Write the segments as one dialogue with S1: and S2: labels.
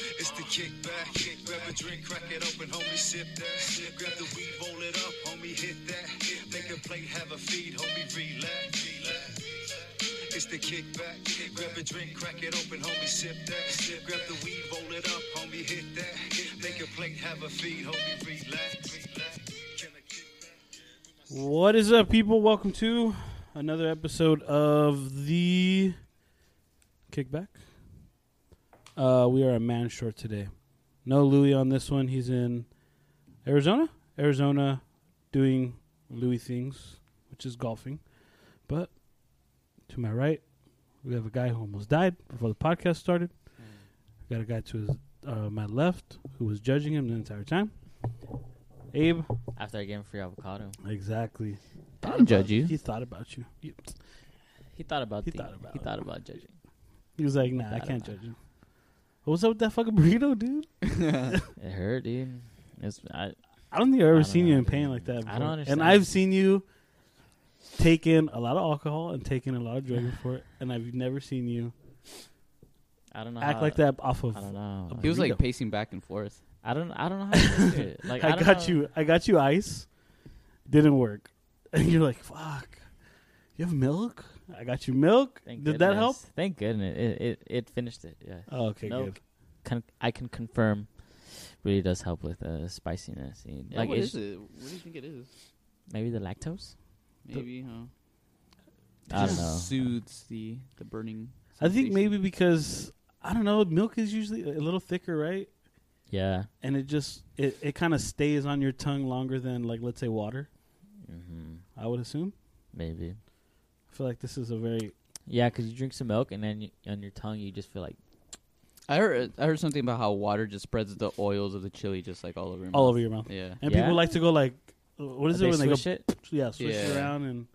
S1: kick back, kick, grab a drink, crack it open, homie, sip that. Sip, grab the weed, roll it up, homie, hit that. Make a plate, have a feed, homie, relax. relax. It's the kickback, kick, grab a drink, crack it open, homie, sip that. Sip, grab the weed, roll it up, homie, hit that. Make a plate, have a feed, homie, relax. relax. Can I kick back?
S2: What is up, people? Welcome to another episode of the Kickback. Uh, we are a man short today. No Louis on this one. He's in Arizona. Arizona doing Louis things, which is golfing. But to my right, we have a guy who almost died before the podcast started. We got a guy to his, uh, my left who was judging him the entire time. Abe,
S3: After I gave him free avocado,
S2: Exactly.
S3: I didn't judge you.
S2: He thought about you. He,
S3: He thought about
S2: He
S3: the,
S2: thought about
S3: he
S2: it.
S3: thought about judging.
S2: he was like, "Nah, I
S3: thought
S2: can't
S3: about
S2: judge you." What was up with that fucking burrito, dude?
S3: It hurt, dude. It's I,
S2: I don't think I've ever
S3: don't
S2: seen you
S3: know,
S2: in pain
S3: dude.
S2: like that.
S3: I
S2: Before.
S3: don't understand.
S2: And I've seen you take in a lot of alcohol and taking a lot of drugs before, it, and I've never seen you
S3: I don't know.
S2: act
S3: how,
S2: like that off of.
S3: I don't know.
S4: He was
S2: Burrito.
S4: like pacing back and forth.
S3: I don't. I don't know how to do it. Like
S2: I
S3: don't
S2: got
S3: know-
S2: you. I got you ice. Didn't work, and you're like, "Fuck." You have milk? I got you milk.
S3: Thank
S2: Did that
S3: goodness.
S2: help?
S3: Thank goodness. It it, it finished it. Yeah.
S2: Oh, okay,
S3: Nope.
S2: good.
S3: Con- I can confirm. Really does help with uh, spiciness. you-
S4: Yeah,
S3: like
S4: what
S3: it's-
S4: is it? What do you think it is?
S3: maybe the lactose.
S4: Maybe, huh?
S3: I don't
S4: Just
S3: know.
S4: Soothes the the burning.
S2: I think
S4: sensation.
S2: maybe because I don't know, milk is usually a little thicker, right?
S3: Yeah.
S2: and it just it, it kind of stays on your tongue longer than like let's say water
S3: hmm
S2: i would assume
S3: Maybe.
S2: i feel like this is a very
S3: Yeah, because you drink some milk and then you, on your tongue you just feel like
S4: I heard I heard something about how water just spreads the oils of the chili just like all over. Your
S2: all
S4: mouth.
S2: over your mouth
S4: Yeah.
S2: and
S3: Yeah.
S2: people like to go like uh, what is
S3: they
S2: it when they go
S3: swish it.
S2: yeah swish it
S4: Yeah.
S2: around and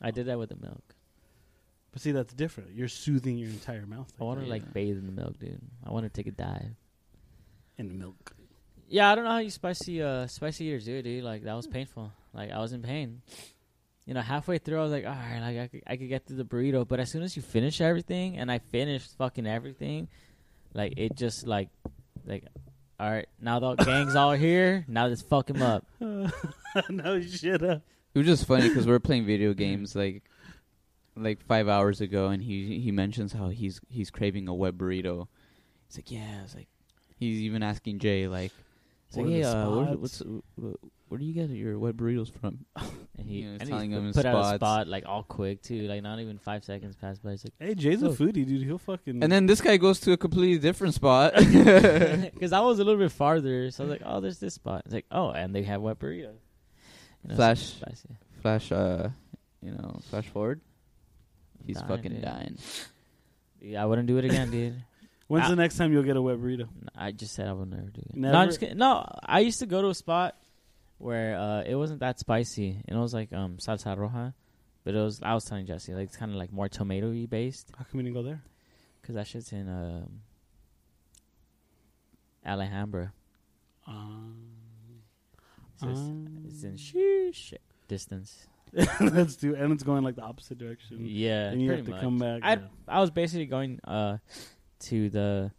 S3: I did that with the milk.
S2: but see that's different you're soothing your entire mouth
S3: I want to
S4: Yeah.
S3: like bathe in the milk, dude. I want to take a dive.
S2: in the milk
S3: Yeah, I don't know how you spicy uh spicy eaters do, it, dude. Like that was
S4: Hmm.
S3: painful. Like I was in pain. You know, halfway through, I was like, all right, like I could, I could get through the burrito. But as soon as you finish everything, and I finished fucking everything, like it just like, like, all right, now the gang's all here. Now let's fuck him up.
S2: no shit up
S4: It was just funny because we were playing video games like like five hours ago, and he he mentions how he's he's craving a web burrito. He's like, yeah. It's like he's even asking Jay like, he's
S2: What
S4: like,
S2: are the
S4: hey, uh, where,
S2: spots?"
S4: what's wh- where do you get your web burritos from?
S3: And he,
S4: Yeah, it's
S3: and
S4: telling
S3: he
S4: him his
S3: put out a
S4: spots.
S3: spot like all quick too. Like not even five seconds passed by. It's
S2: hey jay's a
S3: Oh.
S2: foodie dude he'll fucking
S4: And then this guy goes to a completely different spot.
S3: like, because I was a little bit farther, so I was like, oh, there's this spot. It's like, oh, and they have wet burrito. You know,
S4: Flash.
S3: so spicy.
S4: flash uh you know flash forward he's
S3: Dying,
S4: fucking
S3: dude.
S4: dying
S3: Yeah, I wouldn't do it again, dude.
S2: when's
S3: I-
S2: the next time you'll get a wet burrito
S3: N- I just said I would never do it. No,
S2: Never?
S3: I'm just kidding. No, I used to go to a spot where uh, it wasn't that spicy, and it was like um, salsa roja, but it was I was telling Jesse like it's kind of like more tomatoey based
S2: how come we didn't go there
S3: because that shit's in um, Alhambra.
S2: um,
S3: So it's,
S2: Ah.
S3: it's in sheesh distance.
S2: let's do and it's going like the opposite direction
S3: Yeah,
S2: and you
S3: pretty
S2: have to
S3: much.
S2: come back
S3: I
S2: yeah.
S3: I was basically going uh to the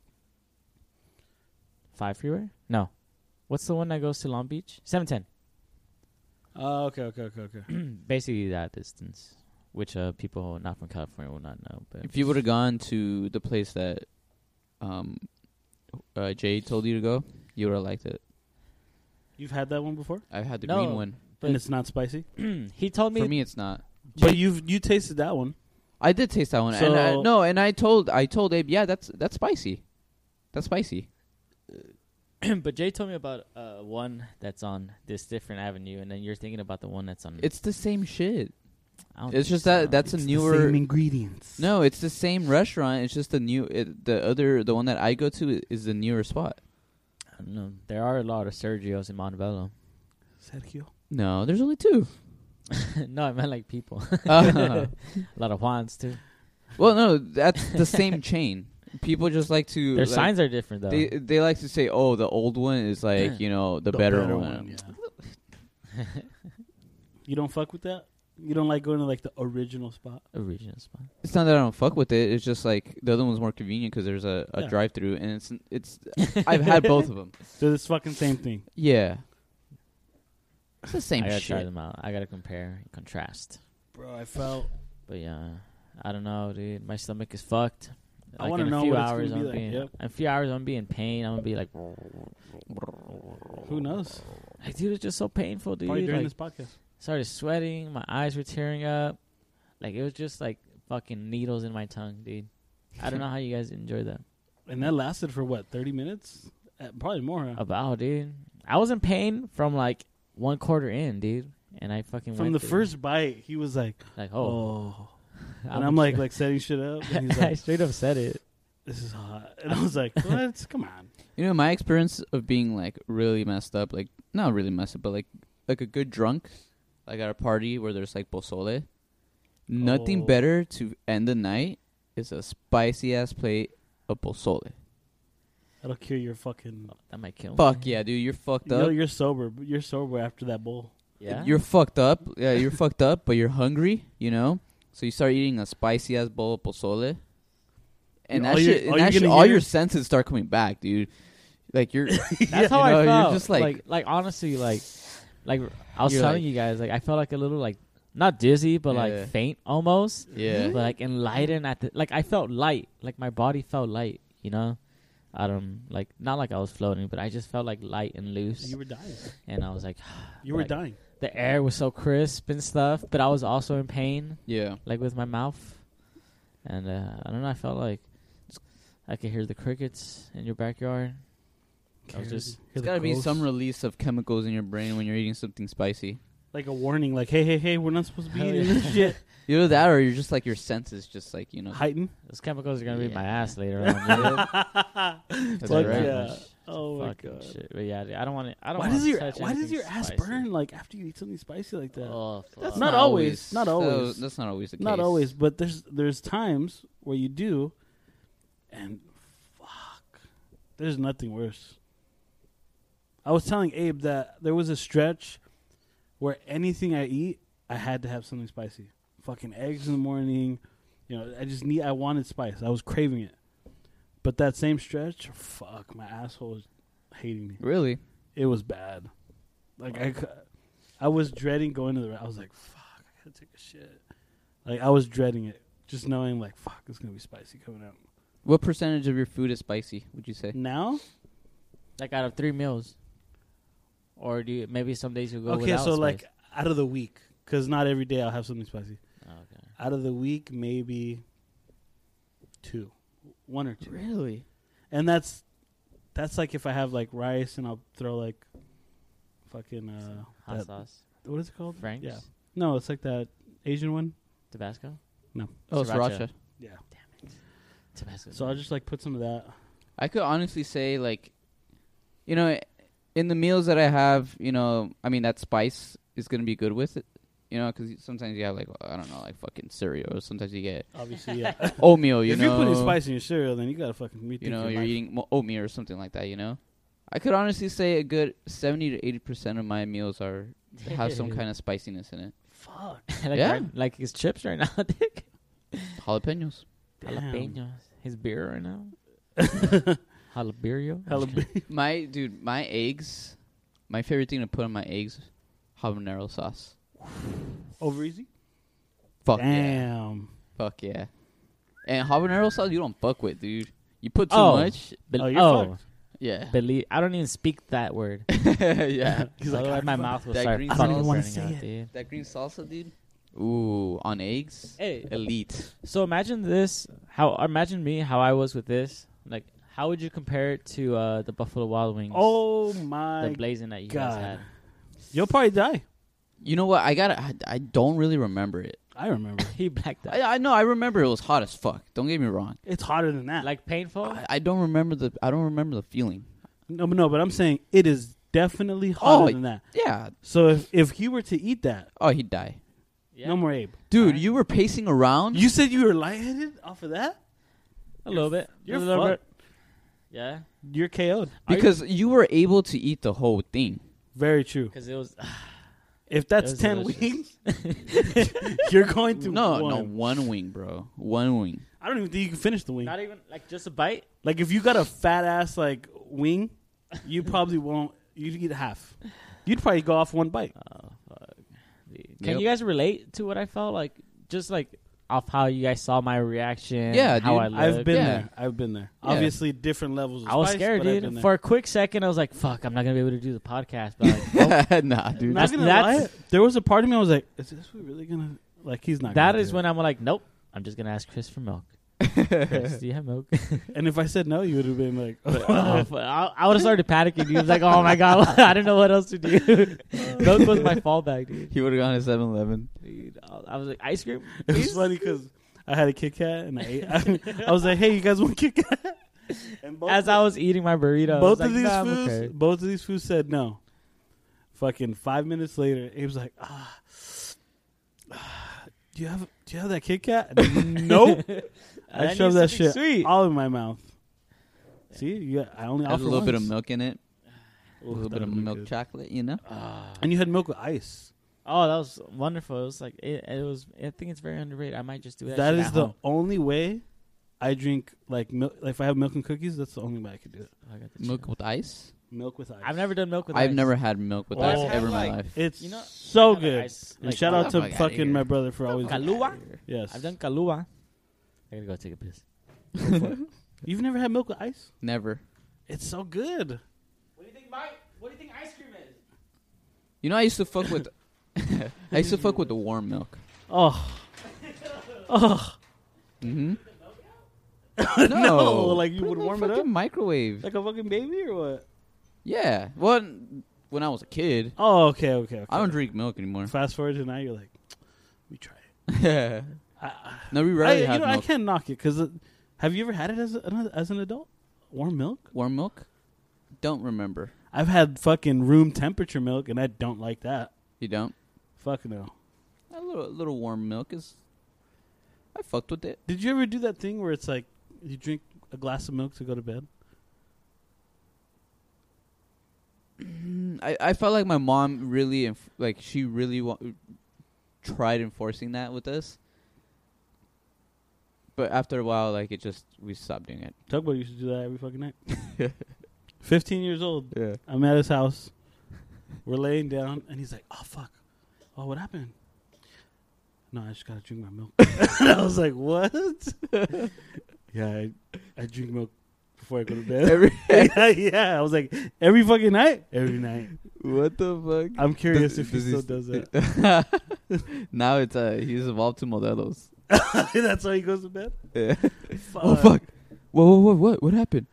S3: five freeway. No, what's the one that goes to Long Beach? Seven ten.
S2: oh okay okay okay okay
S3: basically that distance, which uh, people not from California will not know. But
S4: if you would have gone to the place that um uh jay told you to go you would have liked it
S2: you've had that one before
S4: i've had the
S3: No,
S4: green one
S2: and
S3: But-
S2: it's not spicy.
S3: he told me,
S4: for me it's not
S2: But you've you tasted that one.
S4: i did taste that one and I,
S2: So-
S4: no and i told i told abe yeah that's that's spicy that's spicy
S3: but Jay told me about uh, one that's on this different avenue, and then you're thinking about the one that's on.
S4: it's the same shit
S3: I don't
S4: it's
S3: think
S4: just that
S3: so.
S4: that's a newer
S2: ingredients.
S4: no it's the same restaurant it's just the new it, the other the one that i go to is the newer spot
S3: I don't know. There are a lot of Sergios in Montebello.
S2: Sergio.
S4: no there's only two
S3: no, I meant like people.
S4: Uh,
S3: a lot of Juans too.
S4: Well, no, that's the same chain. People just like to.
S3: Their
S4: like,
S3: signs are different though.
S4: They they like to say, "Oh, the old one is like you know the, better, one."
S2: yeah. you don't fuck with that. You don't like going to like the original spot.
S3: Original spot.
S4: It's not that I don't fuck with it. It's just like the other one's more convenient because there's a, a
S2: Yeah.
S4: drive-through, and it's it's. I've had both of them.
S2: So this fucking same thing.
S4: Yeah, it's the
S3: I
S4: same
S3: gotta try
S4: shit.
S3: them out. I gotta compare, and contrast.
S2: Bro, I felt
S3: But yeah, I don't know, dude. My stomach is fucked.
S2: I
S3: Like,
S2: wanna
S3: in a
S2: know
S3: few
S2: what it's
S3: hours
S2: gonna be
S3: I'm
S2: like,
S3: being,
S2: yep.
S3: In a few hours, I'm being pain. I'm gonna be like,
S2: who knows?
S3: like dude, it's just so painful, dude.
S2: Probably during
S3: Like,
S2: this podcast.
S3: started sweating. My eyes were tearing up. Like it was just like fucking needles in my tongue, dude. I don't know how you guys enjoy that.
S2: And that lasted for what, thirty minutes? Uh, probably more. huh?
S3: About, dude. I was in pain from like one quarter in, dude. And I fucking
S2: From
S3: went
S2: the
S3: through.
S2: first bite, he was like,
S3: like oh,
S2: "Oh," and I'm like, like setting shit up. And he's
S3: I
S2: like,
S3: straight up said it.
S2: "This is hot," and I was like, "What? Come on."
S4: You know, my experience of being like really messed up, like not really messed up, but like like a good drunk, like at a party where there's like pozole. Nothing
S2: Oh.
S4: better to end the night is a spicy ass plate of pozole.
S2: That'll cure your fucking.
S3: That might kill me.
S4: Fuck yeah, dude, you're fucked
S2: Oh Yo,
S4: up.
S2: you're sober. but You're sober after that bowl.
S3: Yeah.
S4: You're fucked up. Yeah, you're fucked up, but you're hungry, you know? So you start eating a spicy ass bowl of pozole. And
S2: And
S4: that
S2: all you're-
S4: shit, and
S2: all
S4: that
S2: you're
S4: shit-
S2: gonna
S4: all
S2: hear-
S4: your senses start coming back, dude. Like you're
S3: That's how
S4: you know,
S3: I
S4: you're
S3: felt.
S4: just, like-
S3: like, like, honestly, like, like I was
S4: You're
S3: telling
S4: like-
S3: you guys, like, I felt like a little, like, not dizzy, but
S4: Yeah.
S3: like faint almost,
S4: Yeah.
S3: but like enlightened at the, like, I felt light, like my body felt light, you know. I don't like not like I was floating, but I just felt like light and loose,
S2: You were dying.
S3: and I was like,
S2: You were
S3: Like-
S2: dying.
S3: the air was so crisp and stuff, but I was also in pain,
S4: Yeah.
S3: like with my mouth, and uh, I don't know. I felt like I could hear the crickets in your backyard. I was just-
S2: Hear
S4: There's
S2: the
S4: got to be
S2: ghosts.
S4: some release of chemicals in your brain when you're eating something spicy.
S2: like a warning, like, "Hey, hey, hey, we're not supposed to be
S3: Hell
S2: eating
S3: yeah.
S2: this shit."
S4: Either that or you're just like your senses just like, you know.
S2: Heighten.
S3: Those chemicals are gonna be in my
S4: Yeah.
S3: ass later on. dude.
S4: That's
S2: Fuck
S4: right.
S2: yeah.
S3: It's
S2: Oh my
S3: fucking
S2: god.
S3: shit. But yeah, dude, I don't want to. I don't.
S2: Why
S3: wanna
S2: does your
S3: touch
S2: Why does
S3: anything
S2: your ass
S3: spicy.
S2: burn like after you eat something spicy like that?
S3: Oh, fuck.
S2: That's not always- not always.
S4: That- That's not always the case.
S2: Not always, but there's there's times where you do, and fuck, there's nothing worse. I was telling Abe that there was a stretch where anything I eat, I had to have something spicy. Fucking eggs in the morning, you know. I just need. I wanted spice. I was craving it. But that same stretch, fuck, my asshole was hating me.
S4: Really?
S2: It was bad. Like I, cou- I was dreading going to the. I was like, fuck, I gotta take a shit. Like I was dreading it, just knowing like, fuck, it's gonna be spicy coming out.
S4: What percentage of your food is spicy, would you say?
S2: Now,
S3: Like out of three meals, or do you, maybe some days you go
S2: okay,
S3: without
S2: so
S3: spice.
S2: like out of the week, because not every day I'll have something spicy.
S3: Oh, okay.
S2: Out of the week, maybe two, one or two,
S4: Really?
S2: and that's that's like if I have like rice and I'll throw like fucking uh,
S3: hot
S2: that-
S3: sauce,
S2: what is it called?
S3: Frank's,
S2: Yeah, no, it's like that Asian one.
S3: Tabasco,
S4: Oh, sriracha.
S3: Sriracha.
S2: Yeah.
S3: Tabasco.
S2: So I'll just like put some of that.
S4: I could honestly say like you know, in the meals that I have, you know, I mean that spice is going to be good with it. You know, cuz sometimes you have like I don't know, like fucking cereal. Sometimes you get
S2: Obviously, yeah.
S4: oatmeal, you
S2: if
S4: know.
S2: you're putting spice in your cereal, then you gotta fucking rethink
S4: you know,
S2: your
S4: you're
S2: life.
S4: eating mo- oatmeal or something like that. You know, I could honestly say a good seventy to eighty percent of my meals are have some kind of spiciness in it.
S2: Fuck.
S3: like,
S4: Yeah.
S3: right- like his chips right now, Dick.
S4: Jalapenos.
S2: Damn.
S3: Jalapenos. His beer right now. Jalaperio.
S2: Hella big.
S4: My dude, my eggs. My favorite thing to put on my eggs, habanero sauce.
S2: Over easy?
S4: Fuck yeah,
S2: Damn.
S4: fuck yeah. And habanero sauce, you don't fuck with, dude. You put too
S3: Oh.
S4: much,
S3: Bel-
S2: Oh,
S3: oh,
S2: you're fucked.
S4: yeah,
S3: believe. I don't even speak that word.
S4: yeah.
S2: He's like, "I
S3: Otherwise my
S2: don't
S3: mouth will
S4: That
S3: start
S4: green
S3: fucking
S4: I don't even
S2: wanna
S3: burning
S2: say
S3: out,
S2: it.
S3: dude.
S4: That green salsa, dude. Ooh, on eggs,
S2: Eh.
S3: Hey,
S4: elite.
S3: So imagine this. How imagine me how I was with this. Like, how would you compare it to uh, the Buffalo Wild Wings?
S2: Oh
S3: the
S2: my.
S3: blazing that you
S2: God.
S3: guys had.
S2: You'll probably die.
S4: You know what? I gotta. I, I don't really remember it.
S2: I remember.
S3: He blacked
S2: Oh,
S3: out.
S4: I, I know. I remember it was hot as fuck. Don't get me wrong.
S2: It's hotter than that. Like,
S3: Like painful.
S4: I, I don't remember the. I don't remember the feeling.
S2: no, but no, but I'm saying it is definitely hotter
S4: Oh,
S2: than that.
S4: Yeah.
S2: So if, if he were to eat that,
S4: Oh, he'd die,
S3: yeah.
S2: no more Abe.
S4: dude.
S3: Alright.
S4: You were pacing around.
S2: You said you were lightheaded off of that?
S3: A little bit.
S2: You're
S3: a little
S2: fucked.
S3: bit. Yeah.
S2: You're KO'd.
S4: because you were able to eat the whole thing.
S2: Very true.
S3: Because it was.
S2: If that's
S3: was
S2: ten
S3: delicious.
S2: wings, you're going to
S4: No,
S2: one.
S4: no, one wing, bro. One wing.
S2: I don't even think you can finish the wing.
S3: Not even like just a bite.
S2: Like if you got a fat ass like wing, you probably won't. You'd eat half. You'd probably go off one bite.
S3: Oh, fuck. Dude.
S4: Yep.
S3: Can you guys relate to what I felt like? Just like off how you guys saw my reaction.
S4: Yeah,
S3: how
S4: dude.
S3: I looked.
S2: I've been
S4: yeah.
S2: there. I've been there.
S4: Yeah.
S2: Obviously, different levels. Of
S3: I was
S2: spice,
S3: scared,
S2: but I've been
S3: dude.
S2: there.
S3: For a quick second, I was like, "Fuck, I'm not gonna be able to do the podcast." But like,
S4: nah, dude.
S2: not
S3: That's-
S2: gonna
S3: that's-
S2: lie, there was a part of me I was like, "Is this really gonna like?" He's not.
S3: that
S2: gonna
S3: is
S2: do
S3: when I'm like, "Nope, I'm just gonna ask Chris for milk." Chris, do you have milk?
S2: it. And if I said no, you would have been like,
S3: Oh, fu- I, I would have started panicking. Dude. I was like, "Oh my god, I didn't know what else to do." milk was my fallback, dude.
S4: He would have gone to 7-Eleven.
S3: Dude, I- I was like, "Ice cream."
S2: "It was funny because I had a Kit Kat and I ate." I, was like, "Hey, you guys want Kit Kat?" And both
S3: As I was eating my burrito, I was
S2: both
S3: like,
S2: of these
S3: "Nah, I'm
S2: foods,
S3: okay."
S2: both of these foods said no. Fucking five minutes later, Abe was like, ah, ah, do you have do you have that Kit Kat? nope. I,
S3: need
S2: shoved that
S3: something
S2: shit
S3: sweet.
S2: all in my mouth. See, you got, I only
S4: Had a
S2: offered
S4: little bit of
S2: once.
S4: milk in it. A
S2: Ooh,
S4: little
S2: that
S4: bit of
S2: would've been
S4: milk
S2: good.
S4: chocolate, you know?
S3: Ah.
S2: and you had milk with ice.
S3: Oh, that was wonderful. It was like it, it was. I think it's very underrated. I might just do that.
S2: that
S3: shit
S2: is
S3: at
S2: the
S3: home.
S2: only way I drink like milk. Like if I have milk and cookies, that's the only way I could do it.
S3: Oh, I got this
S4: Milk
S3: shit.
S4: with ice?
S2: Milk with ice.
S3: I've never done milk with.
S4: I've
S3: ice.
S4: never had milk with
S2: Well,
S4: ice
S2: I've
S4: ever in
S3: had,
S4: my
S3: like-
S4: life.
S2: It's
S3: You know-
S2: so
S3: I've had
S2: good.
S3: ice,
S2: and
S3: like,
S2: shout out
S4: the
S2: to
S4: fuck outta
S2: fucking
S4: here.
S2: my brother for always.
S3: Kahlua.
S2: Yes,
S3: I've done Kahlua. I gotta go take a piss.
S2: You've never had milk with ice?
S4: Never.
S2: It's so good.
S3: What do you think, Mike? What do you think ice cream is?
S4: You know, I used to fuck with. I used to fuck with the warm milk.
S2: Oh, oh,
S4: Mm-hmm. no,
S2: No, like you
S4: Put
S2: would
S4: in the
S2: warm it
S4: fucking
S2: up?
S4: Microwave.
S2: like a fucking baby or what?
S4: yeah. Well, n- when I was a kid,
S2: Oh, okay, okay, okay.
S4: I don't drink milk anymore.
S2: Fast forward to now, you're like, let me try it. I, I,
S4: no, we
S2: I,
S4: rarely
S2: you
S4: had
S2: know, I
S4: milk.
S2: can't knock it because have you ever had it as a, as an adult? Warm milk?
S4: Warm milk? Don't remember.
S2: I've had fucking room temperature milk, and I don't like that.
S4: You don't.
S2: Fuck no.
S4: A little, a little warm milk is. I fucked with it.
S2: Did you ever do that thing where it's like you drink a glass of milk to go to bed?
S4: Mm, I, I felt like my mom really inf- like she really wa- tried enforcing that with us. But after a while, like it just we stopped doing it.
S2: Tugboat used to do that every fucking night. Fifteen years old.
S4: Yeah.
S2: I'm at his house. We're laying down, and he's like, "Oh fuck! Oh, what happened?" No, I just gotta drink my milk. and I was like, "What?" yeah, I, I drink milk before I go to bed.
S4: Every-
S2: yeah, yeah, I was like, every fucking night, every night.
S4: What the fuck?
S2: I'm curious if he still does that.
S4: that. now it's uh he's evolved to Modelo's.
S2: That's how he goes to bed.
S4: Yeah. Oh fuck! Whoa, whoa, whoa, what? What happened?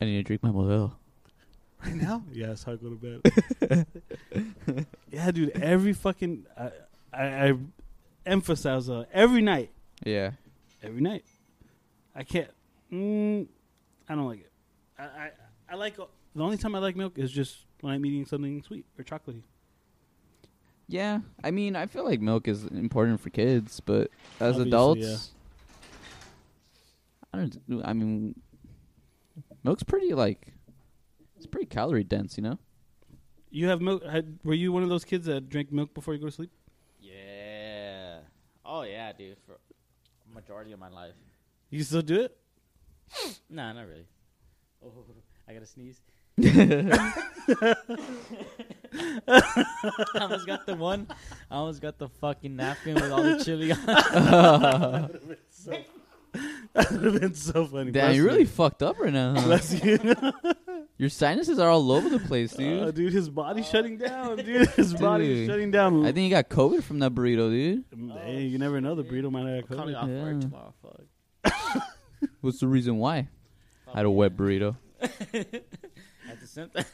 S4: I need to drink my Modelo.
S2: Right now? Yeah, that's how I go to bed. yeah, dude. Every fucking I I, I emphasize uh, every night,
S4: Yeah.
S2: every night. I can't. Mm, I don't like it. I, I I like the only time I like milk is just when I'm eating something sweet or chocolatey.
S4: Yeah, I mean, I feel like milk is important for kids, but as
S2: Obviously,
S4: adults, I don't. I mean, milk's pretty like it's pretty calorie dense, you know.
S2: You have milk? Had, were you one of those kids that drank milk before you go to sleep?
S3: Yeah. Oh yeah, dude. For majority of my life.
S2: You still do it?
S3: Nah, not really. Oh, I gotta sneeze. I almost got the one. I almost got the fucking napkin with all the chili on.
S2: that would have been so funny.
S4: Damn,
S2: Bless
S4: you're really
S2: you.
S4: fucked up right now. huh?
S2: bless you.
S4: Your sinuses are all over the place,
S2: Uh,
S4: dude.
S2: dude, his body's shutting down, dude. His body's
S4: Dude.
S2: shutting down. Mm,
S4: I think you got COVID from that burrito, dude.
S2: hey, you never know. The burrito might have
S3: I'm calling
S2: COVID.
S3: off work
S4: Yeah.
S3: tomorrow. Fuck.
S4: What's the reason why? I had a
S3: Fuck,
S4: wet burrito.
S3: yeah. At the same time,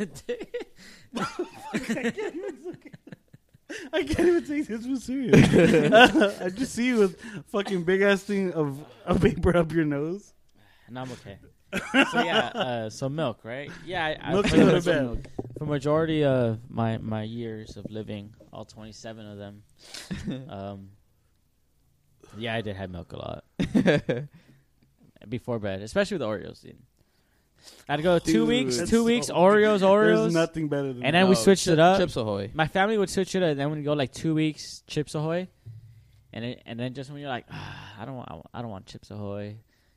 S2: I can't even take this for serious. I just see you with fucking big ass thing of a paper up your nose.
S3: and I'm okay. So yeah, uh, so milk, right? Yeah, I,
S2: Milk
S3: I
S2: to go to
S3: some
S2: bed.
S3: milk. for majority of my my years of living, all 27 of them. um, yeah, I did have milk a lot before bed, especially with Oreos. Dude. I'd go two
S2: Dude,
S3: weeks,
S2: that's
S3: two weeks,
S2: so-
S3: Oreos,
S2: There's
S3: Oreos,
S2: nothing better than
S3: and
S2: that.
S3: then we
S4: No,
S3: switched it
S4: Chip-
S3: up.
S4: Chips Ahoy.
S3: My family would switch it up, and then we'd go like two weeks Chips Ahoy, and it, and then just when you're like, ah, I don't want, I don't- I don't want Chips Ahoy.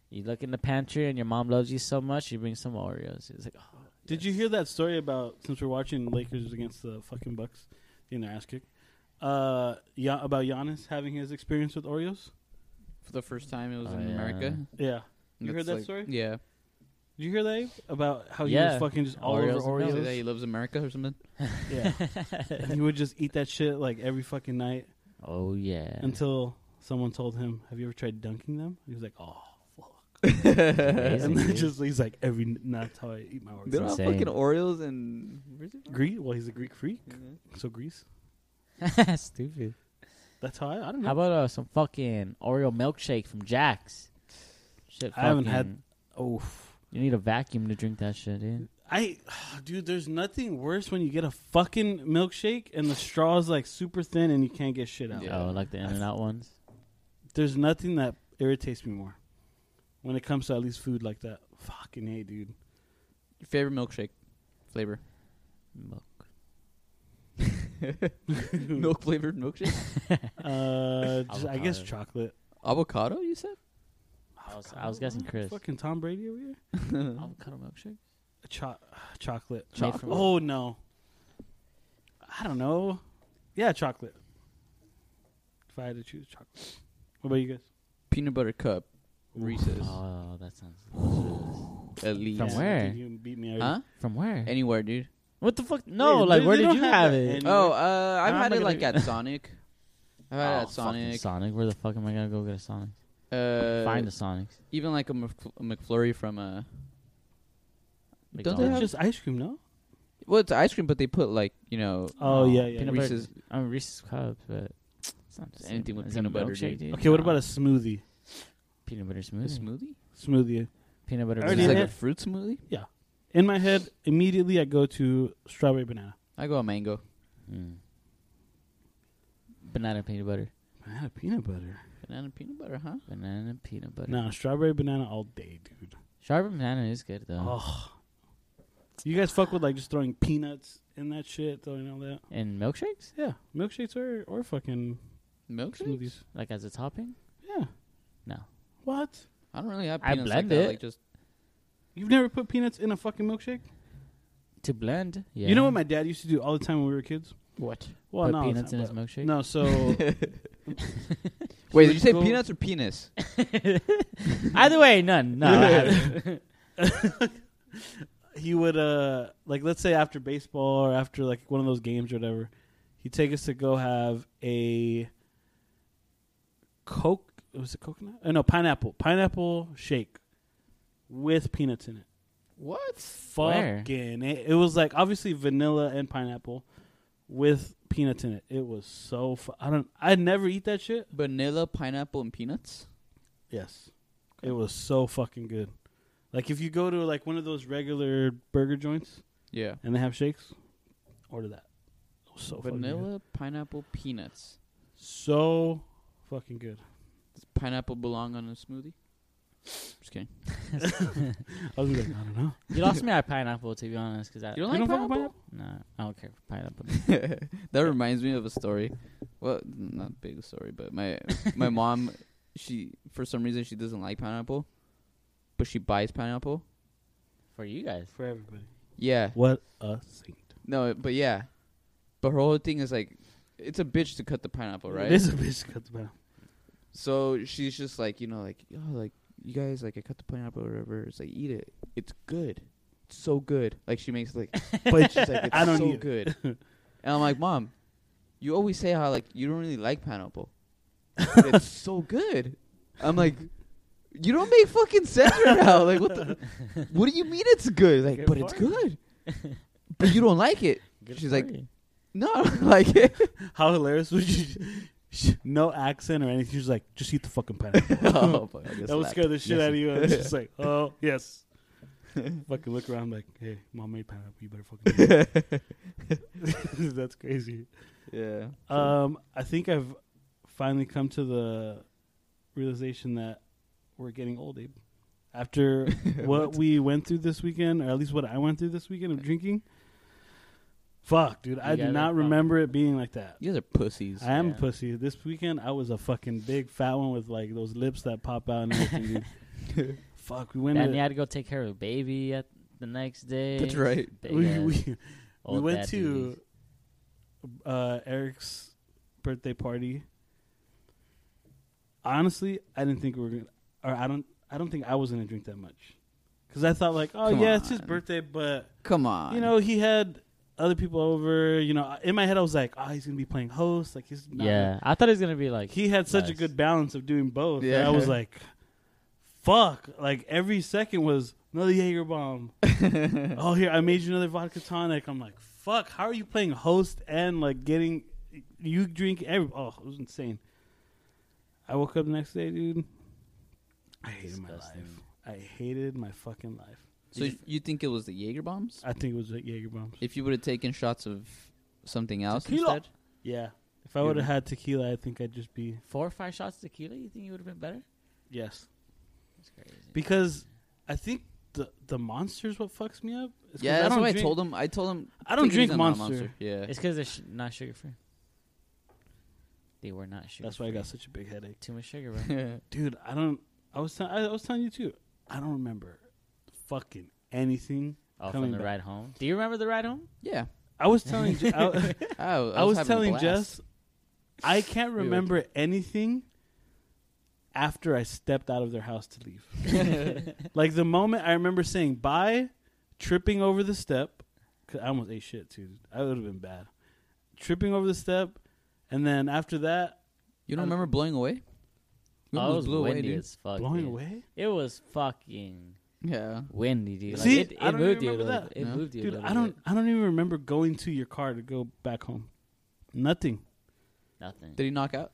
S3: You look in the pantry, and your mom loves you so much, you bring some Oreos. It's like, oh,
S2: Did you hear that story about since we're watching Lakers against the fucking Bucks in their ass kick? Uh, yeah, about Giannis having his experience with Oreos.
S4: For the first time, it was
S3: Oh,
S4: in
S3: yeah.
S4: America.
S2: Yeah, You
S4: That's
S2: heard that
S4: like-
S2: story?
S4: Yeah.
S2: did you hear that Abe? about how he
S3: Yeah.
S2: was fucking just all
S3: Oreos
S2: over
S3: and
S4: Is it
S2: Oreos?
S4: that he loves America or something?
S2: Yeah, and he would just eat that shit like every fucking night
S3: oh yeah.
S2: until someone told him, "Have you ever tried dunking them?" He was like, "Oh." fuck."
S3: Amazing,
S2: and then
S3: dude.
S2: just he's like every n- that's how I eat my
S4: They
S2: Oreos.
S4: don't have
S3: insane.
S4: fucking Oreos and.
S2: Greek? Well, he's a Greek freak, so Greece.
S3: Stupid.
S2: That's how I. I don't know.
S3: How about uh, some fucking Oreo milkshake from Jack's? Shit,
S2: I haven't
S3: fucking-
S2: had- Oof.
S3: You need a vacuum to drink that shit, dude.
S2: I, dude, there's nothing worse when you get a fucking milkshake and the straw's like super thin and you can't get shit out.
S4: Yeah.
S3: Oh, like the In and Out ones.
S2: There's nothing that irritates me more when it comes to at least food like that. Fucking hey, dude.
S4: Your favorite milkshake flavor?
S3: Milk.
S4: Milk flavored milkshake?
S2: Uh, just, I guess
S3: Avocado.
S2: chocolate.
S4: Avocado? You said?
S3: I was, I was guessing Chris.
S2: Fucking Tom Brady over here.
S3: Avocado milkshake.
S2: Cho- chocolate.
S3: Made from-
S2: Oh no. I don't know. Yeah, chocolate. If I had to choose chocolate, what about you guys?
S4: Peanut butter cup. Reese's.
S3: Oh, that sounds.
S4: At least.
S3: From
S2: Yeah,
S3: where?
S2: dude, You beat me. already.
S4: Huh?
S3: From where?
S4: Anywhere, dude.
S3: what the fuck? No,
S2: Yeah,
S3: like
S2: they-
S3: where
S2: they
S3: did
S2: don't
S3: you
S2: have
S3: have,
S2: that
S3: it?
S2: in-
S4: Oh, uh, I've
S2: I'm
S4: had
S2: not
S4: it
S2: gonna
S4: like
S2: be-
S4: at Sonic. I've had
S3: Oh,
S4: it at
S3: fucking
S4: Sonic.
S3: Sonic. Where the fuck am I gonna go get a Sonic?
S4: Uh,
S3: Find a Sonic.
S4: Even like a, McFl- a McFlurry from uh, a. Don't they
S2: That's
S4: have-
S2: just ice cream, no?
S4: Well, it's ice cream, but they put like you know
S2: Oh, yeah, yeah.
S3: Peanut
S4: Reese's-
S3: butter. I'm Reese's cups, but it's not the same.
S4: Anything with
S3: Is it a
S4: peanut butter,
S3: milkshake,
S4: dude.
S2: Okay, what
S3: No.
S2: about a smoothie?
S3: peanut butter
S4: a
S3: smoothie?
S4: smoothie.
S2: Smoothie.
S3: peanut butter.
S2: I
S4: Is
S2: already
S3: banana.
S4: it like
S2: had
S4: a fruit smoothie?
S2: In my head, immediately I go to strawberry banana.
S4: I go a mango.
S3: Mm. Banana peanut butter.
S2: Banana peanut butter.
S4: Banana peanut butter, huh?
S3: Banana peanut butter.
S2: No, strawberry banana all day, dude.
S3: Strawberry banana is good though.
S2: Oh. You guys fuck with like just throwing peanuts in that shit, throwing all that.
S3: And milkshakes?
S2: Yeah, milkshakes or or fucking
S4: Milkshake?
S2: smoothies.
S3: Like as a topping?
S2: Yeah.
S3: No.
S2: What?
S4: I don't really have
S3: I
S4: peanuts
S3: blend
S4: like that.
S3: it.
S4: Like just
S2: You've never put peanuts in a fucking milkshake?
S3: To blend? Yeah.
S2: You know what my dad used to do all the time when we were kids?
S4: what?
S2: Well,
S3: Put
S2: no,
S3: peanuts in his milkshake?
S2: No, so
S4: Wait, did you say
S2: Go-
S4: peanuts or penis?
S3: Either way, none. No. I haven't.
S2: he would uh like let's say after baseball or after like one of those games or whatever, he'd take us to go have a coke was it coconut? Oh, no, pineapple. Pineapple shake with peanuts in it.
S4: What?
S3: Where?
S2: Fucking it, it was like obviously vanilla and pineapple with peanuts in it. It was so fu- I don't I'd never eat that shit.
S4: Vanilla, pineapple, and peanuts.
S2: Yes. It was so fucking good. Like if you go to like one of those regular burger joints
S4: Yeah.
S2: and they have shakes. Order that. It
S4: Oh,
S2: was so fucking good.
S4: Vanilla, pineapple, peanuts.
S2: so fucking good.
S4: Does pineapple belong on a smoothie? Just kidding.
S2: I was like, I don't know.
S3: you lost me at pineapple, to be honest, because I
S4: You don't
S2: You
S4: like
S2: don't fuck with
S4: pineapple?
S3: no, I don't care for pineapple.
S4: that reminds me of a story. Well, not big story, but my my mom, she for some reason she doesn't like pineapple, but she buys pineapple.
S3: for you guys.
S2: For everybody.
S4: Yeah,
S2: What a saint.
S4: no, but yeah, but her whole thing is like, it's a bitch to cut the pineapple, right?
S2: It is a bitch to cut the pineapple.
S4: So she's just like, you know, like, oh, like you guys, like I cut the pineapple or whatever. It's like eat it. It's good. It's so good. Like she makes like,
S2: But
S4: she's like, it's
S2: I don't
S4: so
S2: need it."
S4: good. And I'm like, mom, you always say how like you don't really like pineapple. it's so good. I'm like, you don't make fucking sense right now. Like what? The, what do you mean it's good? Like,
S3: Good
S4: but it's
S3: for you.
S4: good. but you don't like it.
S3: Good
S4: She's
S3: for
S4: like-
S3: you.
S4: No, I don't like it.
S2: how hilarious would you no accent or anything. She's like, just eat the fucking pineapple.
S4: oh, fuck, I guess
S2: that would
S4: slap.
S2: scare the shit
S4: Yes.
S2: out of you. And she's just like, oh yes. fucking look around like, hey, mom made pineapple, you better fucking eat it. That's crazy.
S4: Yeah.
S2: Um, I think I've finally come to the realization that we're getting old, Abe. After what we went through this weekend, or at least what I went through this weekend of drinking, fuck, dude, I
S3: You
S2: do
S3: gotta
S2: not
S3: fuck.
S2: remember it being like that.
S4: You guys are pussies.
S2: I am
S3: yeah.
S2: a pussy. This weekend, I was a fucking big fat one with like those lips that pop out and everything. dude. Fuck, we went.
S3: And
S2: to-
S3: you had to go take care of the baby at the next day.
S4: That's right.
S3: Big
S2: we,
S3: ass
S2: we, we
S3: old
S2: went
S3: dad
S2: to
S3: duties.
S2: uh, Eric's birthday party. Honestly, I didn't think we were gonna, or I don't, I don't think I was gonna drink that much, because I thought like, oh
S4: Come
S2: yeah, it's his
S4: on.
S2: birthday, but
S4: Come on.
S2: you know he had other people over. You know, in my head I was like, oh, he's gonna be playing host, like he's not
S3: Yeah, I thought it was gonna be like
S2: he had such a
S3: Nice.
S2: good balance of doing both. Yeah.
S4: Yeah.
S2: I was like, fuck. Like every second was another Jaeger bomb. oh, here, I made you another vodka tonic. I'm like, fuck, how are you playing host and like getting, you drink every, oh, it was insane. I woke up the next day, dude. I hated my life.
S3: Disgusting.
S2: I hated my fucking life.
S4: so if you think it was the Jaeger bombs?
S2: I think it was like Jaeger bombs.
S4: If you would have taken shots of something else
S2: Tequila.
S4: instead,
S2: Yeah. If I would have had tequila, I think I'd just be,
S3: four or five shots of tequila. You think you would have been better?
S2: yes.
S3: That's crazy.
S2: Because I think the the monster's what fucks me up. It's 'cause
S4: yeah, that's
S2: don't
S4: what I
S2: drink-
S4: told him. I told him
S2: I don't
S4: "Take it
S2: drink
S4: easy on the
S2: Monster."
S4: Yeah,
S3: It's because they're sh- not sugar free. They were not sugar.
S2: That's why I got such a big headache,
S3: too much sugar, bro.
S2: dude. I don't. I was tell- I was telling you too. I don't remember fucking anything.
S3: Off
S2: Coming
S3: on Oh, the
S2: back.
S3: ride home. Do you remember the ride home?
S4: yeah.
S2: I was telling. Je- I, I
S4: I, I
S2: was,
S4: was, having a
S2: telling
S4: blast.
S2: Jess. I can't
S4: were-
S2: remember anything after I stepped out of their house to leave. like the moment I remember saying bye, tripping over the step. 'cause I almost ate shit too. I would have been bad. Tripping over the step, and then after that,
S4: You don't remember blowing away?
S3: Oh, it
S4: You almost
S3: was
S4: blew away,
S3: windy
S4: dude.
S3: as fuck.
S2: blowing
S3: dude.
S2: away.
S3: It was fucking
S4: Yeah.
S3: windy, dude. Like,
S2: See,
S3: it, it
S2: I don't even
S3: moved you. a
S2: remember
S3: little
S2: that.
S3: bit. It
S4: No?
S3: moved you, a
S2: Dude,
S3: little
S2: I don't.
S3: bit.
S2: I don't even remember going to your car to go back home. Nothing.
S3: Nothing.
S4: Did he knock out?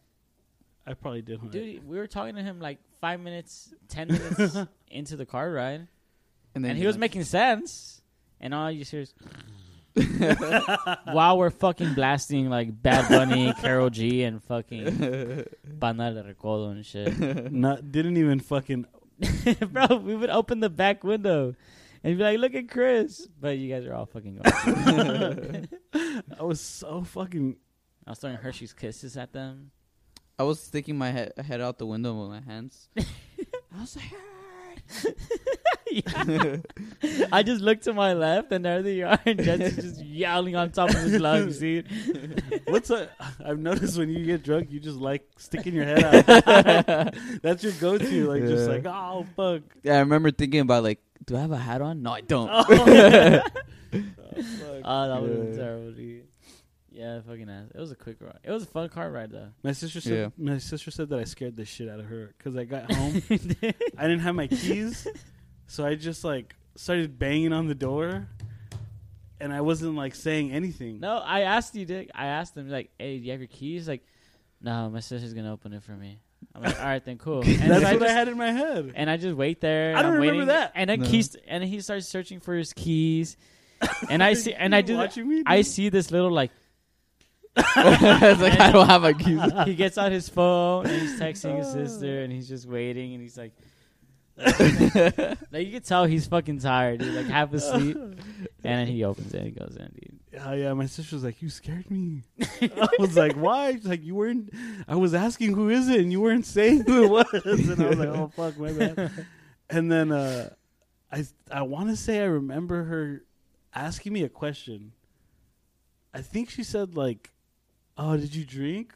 S2: I probably did. Hunt
S3: Dude, we were talking to him like five minutes, ten minutes into the car ride, and he was making sense. And all you hear is while we're fucking blasting like Bad Bunny, Carol G, and fucking Banda del Recodo and shit,
S2: Not, didn't even fucking.
S3: bro. We would open the back window and be like, "Look at Chris," but you guys are all fucking. OG.
S2: I was so fucking.
S3: I was throwing Hershey's kisses at them.
S4: I was sticking my head, head out the window with my hands. I was like,
S3: I just looked to my left, and there they are, and Jess is just yelling on top of his lungs, dude.
S2: What's a? I've noticed when you get drunk, you just like sticking your head out. That's your go-to. Like just
S4: Yeah.
S2: like oh fuck.
S4: yeah, I remember thinking about like, do I have a hat on? No, I don't.
S3: Oh, that would have been
S4: Yeah.
S3: terrible, dude. Yeah, fucking ass. It was a quick ride. It was a fun car ride, though.
S2: My sister said.
S4: Yeah.
S2: My sister said that I scared the shit out of her because I got home. I didn't have my keys, so I just like started banging on the door, and I wasn't like saying anything.
S3: No, I asked you, Dick. I asked him, like, hey, do you have your keys? Like, no, my sister's going to open it for me. I'm like, all right, then cool. And
S2: That's
S3: so
S2: what
S3: I just,
S2: I had in my head.
S3: And I just wait there.
S2: I
S3: and
S2: don't
S3: I'm
S2: remember
S3: waiting,
S2: that.
S3: And then
S4: No.
S3: keys, and he starts searching for his keys. And I see, and I do,
S2: Watching me,
S3: I
S2: dude.
S3: see this little like
S4: I was like, I don't have a keys.
S3: he gets out his phone and he's texting
S2: Oh.
S3: his sister and he's just waiting and he's like like you can tell he's fucking tired dude like half asleep and then he opens it and goes in dude
S2: Oh yeah, my sister was like, "You scared me." I was like, "Why?" She's like, "You weren't." I was asking, "Who is it?" and you weren't saying who it was, and I was like, "Oh fuck, my bad." And then uh, I I want to say I remember her asking me a question. I think she said like, "Oh, did you drink?"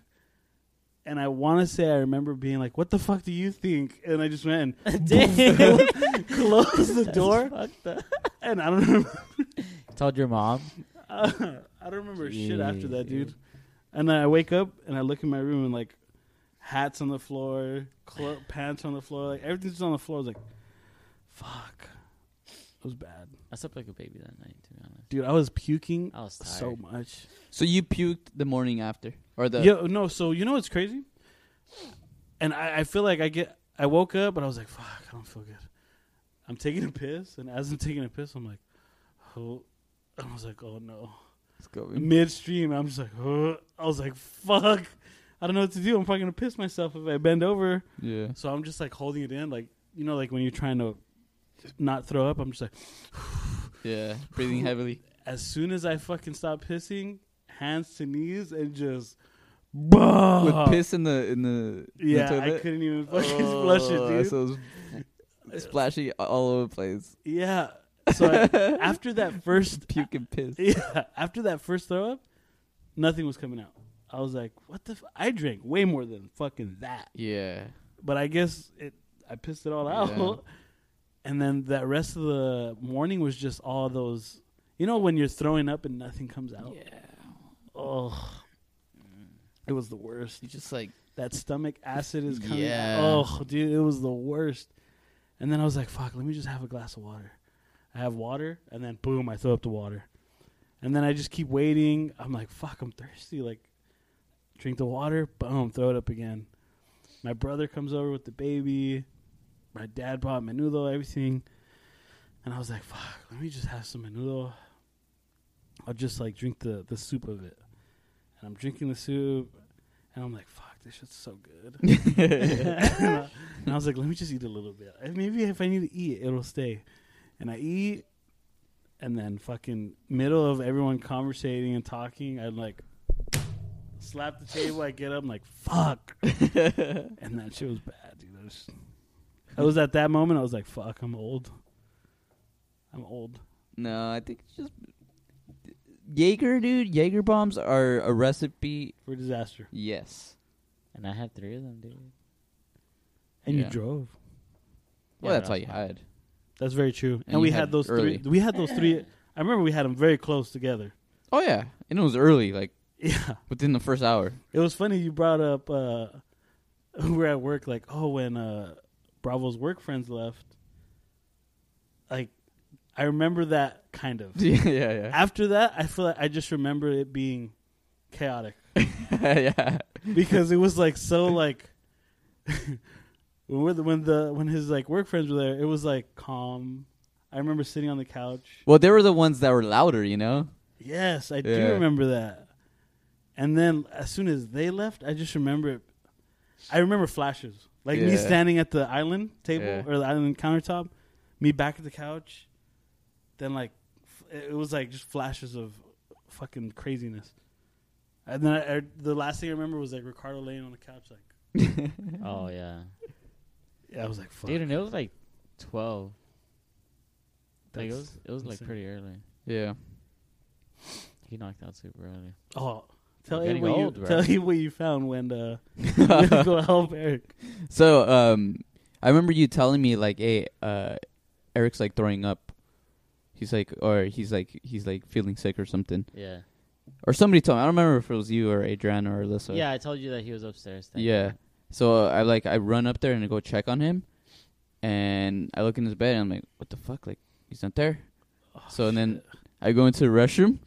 S2: And I want to say I remember being like, "What the fuck do you think?" And I just went and
S3: Damn.
S2: closed the door,
S3: Fuck the-
S2: and I don't remember.
S3: told your mom
S2: Uh, I don't remember shit after that,
S3: Jeez.
S2: dude. And then I wake up and I look in my room and like hats on the floor, clo- pants on the floor, like everything's just on the floor. I was like, fuck, it was bad,
S3: I slept like a baby that night to be honest
S2: dude. I was puking
S3: I was tired
S2: so much.
S4: So you puked the morning after, or the
S2: Yo, no. So you know what's crazy? And I, I feel like I get. I woke up and I was like, "Fuck, I don't feel good." I'm taking a piss, and as I'm taking a piss, I'm like, "Oh," and I was like, "Oh no."
S4: It's going-
S2: midstream. I'm just like, "Huh." I was like, fuck. I don't know what to do. I'm probably gonna piss myself if I bend over.
S4: yeah.
S2: So I'm just like holding it in, like you know, like when you're trying to not throw up. I'm just like,
S4: Yeah, breathing heavily.
S2: as soon as I fucking stop pissing, hands to knees and just, bah.
S4: With piss in the in the in the
S2: Uh-huh. Yeah, I
S4: toilet?
S2: couldn't even fucking flush it,
S4: Oh,
S2: dude.
S4: So it's splashy all over the place.
S2: yeah. So I, after that first
S4: Puke and piss.
S2: yeah, after that first throw up, nothing was coming out. I was like, "What the? F-? I drank way more than fucking that."
S4: Yeah.
S2: But I guess it, I pissed it all out.
S4: Yeah.
S2: And then that rest of the morning was just all those, you know, when you're throwing up and nothing comes out. Oh, it was the worst.
S4: You just like
S2: That stomach acid is coming.
S4: Yeah.
S2: out. Oh, dude, it was the worst. And then I was like, "Fuck, let me just have a glass of water." I have water, and then boom, I throw up the water. And then I just keep waiting. I'm like, "Fuck, I'm thirsty." Like, drink the water, boom, throw it up again. My brother comes over with the baby. My dad brought menudo, everything. And I was like, "Fuck, let me just have some menudo." I'll just like drink the the soup of it. And I'm drinking the soup, and I'm like, "Fuck, this shit's so good." and I was like, let me just eat a little bit. And Maybe if I need to eat, it'll stay. And I eat, and then fucking middle of everyone conversating and talking, I'm like, slap the table. I get up, I'm like, fuck. and that shit was bad, dude. I was, I was at that moment, I was like, fuck, I'm old. I'm old.
S4: no, I think it's just Jaeger, dude. Jaeger bombs are a recipe.
S2: For disaster.
S4: Yes.
S3: And I had three of them, dude.
S2: And
S4: Yeah.
S2: you drove.
S4: Well,
S3: Yeah,
S4: that's all you
S3: fine.
S4: had.
S2: That's very true. And,
S4: you
S2: we
S4: had
S2: had, those
S4: early.
S2: three. We had those three. I remember we had them very close together.
S4: Oh yeah, and it was early, like
S2: Yeah.
S4: within the first hour.
S2: It was funny you brought up uh we were at work like, oh when uh Bravo's work friends left like I remember that kind of.
S4: yeah, yeah,
S2: After that I feel like I just remember it being chaotic.
S4: yeah. yeah.
S2: Because it was like so like when we're the, when the when his like work friends were there, it was like calm. I remember sitting on the couch.
S4: Well, they were the ones that were louder, you know.
S2: Yes, I do
S4: Yeah.
S2: remember that. And then as soon as they left, I just remember it. I remember flashes. Like me
S4: Yeah.
S2: standing at the island table
S4: Yeah.
S2: or the island countertop, me back at the couch. Then like f- it was like just flashes of fucking craziness. And then I, I, the last thing I remember was like Ricardo laying on the couch like
S3: Oh yeah,
S2: yeah, I was like fuck.
S3: dude. And it was like twelve. Like it
S2: That's
S3: was, it was like
S2: insane.
S3: pretty early.
S4: Yeah.
S3: He knocked out super early.
S2: Oh, tell Abe
S3: You're getting
S2: what
S3: old,
S2: you
S3: bro.
S2: tell Abe what you found when uh when you go help Eric.
S4: So, um, I remember you telling me like, "Hey, uh, Eric's like throwing up." He's like, or he's like, he's like feeling sick or something.
S3: Yeah.
S4: Or somebody told me. I don't remember if it was you or Adrian or Alyssa.
S3: yeah, I told you that he was upstairs. thank you.
S4: Yeah. So I like I run up there and I go check on him, and I look in his bed and I'm like, "What the fuck? Like he's not there."
S2: Oh,
S4: so and then I go into the restroom,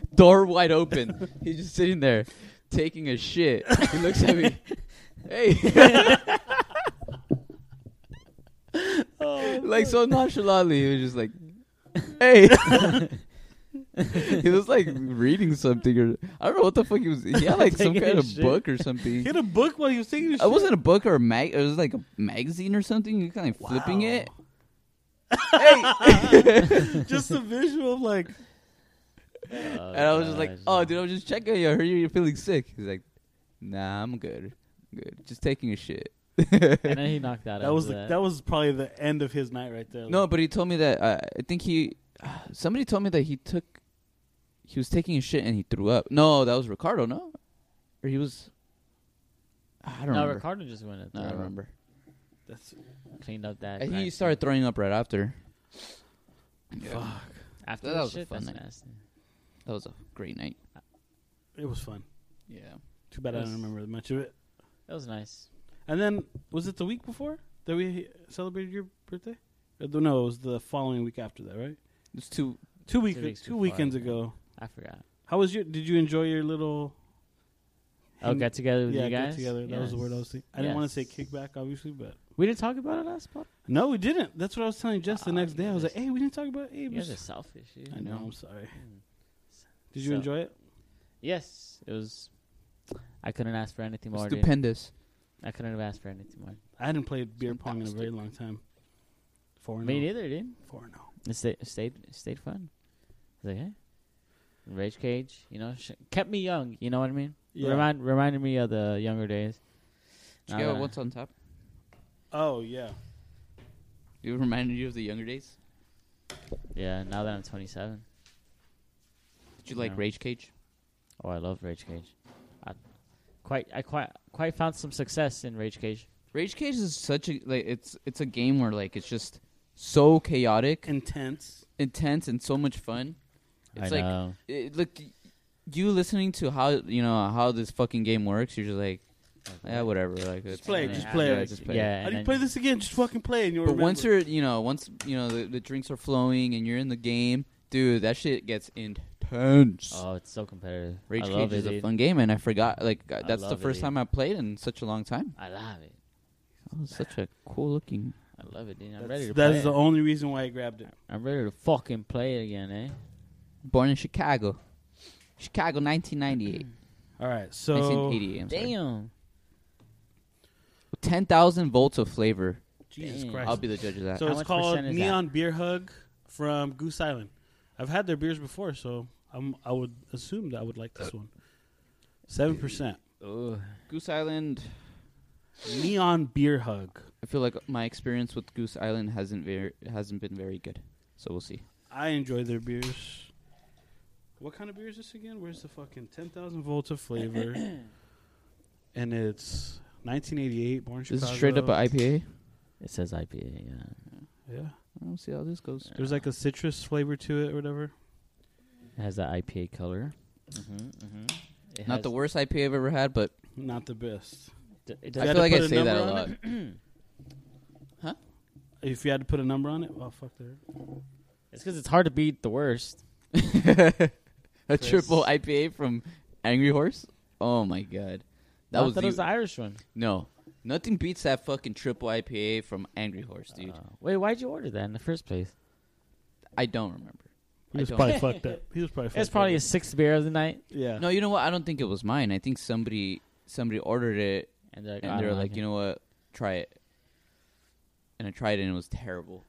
S4: door wide open. he's just sitting there taking a shit. He looks at me. Hey.
S2: Oh,
S4: like so nonchalantly, he was just like, "Hey." he was like reading something, or I don't know what the fuck he was. He had like some
S2: Taking
S4: kind
S2: a
S4: of
S2: shit.
S4: book or something.
S2: Get a book while you're taking a
S4: It
S2: shit.
S4: wasn't a book or a mag. It was like a magazine or something. You're kind of flipping
S2: Wow.
S4: it.
S2: just the visual of like
S3: Oh,
S4: and I was just like,
S3: gosh,
S4: "Oh,
S3: no.
S4: dude, I was just checking you. I heard you're feeling sick." He's like, "Nah, I'm good. I'm good. Just taking a shit."
S3: And then he knocked out.
S2: that was
S3: after
S2: the, that was probably the end of his night right there.
S4: no, but he told me that uh, I think he somebody told me that he took he was taking a shit and he threw up. No, that was Ricardo, no? Or he was I don't
S3: no,
S4: remember.
S3: Ricardo just went. and
S4: no, I
S3: threw
S4: don't
S3: up,
S4: remember.
S2: that's
S3: Cleaned up that.
S4: I think he
S3: crack.
S4: started throwing up right after.
S2: fuck.
S3: after
S4: That
S3: the
S4: was a
S3: shit.
S4: fun
S3: That's
S4: night.
S3: nasty.
S4: That was a great night.
S2: It was fun.
S4: Yeah.
S2: Too bad I don't
S3: Yes.
S2: remember much of it.
S3: That was nice.
S2: And then was it the week before that we celebrated your birthday? Uh, No, it was the following week after that, right?
S4: It's too
S2: Two week,
S3: Two
S2: two,
S3: weeks before,
S2: weekends
S3: yeah.
S2: ago.
S3: I forgot.
S2: How was your? Did you enjoy your little?
S3: Oh,
S2: hang-
S3: got together with
S2: yeah,
S3: you guys.
S2: get together. That was the word I
S3: Yes.
S2: was thinking. I didn't want to say
S3: Yes.
S2: kickback, obviously, but
S3: We didn't talk about it last pod.
S2: no, we didn't. That's what I was telling Jess the
S3: Ah,
S2: next day. I was
S3: yes.
S2: like, "Hey, we didn't talk about
S3: You
S2: Abe."
S3: guys are selfish. dude.
S2: I know.
S4: No.
S2: I'm sorry.
S3: Mm.
S2: Did you
S3: So-
S2: enjoy it?
S3: Yes, it was. I couldn't ask for anything more. dude.
S4: stupendous.
S3: I couldn't have asked for anything more.
S2: I hadn't played beer pong in a very long time. Four. oh.
S3: Me neither, dude.
S2: Four and oh.
S3: It stayed, it stayed, it stayed fun. It's like, hey, Rage Cage, you know, sh- kept me young. You know what I mean?
S2: Yeah.
S3: Remind, reminded me of the younger days.
S4: Check
S3: Now
S4: out
S3: that I-
S4: what's on top.
S2: Oh yeah.
S4: It reminded you of the younger days.
S3: yeah, now that I'm 27.
S4: Did you like
S3: No.
S4: Rage Cage?
S3: Oh, I love Rage Cage. I quite, I quite, quite found some success in Rage Cage.
S4: Rage Cage is such a like it's it's a game where like it's just so chaotic,
S2: Intense.
S4: intense, and so much fun. It's
S3: I
S4: like
S3: know.
S4: it, eh, look, you listening to how you know how this fucking game works. You're just like, yeah, whatever. Like it's
S2: play it,
S4: fine.
S2: just play it.
S4: Yeah, just play it.
S2: How
S3: yeah, and
S2: do you
S3: then
S2: play this again? Just fucking play, and you'll
S4: But
S2: remember.
S4: once you're, you know, once you know the, the drinks are flowing and you're in the game, dude, that shit gets intense.
S3: Oh, it's so competitive.
S4: Rage
S3: I
S4: Cage
S3: love
S4: is
S3: it,
S4: a
S3: dude.
S4: fun game, and I forgot. Like uh, that's the
S3: love it,
S4: first
S3: dude.
S4: time I played in such a long time.
S3: I love it.
S4: Oh, it's such a cool looking.
S3: I love it, dude. I'm
S2: that's,
S3: ready to
S2: that
S3: play.
S2: is the
S3: it.
S2: only reason why I grabbed it.
S3: I'm ready to fucking play it again, eh?
S4: Born in Chicago, Chicago, 1998,
S2: Mm. All right, so
S4: 1988. I'm sorry.
S3: Damn.
S4: ten thousand volts of flavor.
S2: Jesus
S3: Damn.
S2: Christ.
S4: I'll be the judge of that.
S2: So
S3: Uh, How
S2: it's
S3: much
S2: called
S3: percent is that?
S2: Neon Beer Hug from Goose Island. I've had their beers before, so I'm, I would assume that I would like this one. Seven percent
S3: Ugh.
S4: Goose Island.
S2: Neon Beer Hug.
S4: I feel like my experience with Goose Island hasn't very hasn't been very good. So we'll see.
S2: I enjoy their beers. What kind of beer is this again? Where's the fucking ten thousand volts of flavor? and it's 1988, born in Chicago.
S4: This is straight up an IPA.
S3: It says IPA, yeah.
S2: yeah.
S4: We'll see how this goes.
S2: There's like a citrus flavor to it, or whatever.
S3: It has that IPA color. Mm-hmm, mm-hmm. It
S4: Not the worst IPA I've ever had, but
S2: Not the best.
S3: It
S2: You
S4: I
S2: had
S3: does,
S4: feel
S2: to
S4: like
S2: put
S4: I
S2: a
S4: say that a
S2: number
S4: lot.
S2: on If you had to put a number on it, well, fuck there.
S3: it's because it's hard to beat the worst.
S4: a
S2: Chris.
S4: triple IPA from Angry Horse. Oh my god, that
S3: I
S4: was,
S3: thought
S4: the,
S3: it was the Irish one.
S4: no. Nothing beats that fucking triple IPA from Angry Horse, dude.
S3: Uh, wait, why'd you order that in the first place?
S4: I don't remember.
S2: He
S4: I
S2: was
S4: don't-
S2: probably fucked up. He was probably.
S3: It's
S2: fucked
S3: probably
S2: up.
S3: his sixth beer of the night.
S2: yeah.
S4: No, you know what? I don't think it was mine. I think somebody somebody ordered it
S3: And they're like,
S4: and
S3: "I
S4: they were
S3: don't
S4: like,
S3: it."
S4: you know what? Try it. And I tried it and it was terrible.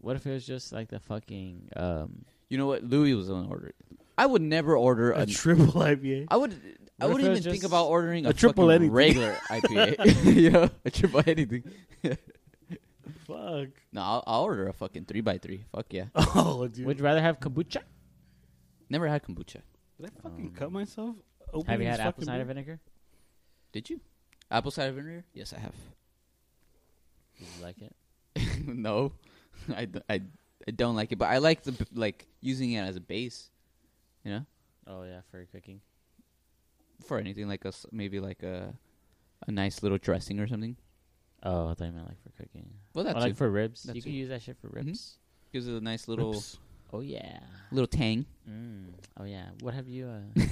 S3: what if it was just like the fucking. Um,
S4: You know what? Louis was the one who ordered. it. I would never order
S2: a
S4: a.
S2: triple IPA.
S4: I would. I
S3: What if
S4: wouldn't
S3: it
S4: even
S3: was
S4: think
S3: just
S4: about ordering a,
S2: a triple
S4: fucking
S2: anything?
S4: regular IPA. you know, a triple anything.
S2: Fuck.
S4: No, I'll, I'll order a fucking three by three. Fuck yeah.
S2: Oh, dude.
S3: would you rather have kombucha?
S4: Never had kombucha.
S2: Did I fucking cut myself?
S3: Um, Have
S2: opening
S3: you
S2: this
S3: had apple
S2: fucking
S3: cider
S2: beer?
S3: vinegar?
S4: Did you? Apple cider vinegar? Yes, I have.
S3: Did you like it?
S4: no, I, d- I- I don't like it, but I like the b- like using it as a base. You know,
S3: Oh, yeah, for cooking.
S4: for anything like a s- maybe like a a nice little dressing or something.
S3: Oh, I thought you meant like for cooking. Or
S4: Well, that's
S3: like for ribs.
S4: That
S3: you can
S4: too. Mm-hmm.
S3: use that shit for ribs.
S4: gives it a nice little
S2: Oops.
S3: Oh, yeah.
S4: little tang.
S3: Mm. Oh, yeah. What have you uh,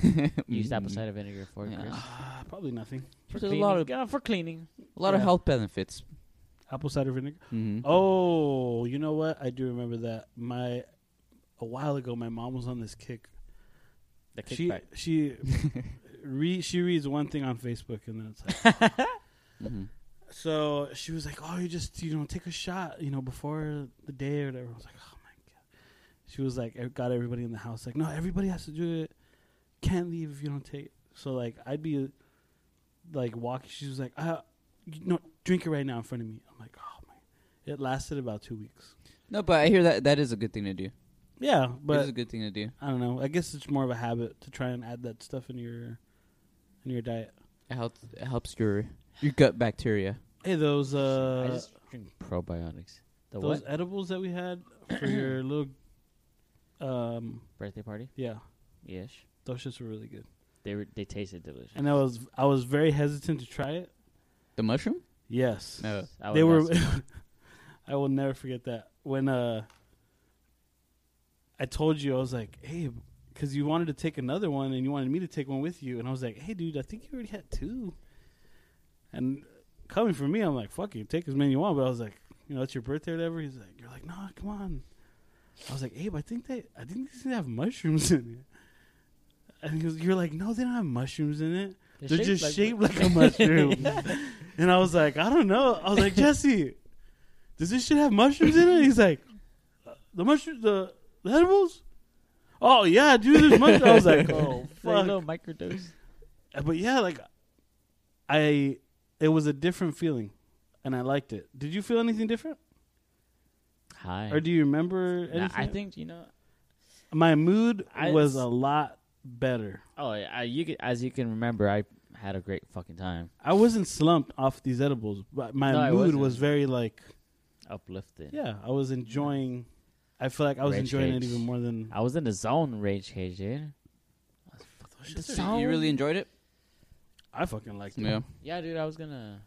S3: used apple
S4: Mm.
S3: cider vinegar for,
S4: Yeah.
S3: Chris?
S2: Ah, probably nothing.
S3: For
S4: There's a lot
S3: cleaning. Yeah, for cleaning.
S4: A lot of
S2: Yeah.
S4: health benefits.
S2: Apple cider vinegar.
S4: Mm-hmm.
S2: Oh, you know what? I do remember that. My a while ago, my mom was on this kick.
S3: The
S2: She
S3: kickback.
S2: she re, she reads one thing on Facebook and then it's like.
S4: Mm-hmm.
S2: so she was like, "Oh, you just you know take a shot, you know, before the day or whatever." I was like, "Oh my god." She was like, it "Got everybody in the house like, no, everybody has to do it. Can't leave if you don't take." So like, I'd be like walking. She was like, "Uh, you no, drink it right now in front of me." I'm like, "Oh my!" It lasted about two weeks.
S4: No, but I hear that that is a good thing to do.
S2: Yeah,
S4: it
S2: but
S4: is a good thing to do.
S2: I don't know. I guess it's more of a habit to try and add that stuff in your in your diet.
S4: It helps it helps your your gut bacteria.
S2: Hey, those uh,
S3: I just drink probiotics. The
S2: those
S3: what?
S2: edibles that we had for your little um
S3: Birthday party?
S2: yeah
S3: Yes.
S2: those shits were really good
S3: They were, they tasted delicious.
S2: and i was i was very hesitant to try it
S4: The mushroom?
S2: yes
S4: No.
S3: I
S2: uh, they were
S3: would ask-
S2: i will never forget that when uh i told you i was like hey because you wanted to take another one and you wanted me to take one with you and i was like hey dude i think you already had two and coming from me i'm like fuck you take as many you want but i was like you know it's your birthday or whatever he's like you're like no come on i was like abe i think they i think these have mushrooms in it and he was, you're like no they don't have mushrooms in it they're, just shaped like a mushroom. And I was like, I don't know. I was like, Jesse, does this shit have mushrooms in it? He's like, the mushroom, the, the edibles. Oh yeah, dude, there's mushrooms. I was like, oh
S3: Like
S2: fuck.
S3: little microdose.
S2: But yeah, like, I, it was a different feeling, and I liked it. Did you feel anything different,
S3: Hi.
S2: or do you remember anything?
S3: Nah, I think you know.
S2: my mood
S3: I-
S2: was a lot better.
S3: Oh, yeah, I, you could, as you can remember, I had a great fucking time.
S2: I wasn't slumped off these edibles, but my
S3: No, I
S2: mood
S3: wasn't.
S2: was very like,
S3: Uplifted.
S2: yeah, I was enjoying. I feel like I was
S3: Rage
S2: enjoying
S3: cage.
S2: it even more than
S3: I was in the zone, rage cage, dude. I was fucking in the
S4: You
S3: zone.
S4: really enjoyed it?
S2: I fucking liked it.
S4: Yeah.
S3: Yeah, dude. I was gonna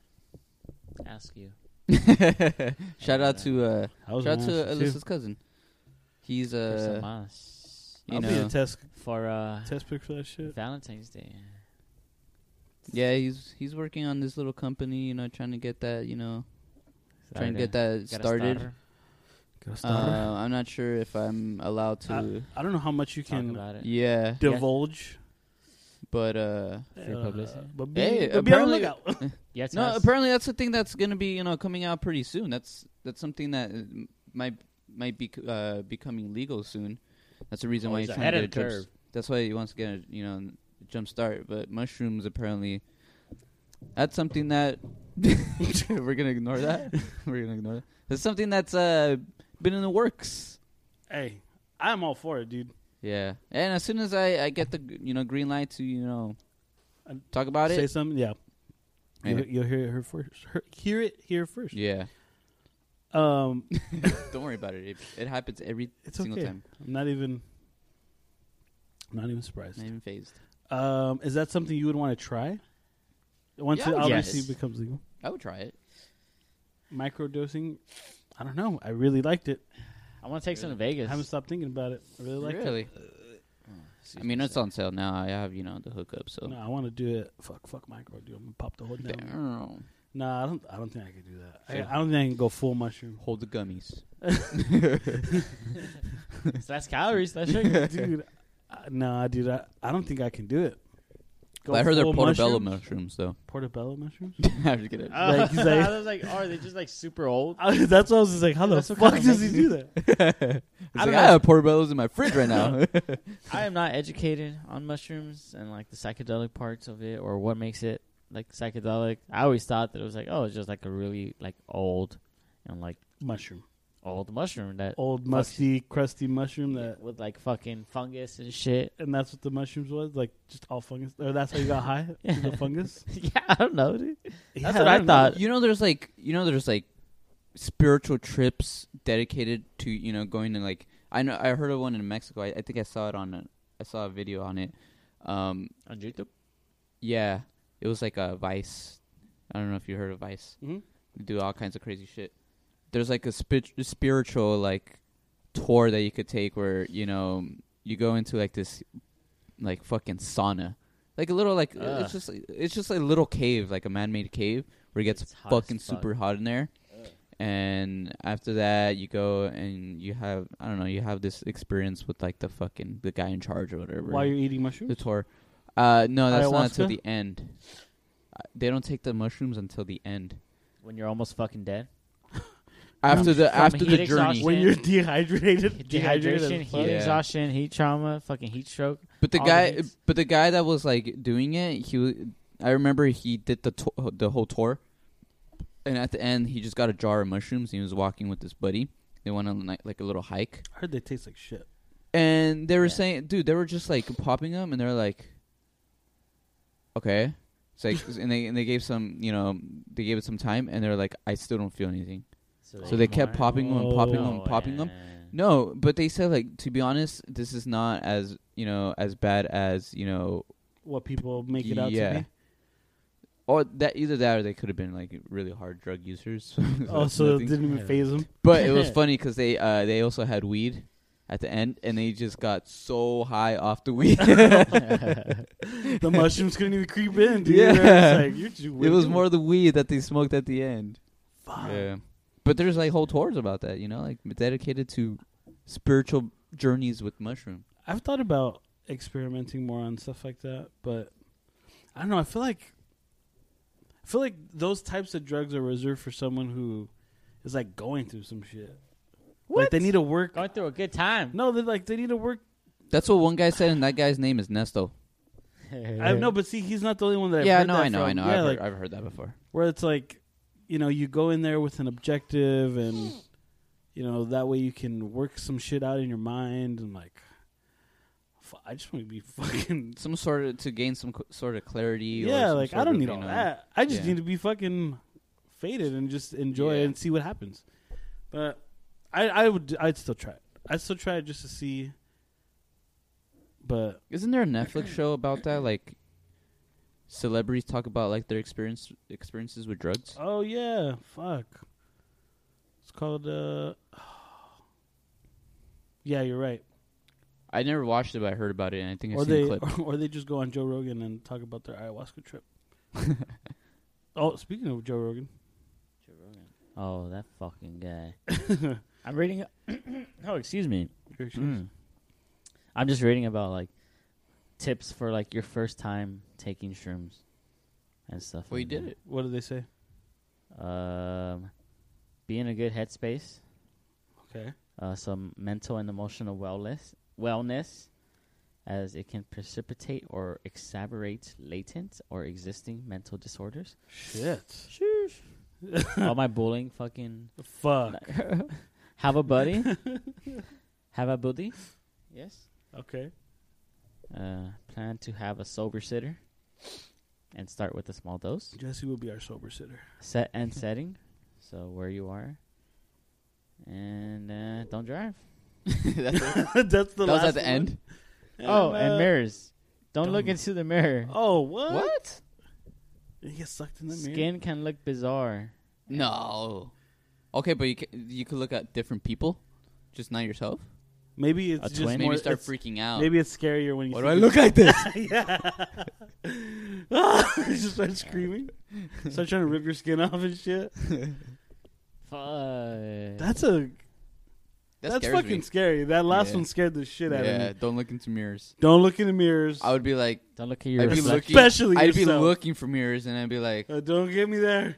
S3: ask you.
S4: shout out to uh,
S2: I was
S4: shout
S2: gonna ask you
S4: out to
S2: too.
S4: Alyssa's cousin. He's
S3: for some
S4: uh,
S3: mas-
S4: you
S2: I'll be
S4: know.
S2: a test
S3: for uh,
S2: test pick for that shit.
S3: Valentine's Day.
S4: yeah, he's he's working on this little company. You know, trying to get that you know trying to get that
S3: Got a
S4: started.
S3: starter.
S4: Uh, I'm not sure if I'm allowed to.
S2: I don't know how much you
S3: Talk
S2: can
S3: about it.
S4: yeah,
S2: divulge.
S4: but uh,
S3: Free
S2: uh,
S3: publicity.
S2: but be,
S4: Hey,
S2: but be on the
S4: apparently-
S2: lookout.
S3: Yeah, it's
S4: no.
S3: us.
S4: Apparently, that's the thing that's gonna be you know coming out pretty soon. That's that's something that uh, might might be uh, becoming legal soon. That's the reason
S3: Oh,
S4: why
S3: he's
S4: he's
S3: ahead
S4: trying to
S3: of
S4: get a
S3: the
S4: jump.
S3: curve.
S4: s- That's why he wants to get a you know jump start. But mushrooms apparently, that's something that we're gonna ignore that. we're gonna ignore that. That's something that's uh, been in the works.
S2: hey, I'm all for it, dude.
S4: Yeah, and as soon as I, I get the g- you know green light to you know
S2: And
S4: talk about
S2: Say
S4: it,
S2: something, yeah.
S4: Yeah.
S2: You'll, you'll hear it here first. Her- Hear it here first.
S4: yeah,
S2: Um,
S4: don't worry about it. It, it happens every
S2: it's
S4: single
S2: okay.
S4: time.
S2: I'm not even. I'm not even surprised.
S4: Not even phased.
S2: Um, is that something you would want to try? Once
S4: Yeah, I
S2: it
S4: would
S2: obviously
S3: yes.
S2: becomes legal,
S4: I would try it.
S2: microdosing. I don't know. I really liked it.
S3: I want to take some to
S2: I
S3: Vegas.
S2: haven't stopped thinking about it. I really liked
S4: really?
S2: it.
S4: I mean, it's on sale now. I have you know the hookup, so
S2: No, I want to do it. Fuck, fuck micro, dude. I'm gonna pop the whole down.
S4: Damn.
S2: No, I don't. I don't think I could do that.
S4: Yeah.
S2: I, I don't think I can go full mushroom,
S4: hold the gummies.
S3: So that's calories. That's sugar.
S2: dude. I, nah, dude. I, I don't think I can do it. Go
S4: I heard they're
S2: full
S4: portobello
S2: mushrooms?
S4: mushrooms, though.
S2: Portobello mushrooms.
S4: I'm just kidding.
S3: Uh,
S2: Like, he's like-
S3: I was like, oh, are they just like super old?
S2: I- that's what I was just like. How the
S3: That's what
S2: fuck
S3: kinda
S2: does he
S3: makes
S2: do that?
S4: It's
S3: I
S4: like,
S3: don't
S4: I
S3: know.
S4: have portobellos in my fridge right now.
S3: I am not educated on mushrooms and like the psychedelic parts of it or what makes it like psychedelic. I always thought that it was like, oh, it's just like a really like old and like
S2: Mushroom,
S3: old mushroom that
S2: old
S3: Fuck.
S2: musty, crusty mushroom that,
S3: with like fucking fungus and shit.
S2: and that's what the mushrooms was like. Just all fungus, or that's how you got high. through the fungus.
S3: yeah, I don't know, dude.
S2: Yeah,
S3: what I
S2: don't
S3: thought.
S4: you know, there's like you know, there's like spiritual trips dedicated to you know going to like I know I heard of one in Mexico. I, I think I saw it on a, I saw a video on it. Um,
S3: On YouTube.
S4: yeah, it was like a Vice. I don't know if you heard of Vice.
S2: know. Mhm.
S4: They do all kinds of crazy shit. There's like a spit- spiritual like tour that you could take where you know you go into like this like fucking sauna, like a little like
S3: Ugh.
S4: it's just it's just like a little cave, like a man-made cave where it gets
S3: It's hot as
S4: fucking
S3: fuck. Ah.
S4: super hot in there.
S3: Ugh.
S4: And after that, you go and you have I don't know, you have this experience with like the fucking the guy in charge or whatever.
S2: While you're eating mushrooms,
S4: the tour? Uh, no, that's not until
S2: Ayahuasca?
S4: the end. Uh, They don't take the mushrooms until the end.
S3: When you're almost fucking dead.
S4: After the
S3: from
S4: after
S3: heat
S4: the journey,
S3: exhaustion.
S2: when you're dehydrated, dehydrated,
S3: Dehydration,
S2: as
S3: heat
S2: fuck.
S4: Yeah.
S3: exhaustion, heat trauma, fucking heat stroke.
S4: But the
S3: all the
S4: guy,
S3: hits.
S4: but the guy that was like doing it, he, wa- I remember he did the to- the whole tour, and at the end he just got a jar of mushrooms. and He was walking with his buddy. They went on like, like a little hike,
S2: I heard they taste like shit.
S4: and they were
S3: Yeah.
S4: saying, dude, they were just like popping them, and they're like, okay, it's like, and they and they gave some, you know, they gave it some time, and they're like, I still don't feel anything. So they kept popping them and popping
S3: Oh,
S4: them and popping them. No, but they said like to be honest, this is not as you know as bad as you know
S2: What people make it out to be.
S4: Or that either that or they could have been like really hard drug users.
S2: Oh,
S4: That's
S2: so it
S4: nothing.
S2: didn't even phase them.
S4: but it was funny because they uh, they also had weed at the end, and they just got so high off the weed.
S3: yeah.
S2: The mushrooms couldn't even creep in, dude.
S4: Yeah.
S2: They're just like, you're too
S4: it
S2: weird.
S4: was more the weed that they smoked at the end.
S2: Fuck.
S4: but there's like whole tours about that, you know, like dedicated to spiritual journeys with mushroom.
S2: I've thought about experimenting more on stuff like that, but I don't know. I feel like I feel like those types of drugs are reserved for someone who is like going through some shit. Like they need to work.
S3: Going through a good time.
S2: No, they like they need to work.
S4: That's what one guy said, and that guy's name is Nesto.
S2: I know, but see, he's not the only one that. I've
S4: yeah,
S2: heard
S4: no,
S2: that
S4: I know,
S2: from.
S4: I know.
S2: Yeah,
S4: I've,
S2: like,
S4: heard, I've heard that before.
S2: where it's like, you know, you go in there with an objective, and you know that way you can work some shit out in your mind, and like, fu- I just want to be fucking.
S4: Some sort of to gain some co- sort of clarity. or
S2: yeah,
S4: some
S2: like I
S4: sort
S2: don't
S4: of,
S2: need
S4: you
S2: all
S4: know-
S2: that. I just
S4: yeah.
S2: need to be fucking faded and just enjoy it
S4: Yeah.
S2: and see what happens. But I, I would, I'd still try it. I'd still try it just to see. But
S4: Isn't there a Netflix show about that? Like celebrities talk about like their experience experiences with drugs.
S2: oh yeah, fuck. It's called. uh Yeah, you're right.
S4: I never watched it, but I heard about it, and I think I
S2: or
S4: seen
S2: they
S4: a clip.
S2: or they just go on Joe Rogan and talk about their ayahuasca trip. oh, speaking of Joe Rogan,
S3: Oh, that fucking guy. I'm reading. oh, excuse me.
S2: your excuse.
S4: Mm.
S3: I'm just reading about like tips for like your first time taking shrooms and stuff.
S4: Well, you
S3: like
S4: did
S3: that.
S4: it.
S2: what did they say?
S3: Um, be in a good headspace.
S2: Okay,
S3: Uh, some mental and emotional wellness, wellness, as it can precipitate or exacerbate latent or existing mental disorders.
S2: shit,
S3: All my bullying, fucking
S2: fuck.
S3: have a buddy, have a buddy. Yes.
S2: Okay,
S3: Uh, plan to have a sober sitter, and start with a small dose.
S2: Jesse will be our sober sitter.
S3: set and setting, so where you are, and uh, don't drive.
S4: That's it.
S2: That's the
S4: that was at the end.
S3: oh,
S2: uh,
S3: and mirrors. Don't, look
S2: don't-
S3: into the mirror.
S2: Oh, what?
S4: What?
S2: You get sucked in the mirror.
S3: Skin can look bizarre.
S4: No. Okay, but you ca you could look at different people, just not yourself.
S2: Maybe it's
S3: A
S2: just
S3: twin?
S2: more.
S4: Maybe start
S2: it's-
S4: freaking out.
S2: Maybe it's scarier when you.
S4: Why
S2: see
S4: do I
S2: the-
S4: look like this?
S2: Ah, you just start screaming. Start trying to rip your skin off and shit.
S3: Fuck.
S2: That's a
S4: That
S2: that's
S4: scares
S2: fucking
S4: me.
S2: scary. That last
S4: Yeah.
S2: one scared the shit out
S4: yeah,
S2: of me.
S4: don't look into mirrors.
S2: Don't look in the mirrors.
S4: I would be like,
S3: don't look at your
S4: I'd be
S3: reflection.
S4: looking,
S2: Especially
S4: I'd be
S2: yourself.
S4: looking for mirrors, and I'd be like,
S2: Uh, don't get me there.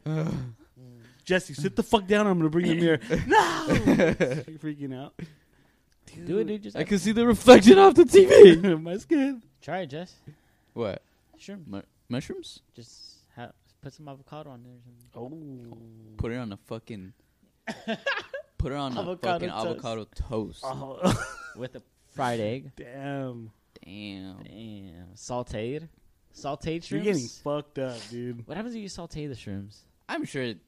S2: Jesse, sit the fuck down. I'm gonna bring the mirror. no, You're freaking out.
S3: Do it, dude. Just
S4: I can see the reflection off the TV.
S2: My skin.
S3: try it, Jess.
S4: what?
S3: Sure.
S4: Mu- mushrooms?
S3: Just ha- put some avocado on there. or something.
S2: Oh.
S3: Oh.
S4: Put it on a fucking. put it on a
S3: Avocado
S4: fucking
S3: toast.
S4: avocado toast.
S2: Oh,
S3: With a fried egg.
S2: damn.
S4: Damn.
S3: Damn. Sauteed. Sauteed shrooms.
S2: You're getting fucked up, dude.
S3: what happens if you saute the shrooms?
S4: I'm sure. It,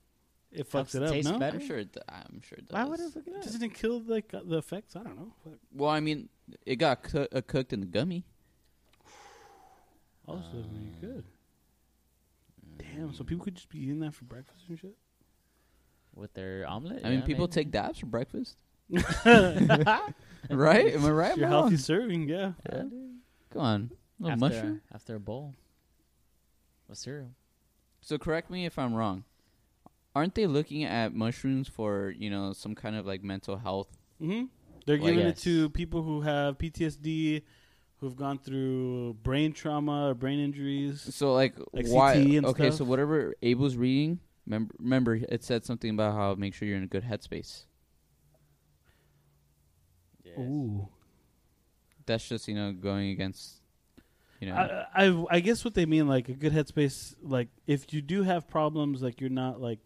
S2: It
S3: Helps
S2: fucks
S3: it
S2: it up.
S3: taste
S2: No,
S3: better.
S4: I'm sure. It, I'm sure. It does.
S3: Why would it fucking
S2: doesn't it kill like uh, the effects? I don't know. Fuck.
S4: Well, I mean, it got coo- uh, cooked in the gummy.
S2: Also, I mean, you're good. Damn.
S4: Mm.
S2: So people could just be eating that for breakfast and shit.
S3: With their omelet?
S4: I mean,
S3: Yeah,
S4: people
S3: maybe.
S4: take dabs for breakfast. right? Am I right?
S2: Your
S4: Am I
S2: healthy
S4: wrong?
S2: serving, yeah.
S4: Yeah. Come on, a little
S3: after,
S4: mushroom.
S3: after a bowl of cereal.
S4: So correct me if I'm wrong. Aren't they looking at mushrooms for you know some kind of like mental health?
S2: hmm They're
S4: Well,
S2: giving
S4: yes.
S2: it to people who have PTSD, who've gone through brain trauma or brain injuries.
S4: So like,
S2: Like
S4: why?
S2: CTE and
S4: okay,
S2: stuff?
S4: so whatever Abel's reading, mem- remember it said something about how make sure you're in a good headspace.
S2: Ooh.
S4: That's just you know going against, you know,
S2: I, uh, I I guess what they mean like a good headspace like if you do have problems like you're not like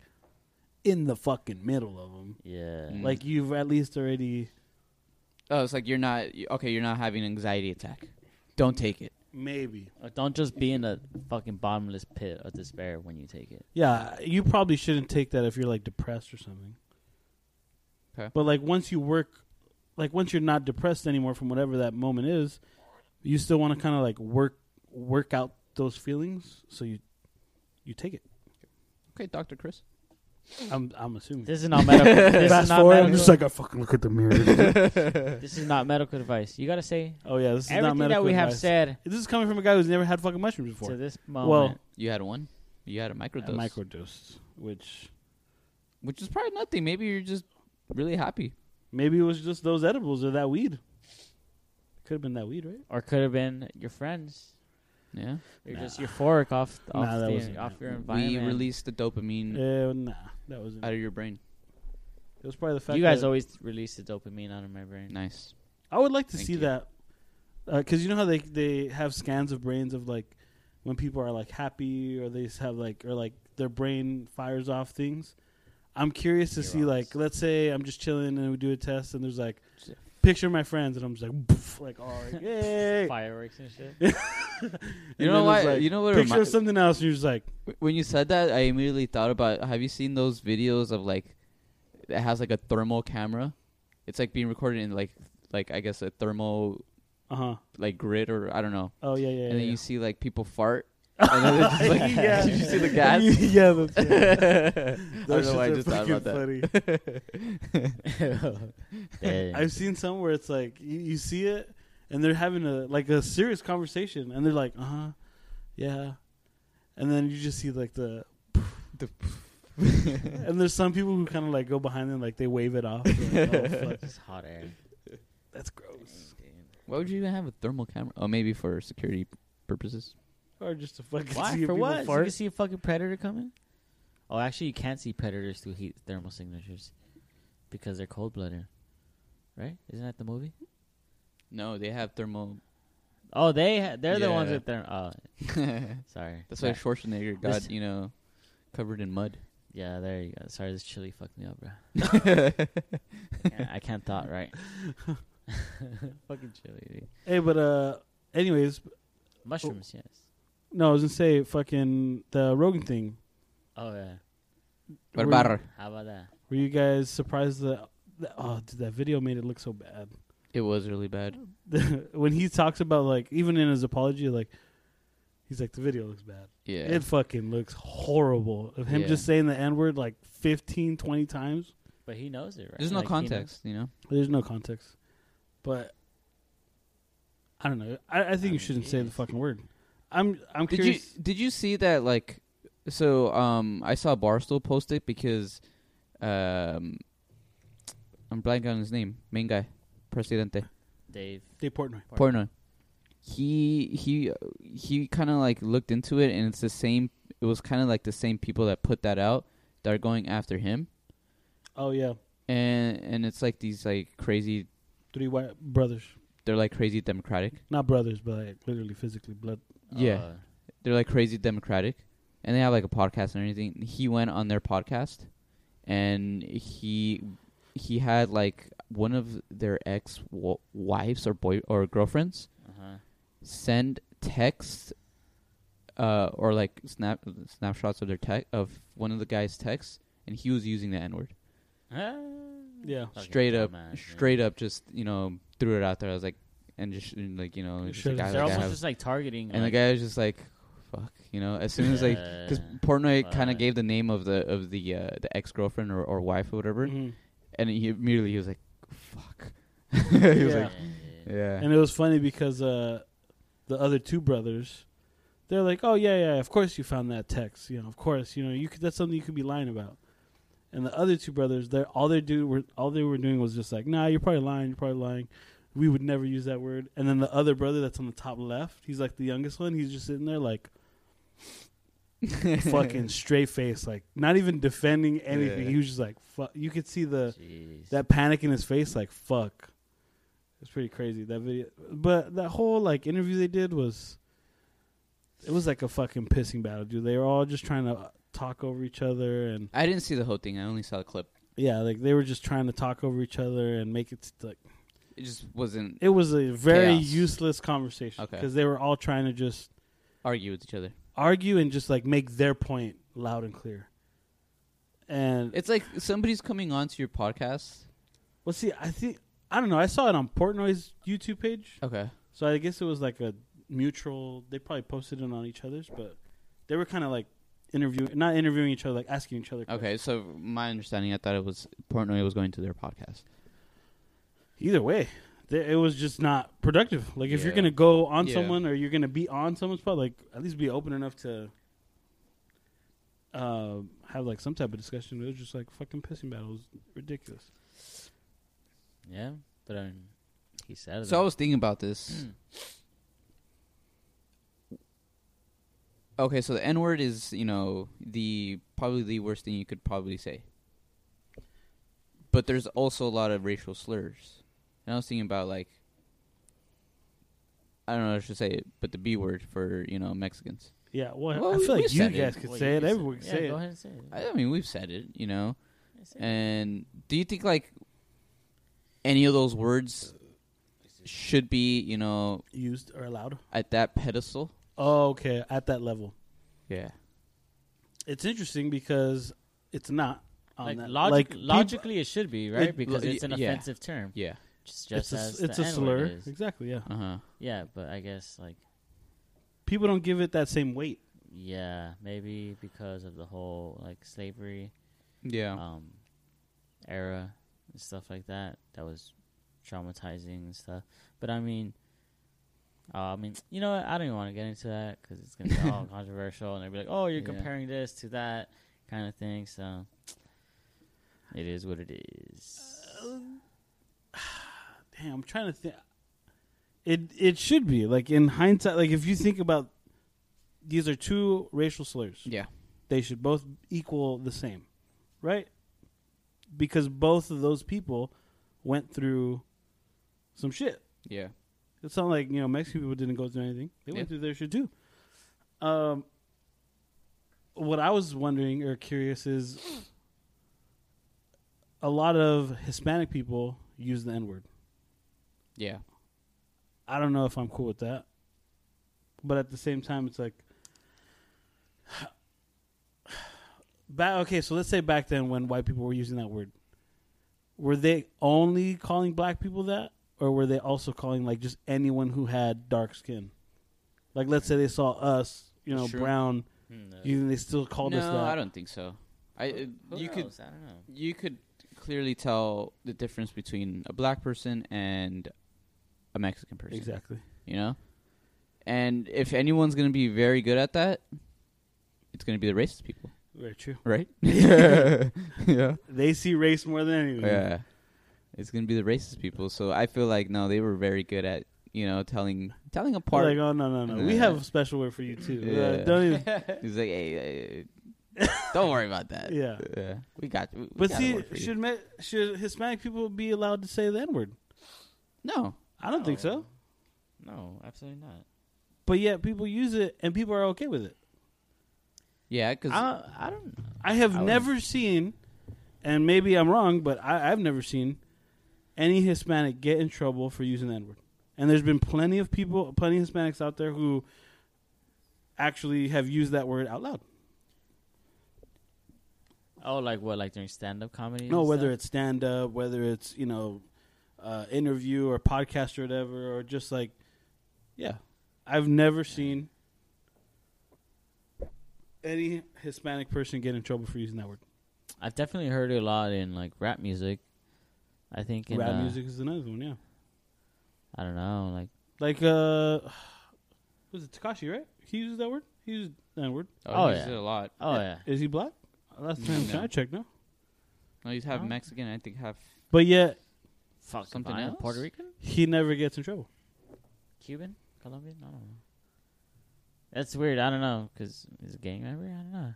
S2: in the fucking middle of them
S3: Yeah.
S4: Mm.
S2: like you've at least already
S4: oh, it's like you're not okay. You're not having an anxiety attack. Don't take it.
S2: maybe
S3: Uh, Don't just be in a fucking bottomless pit of despair when you take it.
S2: yeah you probably shouldn't take that if you're like depressed or something
S4: 'Kay.
S2: but like once you work like once you're not depressed anymore from whatever that moment is you still want to kind of like work work out those feelings so you you take it
S4: Okay, Doctor Chris.
S2: I'm I'm assuming
S3: This is not medical. this, is not medical
S2: like I fucking look at the mirror
S3: this is not medical advice. You gotta say
S2: oh yeah this is not
S3: everything that
S2: medical
S3: we have
S2: advice.
S3: said
S2: This is coming from a guy who's never had fucking mushrooms before.
S3: to this moment.
S2: well,
S4: You had one. You had a microdose,
S2: a microdose, which
S4: which is probably nothing. Maybe you're just really happy.
S2: maybe it was just those edibles or that weed. Could have been that weed, right?
S3: or could have been your friends.
S4: Yeah.
S3: You're
S2: Nah.
S3: just euphoric off off,
S2: Nah, that
S3: the,
S2: wasn't
S3: off your
S4: We
S3: environment.
S4: Mm. release the dopamine
S2: Uh, nah, that wasn't.
S4: out of your brain.
S2: It was probably the fact
S3: you guys
S2: that
S3: always release the dopamine out of my brain.
S4: Nice.
S2: I would like to
S4: Thank
S2: see
S4: you.
S2: that because you know how they they have scans of brains of like when people are like happy or they just have like or like their brain fires off things. I'm curious to see like
S3: Neurons.
S2: let's say I'm just chilling and we do a test and there's like picture of my friends and I'm just like poof, like all right yay
S3: Fireworks and shit.
S2: And
S4: know
S2: then
S4: what-
S2: it's Like,
S4: you know what it
S2: Picture
S4: remi-
S2: of something else and you're just like
S4: Wh- When you said that, I immediately thought about. Have you seen those videos of like that has like a thermal camera? It's like being recorded in like like I guess a thermal
S2: uh huh
S4: like grid or I don't know.
S2: oh yeah yeah
S4: and then
S2: yeah.
S4: you see like people fart. and then it's just like,
S2: Yeah.
S4: Did you see the gas?
S2: yeah that's
S4: I
S2: right.
S4: don't
S2: Those
S4: know why I
S2: shits are
S4: just thought
S2: fucking
S4: about that.
S2: funny.
S3: Damn.
S2: I've seen some where it's like you, you see it and they're having a like a serious conversation and they're like, uh huh, yeah, and then you just see like the and there's some people who kind of like go behind them like they wave it off. They're like, oh, fuck,
S3: It's hot air.
S2: that's gross.
S4: Why would you even have a thermal camera? Oh, maybe for security purposes.
S2: Or just to fucking
S3: Why?
S2: see if
S3: For
S2: people
S3: what? So you
S2: fart.
S3: can see a fucking predator coming? Oh, actually, you can't see predators through heat thermal signatures because they're cold blooded, right? Isn't that the movie?
S4: No, they have thermal.
S3: Oh, they ha- they're the ones
S4: Yeah.
S3: with their. Oh,
S4: That's
S3: sorry.
S4: why
S3: Yeah.
S4: Schwarzenegger got
S3: This-
S4: you know covered in mud.
S3: Yeah, there you go. Sorry, this chili fucked me up, bro. yeah, I can't thought right. fucking chili. Dude.
S2: Hey, but uh, anyways,
S4: Oh.
S3: Mushrooms, yes.
S2: no, I was gonna say fucking the Rogan thing.
S3: Oh yeah.
S2: Were-
S4: Barbar.
S3: How about that?
S2: Were you guys surprised that? that oh, dude, that video made it look so bad.
S4: It was really bad.
S2: when he talks about like even in his apology, like he's like the video looks bad.
S4: Yeah.
S2: It fucking looks horrible. Of him
S4: Yeah.
S2: just saying the N word like 15, 20 times.
S3: But he knows it, right?
S4: There's no
S3: Like, he knows-
S4: context, you know.
S2: There's no context. But I don't know. I, I think you
S3: mean,
S2: shouldn't say the
S3: yes.
S2: fucking word. I'm I'm
S4: Did you
S2: curious.
S4: did you see that like so um I saw Barstool post it because um I'm blanking on his name, main guy, Presidente.
S3: Dave.
S2: Dave Portnoy.
S4: Porno. He he he kind of like looked into it, and it's the same. It was kind of like the same people that put that out that are going after him,
S2: Oh yeah,
S4: and and it's like these like crazy.
S2: three white brothers.
S4: They're like crazy democratic.
S2: Not brothers, but like, literally physically blood.
S4: Yeah.
S3: Uh,
S4: They're like crazy democratic, and they have like a podcast and everything. He went on their podcast, and he he had like one of their ex w- wives or boy or girlfriends
S3: uh-huh.
S4: send texts uh, or like snap snapshots of their tech of one of the guy's texts, and he was using the N word
S2: Yeah.
S3: Fucking
S4: straight up,
S3: uh-huh. dumbass, man.
S4: straight up. Just you know, threw it out there. I was like, and just and, like you know,
S2: You
S4: just,
S2: should've-
S4: like, I,
S2: They're
S3: They're
S4: like, I
S3: almost
S4: have-
S3: just like targeting.
S4: and the
S3: like, uh,
S4: guy was just like, fuck, you know. As soon as like, because
S2: Uh,
S3: Yeah.
S4: Portnoy kind
S3: Fuck.
S4: of gave the name of the of the uh, the ex girlfriend or, or wife or whatever,
S2: Mhm.
S4: and he immediately he was like, fuck. he was
S2: Yeah.
S4: like, yeah.
S2: And it was funny because uh, the other two brothers, they're like, "Oh yeah, yeah, of course you found that text. You know, of course, you know, you could, that's something you could be lying about." And the other two brothers, they are all they do were all they were doing was just like, "Nah, you're probably lying. You're probably lying. We would never use that word." And then the other brother that's on the top left, he's like the youngest one. He's just sitting there like. fucking straight face, like not even defending anything.
S4: Yeah.
S2: He was just like, "Fuck." You could see the
S3: Jeez.
S2: that panic in his face, like fuck. It's pretty crazy that video, but that whole like interview they did was, it was like a fucking pissing battle, dude. They were all just trying to talk over each other, and
S4: I didn't see the whole thing. I only saw the clip.
S2: yeah, like they were just trying to talk over each other and make it like
S4: It just wasn't
S2: it was a very
S4: Chaos.
S2: useless conversation
S4: Okay.
S2: because they were all trying to just
S4: argue with each other.
S2: argue and just like make their point loud and clear. And
S4: It's like somebody's coming onto your podcast.
S2: well, see, I think I don't know. I saw it on Portnoy's YouTube page.
S4: Okay.
S2: So I guess it was like a mutual. They probably posted it on each other's, but they were kind of like interviewing, not interviewing each other, like asking each other.
S4: Okay. So my understanding, I thought it was Portnoy was going to their podcast.
S2: Either way, they, it was just not productive. Like if you're
S4: Yeah.
S2: gonna go on
S4: Yeah.
S2: someone or you're gonna be on someone's pod, like at least be open enough to uh, have like some type of discussion. It was just like fucking pissing battles, ridiculous.
S3: yeah, but um, he said it.
S4: So I was thinking about this. okay, so the N word is you know the probably the worst thing you could probably say. But there's also a lot of racial slurs. And I was thinking about like I don't know how I should say it, but the B word for, you know, Mexicans.
S2: Yeah, well,
S4: Well,
S2: I
S4: we-
S2: feel
S4: we
S2: like you
S4: said it.
S2: guys could
S3: Well,
S2: say
S3: you
S2: it.
S3: can
S2: Everyone can
S3: yeah,
S2: say
S3: go
S2: it.
S3: ahead and say it.
S4: I I mean we've said it, you know.
S3: Say it.
S4: And do you think like any of those words should be, you know,
S2: Used or allowed?
S4: at that pedestal?
S2: Oh, okay, at that level.
S4: Yeah.
S2: It's interesting because it's not on
S3: like,
S2: that.
S3: logic,
S2: like peop-
S3: logically, it should be right
S2: It-
S3: because
S4: lo-
S3: it's an
S4: yeah.
S3: offensive term.
S4: Yeah.
S3: Just, just
S2: it's
S3: as
S2: a, it's
S3: the
S2: a
S3: N-word
S2: slur.
S3: is.
S2: Exactly. Yeah.
S4: Uh huh.
S3: Yeah, but I guess like
S2: People don't give it that same weight.
S3: yeah, maybe because of the whole like slavery
S4: Yeah.
S3: um era and stuff like that. That was traumatizing and stuff. But I mean, uh, I mean, you know, what? I don't even want to get into that because it's gonna be all controversial, and they'll be like, "Oh, you're
S4: Yeah.
S3: comparing this to that kind of thing." So it is what it is.
S4: Uh,
S2: Damn, I'm trying to think. It it should be like in hindsight. Like if you think about, these are two racial slurs.
S4: yeah.
S2: They should both equal the same, right? Because both of those people went through some shit.
S4: Yeah.
S2: It's not like you know Mexican people didn't go through anything; they
S4: Yeah.
S2: went through their shit too. Um, what I was wondering or curious is, a lot of Hispanic people use the N word.
S4: Yeah.
S2: I don't know if I'm cool with that, but at the same time, it's like, back. Okay, so let's say back then when white people were using that word, were they only calling black people that, or were they also calling like just anyone who had dark skin? Like, let's say they saw us, you know,
S4: Sure.
S2: brown.
S3: Hmm, uh,
S2: You think they still called
S4: no,
S2: us that?
S4: I don't think so. I uh,
S3: who
S4: you could
S3: knows? I don't know.
S4: you could clearly tell the difference between a black person and a Mexican person.
S2: exactly.
S4: You know? And if anyone's going to be very good at that, it's going to be the racist people,
S2: Very true.
S4: right? yeah.
S2: They see race more than anyone.
S4: Yeah. It's going to be the racist people. So I feel like no, they were very good at, you know, telling telling apart.
S2: Like, oh no, no, no. We
S4: Yeah.
S2: have a special word for you too. Uh,
S4: Yeah.
S2: don't even.
S4: He's like, "Hey, uh, don't worry about that."
S2: Yeah.
S4: Yeah. We got we, we
S2: But
S4: got it
S2: see,
S4: worked for you.
S2: should me, should Hispanic people be allowed to say the N word?
S4: No.
S2: I don't think
S4: Oh,
S2: so.
S3: No, absolutely not.
S2: But yet people use it, and people are okay with it.
S4: Yeah, cuz
S2: I,
S3: I don't.
S2: I have
S4: I would-
S2: never seen, and maybe I'm wrong, but I, I've never seen any Hispanic get in trouble for using the N word. And there's been plenty of people, plenty of Hispanics out there who actually have used that word out loud.
S3: Oh, like what? Like during stand-up comedy?
S2: No,
S3: and
S2: whether
S3: stuff?
S2: it's stand up, whether it's you know, uh, interview or podcast or whatever, or just like, yeah, I've never seen any Hispanic person get in trouble for using that word.
S3: I've definitely heard it a lot in like rap music. I think in
S2: Rap
S3: uh,
S2: music is another one, yeah.
S3: I don't know, like
S2: Like, uh, was it Takashi? Right? He uses that word. He used that word.
S3: Oh,
S4: he
S3: yeah.
S4: used it a lot.
S3: oh yeah,
S2: Is he black? Last time
S4: No.
S2: I checked, no.
S4: No, he's half
S3: Oh.
S4: Mexican. I think half
S2: But yet
S3: fuck if
S4: something
S3: I am
S4: else?
S3: Puerto Rican,
S2: he never gets in trouble.
S3: Cuban, Colombian. I don't know. That's weird. I don't know because he's a gang member. I don't know.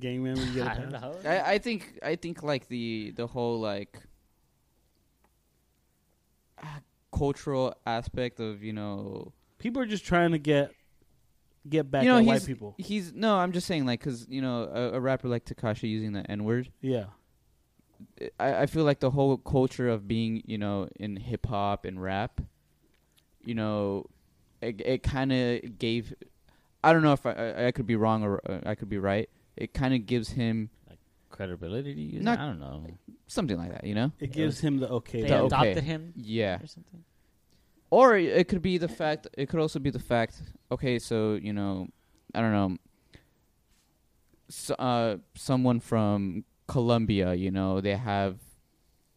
S2: Gang member, you get a
S3: I don't
S2: pass.
S3: know.
S4: I, I think I think like the the whole like ah, cultural aspect of you know
S2: People are just trying to get get back
S4: you know
S2: at
S4: he's
S2: white people.
S4: he's no I'm just saying like because you know a, a rapper like Takashi using the N word
S2: Yeah.
S4: I I feel like the whole culture of being you know in hip hop and rap you know it, it kind of gave I don't know if I- I I could be wrong or uh, I could be right it kind of gives him
S3: Credibility? to use it?
S4: Not-
S3: I don't know.
S4: something like that you know
S2: It
S3: It
S2: gives
S3: was-
S2: him the okay.
S3: They
S2: to
S4: okay.
S2: open.
S3: adopted him
S4: yeah
S3: or something.
S4: or it- it could be the fact it could also be the fact okay so you know i don't know so, uh someone from colombia you know they have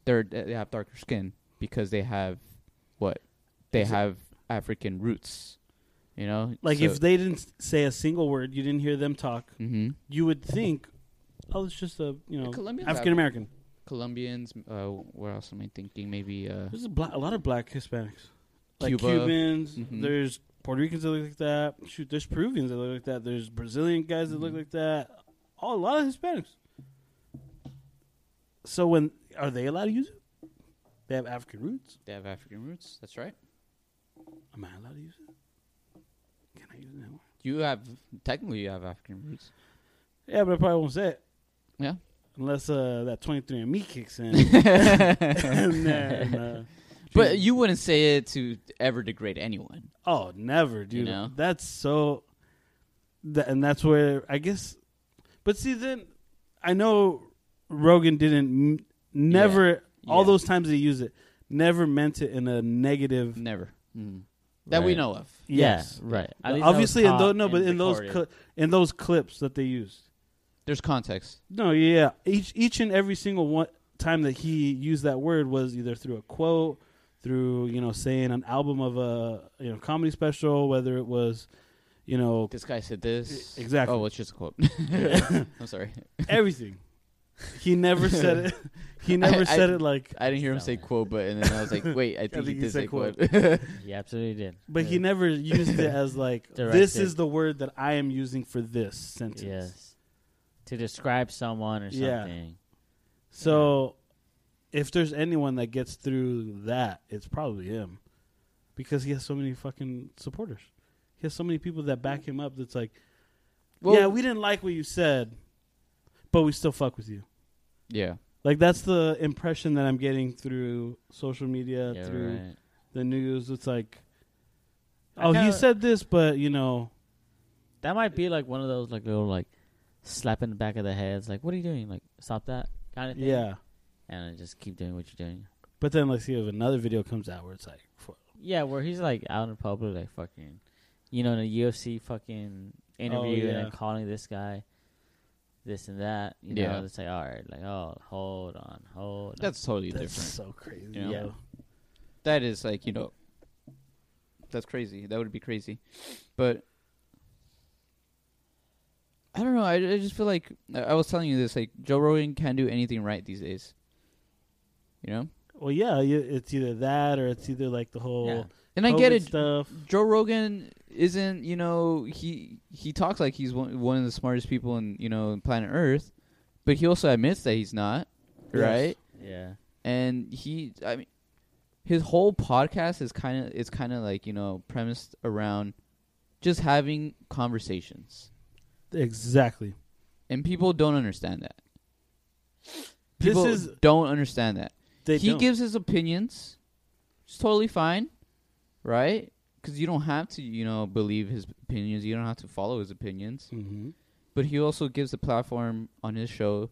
S4: they're they have darker skin because they have what they
S2: Is it-
S4: have african roots you know
S2: Like if they didn't s- say a single word, you didn't hear them talk,
S4: hmm
S2: you would think, oh, it's just a you know
S4: Colombians have-
S2: African American.
S4: colombians uh where else am i thinking maybe uh
S2: There's a, bla- a lot of black Hispanics, like
S4: Cuba.
S2: Cubans.
S4: Mhm.
S2: There's Puerto Ricans that look like that. Shoot, there's Peruvians that look like that. There's Brazilian guys that look
S4: Mhm.
S2: like that. Oh, a lot of Hispanics. So when are they allowed to use it? They have African roots.
S4: They have African roots. That's right.
S2: Am I allowed to use it? Can I use it anymore?
S4: You have technically you have African roots.
S2: Yeah, but I probably won't say it.
S4: Yeah.
S2: Unless uh, that 23andMe kicks in. And then, uh,
S4: But you wouldn't say it to ever degrade anyone.
S2: Oh, never, dude.
S4: know?
S2: That's so. Th- and that's where I guess. But see, then I know Rogan didn't m- never all
S4: Yeah.
S2: those times that he used it never meant it in a negative.
S4: Never. That we
S3: Mm. Right.
S4: know of.
S2: Yes,
S3: Yeah, right. At least that was
S2: obviously in
S3: caught
S2: those no, but
S3: and
S2: in those
S3: recorded.
S2: cli in those clips that they used.
S4: There's context.
S2: No, yeah, each each and every single one time that he used that word was either through a quote, through you know saying an album of a you know comedy special, whether it was you know
S4: This guy said this.
S2: E- exactly.
S4: Oh, it's just a quote. I'm sorry.
S2: everything. He never said it. He never
S4: I-
S2: said
S4: I-
S2: it like.
S4: I didn't hear him
S3: Sound
S4: say
S3: like-
S4: quote, but and then I was like, wait, I think,
S2: think
S4: he
S2: he
S4: did
S2: said
S4: say
S2: quote.
S4: quote.
S3: He absolutely did.
S2: But he
S3: Yeah.
S2: never used it as like. This
S3: Directed.
S2: is the word that I am using for this sentence.
S3: Yes. To describe someone or
S2: Yeah.
S3: something.
S2: So, if there's anyone that gets through that, it's probably him, because he has so many fucking supporters. He has so many people that back him up. That's like,
S4: Well-
S2: yeah, we didn't like what you said, but we still fuck with you.
S4: yeah.
S2: Like that's the impression that I'm getting through social media,
S3: Yeah,
S2: through
S3: right.
S2: the news. It's like,
S3: I
S2: oh, he
S3: kinda-
S2: said this, but you know,
S3: That might be like one of those like little like slap in the back of the heads, like, what are you doing? Like, stop that kind of thing.
S2: yeah.
S3: And then just keep doing what you're doing.
S2: But then let's see if another video comes out where it's like, fu-
S3: Yeah, where he's like out in public, like fucking, you know, in a UFC fucking interview and
S2: Oh, yeah.
S3: then calling this guy this and that. You know,
S4: Yeah.
S3: it's like, all right, like, oh, hold on, hold on.
S4: That's totally
S2: that's
S4: different.
S2: so crazy.
S4: You know?
S2: Yeah,
S4: That is like, you know, that's crazy. That would be crazy. But I don't know. I, I just feel like I I was telling you this. Like Joe Rogan can't do anything right these days. You know,
S2: well, yeah, you- it's either that or it's either like the whole.
S3: Yeah.
S4: and I get
S2: COVID
S4: it.
S2: Stuff.
S4: Joe Rogan isn't, you know, he he talks like he's one, one of the smartest people in, you know, in planet Earth, but he also admits that he's not,
S2: Yes.
S4: right?
S3: yeah.
S4: And he, I mean, his whole podcast is kind of it's kind of like you know premised around just having conversations,
S2: Exactly.
S4: and people don't understand that.
S2: This
S4: People
S2: is
S4: don't understand that.
S2: they
S4: he
S2: don't.
S4: gives his opinions. It's totally fine, right? Because you don't have to, you know, believe his opinions. You don't have to follow his opinions.
S2: Mhm.
S4: but he also gives a platform on his show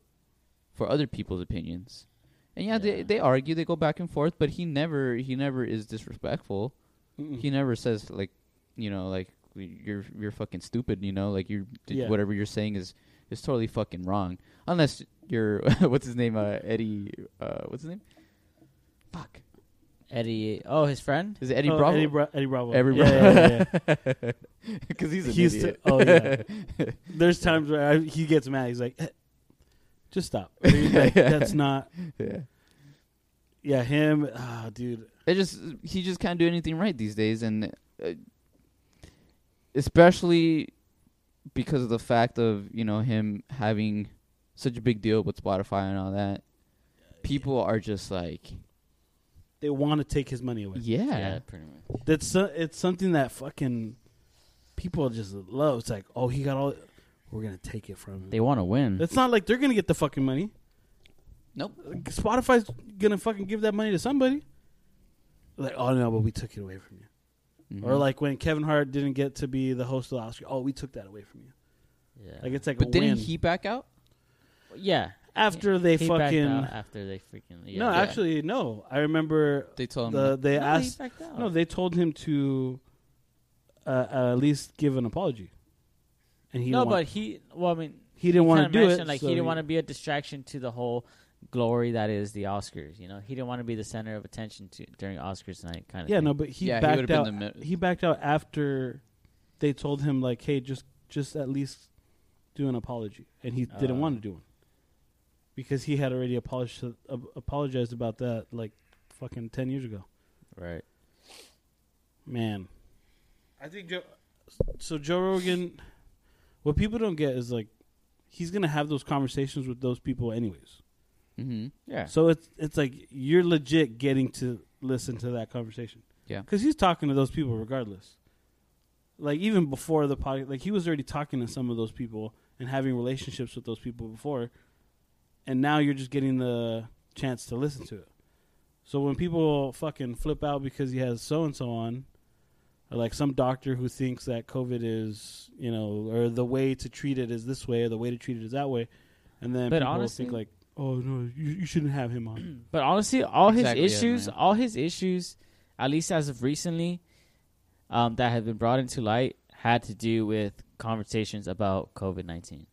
S4: for other people's opinions. And yeah, they
S3: Yeah.
S4: they argue, they go back and forth, but he never he never is disrespectful.
S2: Mm-mm.
S4: He never says like, you know, like you're you're fucking stupid, you know, like you
S2: Yeah.
S4: whatever you're saying is is totally fucking wrong. Unless you're what's his name uh, Eddie uh what's his name? Fuck.
S3: Eddie, oh, his friend?
S4: Is it Eddie
S2: Oh,
S4: Bravo?
S2: Eddie, Bra- Eddie Bravo.
S4: Every
S2: Yeah, yeah, yeah, yeah.
S4: Cuz he's an
S2: He's
S4: idiot.
S2: t- oh, yeah. There's times where I, he gets mad. He's like, "Eh, just stop. Like, that's not.
S4: yeah.
S2: Yeah, him. Ah, dude.
S4: It just he just can't do anything right these days, and uh, especially because of the fact of you know him having such a big deal with Spotify and all that. People are just like,
S2: They want to take his money away.
S4: yeah,
S3: pretty much.
S2: That's so, it's something that fucking people just love. It's like, oh, he got all. We're gonna take it from
S3: They
S2: him.
S3: want to win.
S2: It's not like they're gonna get the fucking money.
S4: nope,
S2: Like, Spotify's gonna fucking give that money to somebody. Like, oh no, but we took it away from you. Or
S3: Mm-hmm.
S4: Mhm.
S2: like when Kevin Hart didn't get to be the host of the Oscar. Oh, we took that away from you.
S3: Yeah.
S2: Like it's like a
S4: but didn't
S2: win.
S4: he back out?
S3: yeah.
S2: after they
S3: He backed
S2: fucking
S3: out after they freaking. Yeah. Um,
S2: no, actually no. I remember
S4: They told him
S2: the they
S3: No, oh. he
S2: asked
S3: backed out.
S2: no, they told him to uh, at least give an apology, and he
S3: no,
S2: wa-
S3: but he. Well, I mean,
S2: he didn't want to
S3: kinda
S2: do it.
S3: mentioned, Like
S2: so
S3: he didn't want to be a distraction to the whole glory that is the Oscars. You know, he didn't want to be the center of attention to during Oscars night. Kind of.
S2: Yeah,
S3: thing.
S2: no, but he
S4: Yeah, he
S2: backed
S4: would've been
S2: out.
S4: the mi-
S2: he backed out after they told him like, "Hey, just just at least do an apology," and he didn't
S3: Uh.
S2: want to do one because he had already apologized uh, apologized about that like fucking ten years ago.
S3: right.
S2: Man, I think Joe. So Joe Rogan, what people don't get is like, he's gonna have those conversations with those people anyways.
S4: Mm-hmm.
S5: Yeah.
S2: So it's it's like you're legit getting to listen to that conversation.
S4: Yeah.
S2: Because he's talking to those people regardless. Like even before the podcast, like he was already talking to some of those people and having relationships with those people before, and now you're just getting the chance to listen to it. So when people fucking flip out because he has so and so on, or like some doctor who thinks that COVID is, you know, or the way to treat it is this way, or the way to treat it is that way, and then
S3: But
S2: people
S3: honestly-
S2: think like, oh no, you, you shouldn't have him on.
S3: But honestly, all
S4: Exactly, yeah,
S3: his issues,
S4: man.
S3: all his issues, at least as of recently, um, that have been brought into light, had to do with conversations about COVID nineteen.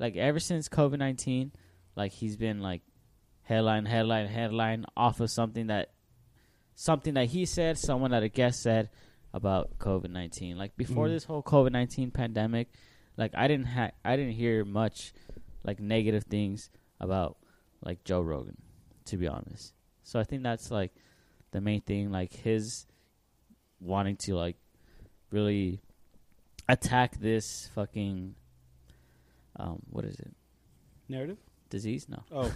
S3: Like ever since COVID nineteen, like he's been like headline, headline, headline off of something that something that he said, someone that a guest said about COVID nineteen. Like before
S2: Mhm.
S3: this whole COVID nineteen pandemic, like I didn't ha- I didn't hear much like negative things about like Joe Rogan, to be honest. So I think that's like the main thing, like his wanting to like really attack this fucking um what is it?
S2: Narrative?
S3: Disease? No.
S2: Oh,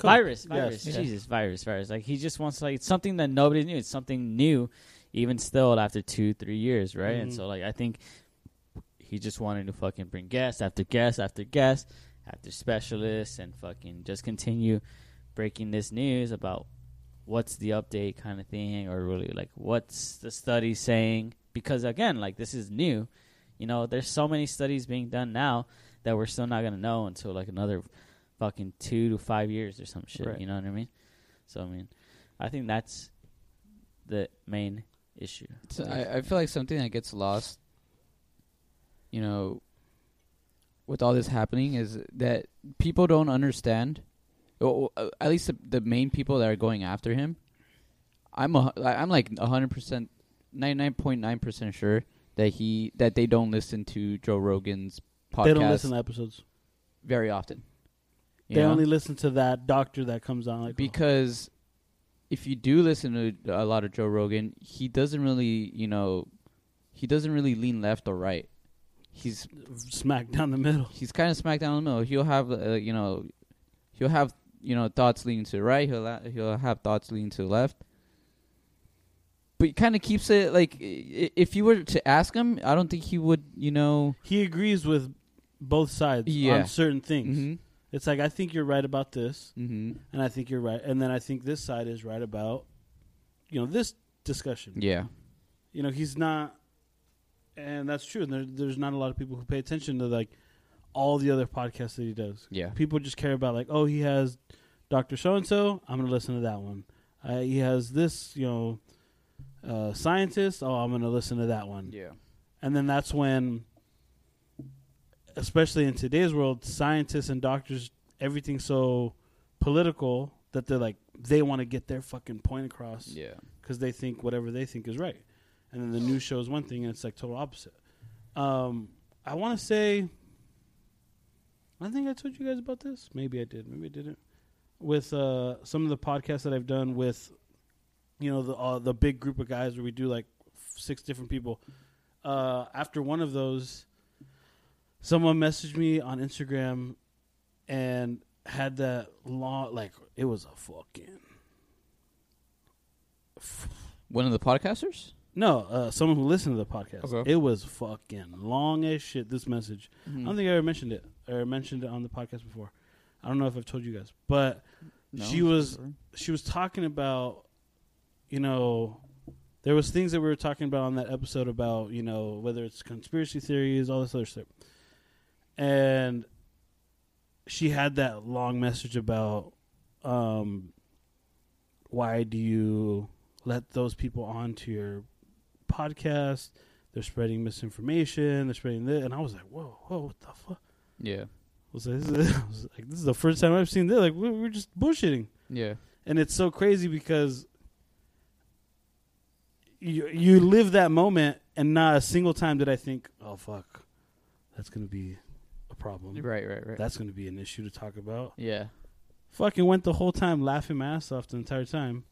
S3: Virus,
S2: Yes,
S3: virus,
S2: yes.
S3: Jesus, virus, virus. Like he just wants like it's something that nobody knew. It's something new, even still after two, three years, right? And
S2: Mhm.
S3: so like I think he just wanted to fucking bring guest after guest after guest after specialists and fucking just continue breaking this news about what's the update kind of thing or really like what's the study saying because again like this is new you know there's so many studies being done now that we're still not going to know until like another fucking 2 to 5 years or some shit
S2: Right.
S3: you know what i mean so i mean i think that's the main issue
S4: So I, I feel like something that gets lost, you know, with all this happening is that people don't understand, or, or, uh, at least the, the main people that are going after him. I'm a, hu- I'm like hundred percent, ninety nine point nine percent sure that he that they don't listen to Joe Rogan's podcast
S2: they don't listen to episodes.
S4: very often. You
S2: They
S4: know?
S2: only listen to that doctor that comes on. Like,
S4: because if you do listen to a lot of Joe Rogan, he doesn't really, you know, he doesn't really lean left or right. He's
S2: oh, smack down the middle.
S4: he's kind of smack down the middle. He'll have, uh, you know, he'll have, you know, thoughts leaning to the right. He'll ha- he'll have thoughts leaning to the left. But he kind of keeps it like i- i- if you were to ask him, I don't think he would, you know.
S2: He agrees with both sides
S4: Yeah.
S2: on certain things.
S4: Mhm.
S2: It's like I think you're right about this,
S4: Mhm.
S2: and I think you're right, and then I think this side is right about, you know, this discussion.
S4: Yeah.
S2: You know, he's not, and that's true. And there, there's not a lot of people who pay attention to like all the other podcasts that he does.
S4: Yeah.
S2: people just care about like oh he has dr so and so i'm gonna listen to that one uh, he has this you know uh, scientist oh i'm gonna listen to that one
S4: Yeah.
S2: and then that's when especially in today's world scientists and doctors everything's so political that they're like they want to get their fucking point across
S4: Yeah.
S2: because they think whatever they think is right, and then the news shows one thing and it's like total opposite. Um, I want to say, I think I told you guys about this. Maybe I did. Maybe I didn't. With uh, some of the podcasts that I've done with, you know, the uh, the big group of guys where we do like six different people. Uh, after one of those, someone messaged me on Instagram and had that long like it was a fucking
S4: One of the podcasters.
S2: No, uh, someone who listened to the podcast.
S5: Okay.
S2: It was fucking long as shit. This message. I
S4: Mhm.
S2: don't think I ever mentioned it or mentioned it on the podcast before. I don't know if I've told you guys, but
S4: No?
S2: she was she was talking about, you know, there was things that we were talking about on that episode about you know whether it's conspiracy theories, all this other stuff, and she had that long message about um, why do you let those people onto your podcast? They're spreading misinformation. They're spreading this, and I was like, whoa, whoa, what the fuck?
S4: Yeah.
S2: was like, this is, I was like, this is the first time I've seen this. Like, we we were just bullshitting
S4: Yeah.
S2: and it's so crazy because you you live that moment, and not a single time did I think, "Oh fuck, that's gonna be a problem.
S4: Right. Right. Right.
S2: That's gonna be an issue to talk about."
S4: yeah.
S2: Fucking went the whole time laughing my ass off the entire time,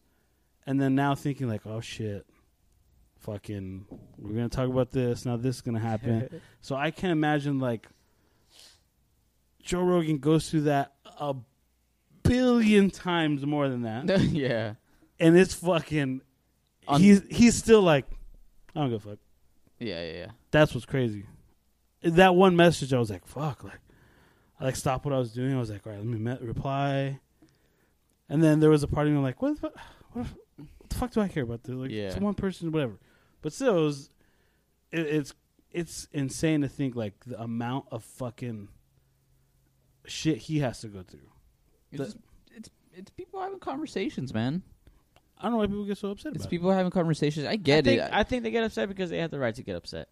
S2: and then now thinking like, "Oh shit." Fucking, we're gonna talk about this now. This is gonna happen. So I can imagine like Joe Rogan goes through that a billion times more than that.
S4: yeah.
S2: and it's fucking.
S4: On-
S2: he's he's still like, I don't give a fuck.
S4: Yeah, yeah, yeah.
S2: That's what's crazy. That one message, I was like, fuck. Like, I like stopped what I was doing. I was like, all right, let me me- reply. And then there was a part of me like, what the, fu- what, the fu- what the fuck do I care about this? Like,
S4: Yeah.
S2: it's one person, whatever. But still, it was, it, it's it's insane to think like the amount of fucking shit he has to go through.
S4: It's,
S2: The-
S4: just- it's it's people having conversations, man.
S2: I don't know why people get so upset about
S4: It's
S2: it.
S4: people having conversations. I get
S3: I think,
S4: it.
S3: I think they get upset because they have the right to get upset.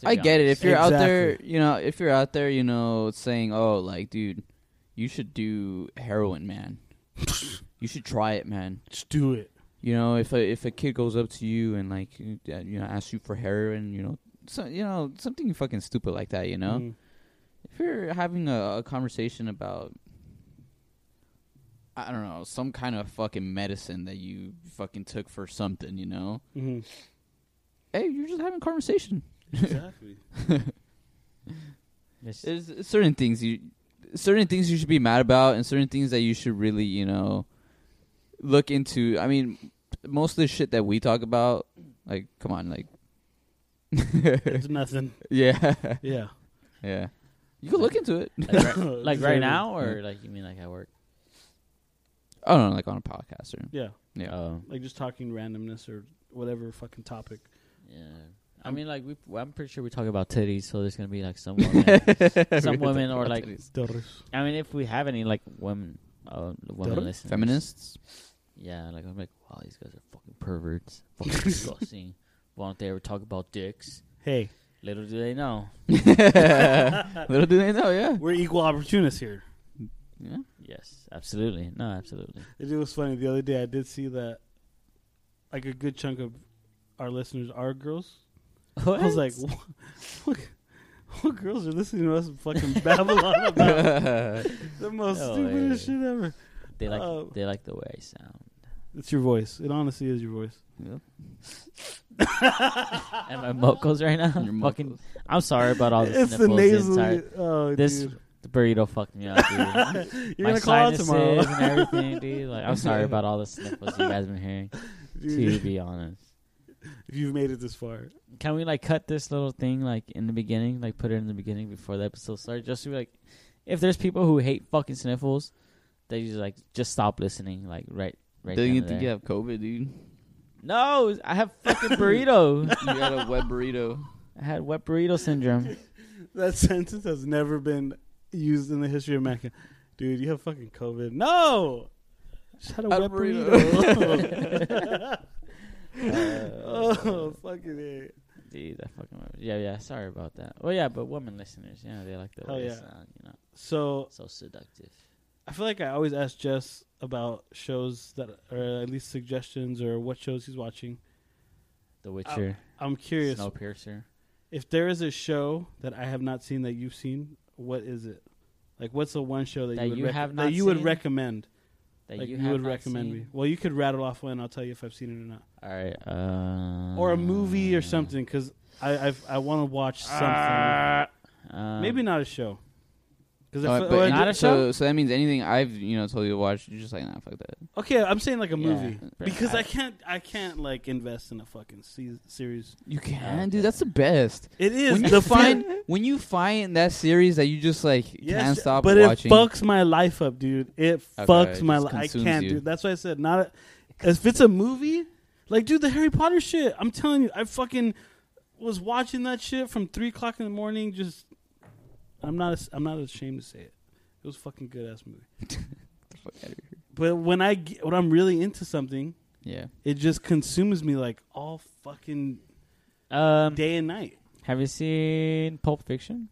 S3: to
S4: I
S3: be
S4: get it.
S3: honest.
S4: If you're out there, you know, if you're out there, you know, saying, "Oh, like, dude, you should do heroin, man. you should try it, man."
S2: Just do it.
S4: You know, if a if a kid goes up to you and like, uh, you know, asks you for heroin, you know, so you know something fucking stupid like that, you know.
S2: Mm.
S4: if you're having a, a conversation about I don't know, some kind of fucking medicine that you fucking took for something, you know?
S2: Mhm.
S4: Hey, you're just having a conversation.
S2: Exactly.
S3: It's-
S4: There's certain things you certain things you should be mad about and certain things that you should really, you know, look into. I mean, most of the shit that we talk about, like come on, like
S2: it's nothing.
S4: yeah.
S2: Yeah.
S4: Yeah. You can look into it.
S3: like right, like
S2: Exactly.
S3: right now, or like you mean like at work?
S4: I don't know, like on a podcast or
S2: Yeah.
S4: Yeah.
S3: Oh,
S2: Like just talking randomness or whatever fucking topic.
S3: yeah. I mean, like we. I'm pretty sure we talk about titties, so there's gonna be like some woman. some women or like. I mean, if we have any like women, uh, women
S2: Titties?
S3: listeners,
S4: feminists.
S3: Yeah, like I'm like, wow, these guys are fucking perverts, fucking disgusting. Why don't they ever talk about dicks?
S2: Hey,
S3: Little do they know.
S4: Little do they know, yeah.
S2: we're equal opportunists here.
S4: Yeah.
S3: Yes, absolutely. No, absolutely.
S2: It was funny the other day. I did see that, like a good chunk of our listeners are girls. I was like, what, what, what girls are listening to us fucking babble on about the most
S3: No
S2: stupidest
S3: way.
S2: shit ever?
S3: they like
S2: oh.
S3: they like the way I sound.
S2: It's your voice. It honestly is your voice.
S3: And my mocos right now,
S4: Your
S3: fucking. I'm sorry about all the
S2: it's the
S3: sniffles
S2: nasal.
S3: inside.
S2: Oh,
S3: This
S2: dude.
S3: the burrito fucked me up, dude.
S2: You're
S3: my
S2: gonna call out
S3: sinuses
S2: tomorrow.
S3: and everything, dude. Like, I'm sorry about all the sniffles you guys been hearing. To
S2: Dude,
S3: be honest,
S2: if you've made it this far,
S3: can we like cut this little thing like in the beginning, like put it in the beginning before the episode starts, just to be like, if there's people who hate fucking sniffles, they just like just stop listening, like right, right.
S4: Didn't
S3: then
S4: you
S3: and
S4: think
S3: there.
S4: you have COVID, dude?
S3: No, I have fucking burrito.
S4: You had a web burrito.
S3: I had wet burrito syndrome.
S2: that sentence has never been used in the history of Mecca. Dude, you have fucking COVID. No, just had a
S4: Had a
S2: wet
S4: burrito.
S2: burrito.
S3: Uh,
S2: oh, fucking A.
S3: dude, I fucking yeah, yeah. Sorry about that. Well, yeah, but women listeners, yeah, they like the
S2: Hell
S3: way it
S2: yeah.
S3: sound, you know,
S2: So
S3: so seductive.
S2: I feel like I always ask Jess about shows that, or at least suggestions, or what shows he's watching.
S3: The Witcher,
S2: I'm curious
S3: Snowpiercer.
S2: if there is a show that I have not seen that you've seen. What is it? Like, what's the one show that,
S3: That
S2: you, would
S3: you
S2: rec- that
S3: have not
S2: you would
S3: seen?
S2: recommend?
S3: That
S2: like you,
S3: have
S2: would
S3: not
S2: recommend me.
S3: seen?
S2: Well, you could rattle off one. I'll tell you if I've seen it or not,
S3: All right, uh,
S2: or a movie or something. Because I I've, I want to watch something.
S3: Um,
S2: Maybe not a show. Because
S4: Oh, but
S3: Not a
S4: so, so that means anything I've you know told you to watch, you're just like, nah, fuck that.
S2: okay, I'm saying like a
S3: yeah,
S2: movie
S3: but
S2: because I, can't I can't like invest in a fucking se- series.
S4: You
S3: can,
S4: dude. That's the best.
S2: It is
S4: When you
S2: the
S4: find
S2: fun.
S4: when you find that series that you just like
S2: Yes,
S4: can't stop
S2: but
S4: watching.
S2: it fucks my life up, dude. It
S4: Okay,
S2: fucks
S4: it
S2: my
S4: just
S2: life. I
S4: consumes
S2: can't,
S4: you.
S2: dude. That's why I said not. A, if it's a movie, like, dude, the Harry Potter shit. I'm telling you, I fucking was watching that shit from three o'clock in the morning. Just, I'm not. I'm not ashamed to say it. It was a fucking good ass movie.
S4: Fuck outta here.
S2: But when I get, when I'm really into something,
S4: Yeah.
S2: it just consumes me like all fucking
S4: Hmm.
S3: Um,
S2: day and night.
S3: have you seen Pulp Fiction?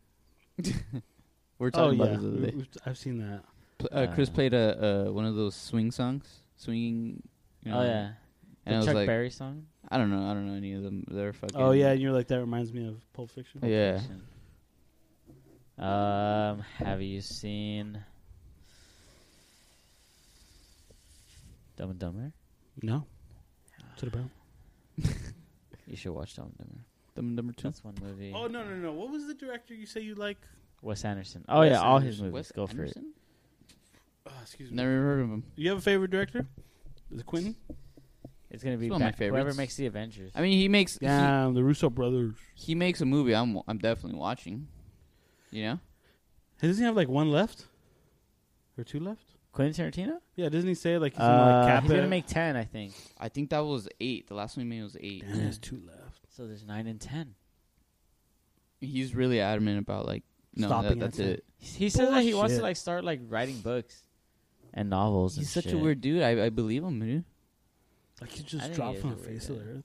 S4: We're
S2: Oh
S4: talking about
S2: yeah,
S4: this the other day.
S2: We've- I've seen that.
S4: Pl- Uh, Chris
S3: Uh,
S4: played a uh, one of those swing songs, swinging. You know,
S3: oh yeah,
S4: And I
S3: the
S4: was
S3: Chuck
S4: like,
S3: Berry song.
S4: I don't know, I don't know any of them. They're fucking.
S2: Oh yeah, and you're like that reminds me of Pulp Fiction.
S4: Yeah.
S3: Um, have you seen Dumb and Dumber?
S2: No, to the bone.
S3: You should watch Dumb and Dumber.
S4: Them number two.
S3: That's one movie.
S2: Oh no no no! What was the director you say you like?
S3: Wes Anderson. Oh
S2: Wes
S3: yeah, all his
S2: Anderson.
S3: movies.
S4: Wes
S3: Go for it.
S4: Anderson?
S2: Oh, excuse me.
S4: Never heard of him.
S2: You have a favorite director? Is it Quentin?
S3: It's gonna be
S4: one of my
S3: Bat- whoever
S4: favorites.
S3: makes the Avengers.
S4: I mean, he makes he,
S2: Damn, Um, the Russo brothers.
S4: he makes a movie. I'm I'm definitely watching. You know,
S2: Hey, doesn't he have like one left? Or two left?
S3: Quentin Tarantino.
S2: Yeah, doesn't he say like he's gonna like
S3: Uh,
S2: cap
S3: he's gonna
S2: it?
S3: make ten, I think.
S4: I think that was eight. The last one he made was eight.
S2: Damn, there's two left.
S3: So there's nine and ten.
S4: He's really adamant about like no, that,
S2: Stopping
S4: that's
S2: at
S4: it.
S3: He says that he wants to
S2: Bullshit.
S3: like start like writing books and novels.
S4: He's
S3: and
S4: such a
S3: shit.
S4: weird dude. I, I believe him, dude.
S2: Like he
S3: I
S2: just
S3: think
S2: dropped
S3: he
S2: from the
S3: is a weird
S2: face of the
S3: guy.
S2: earth.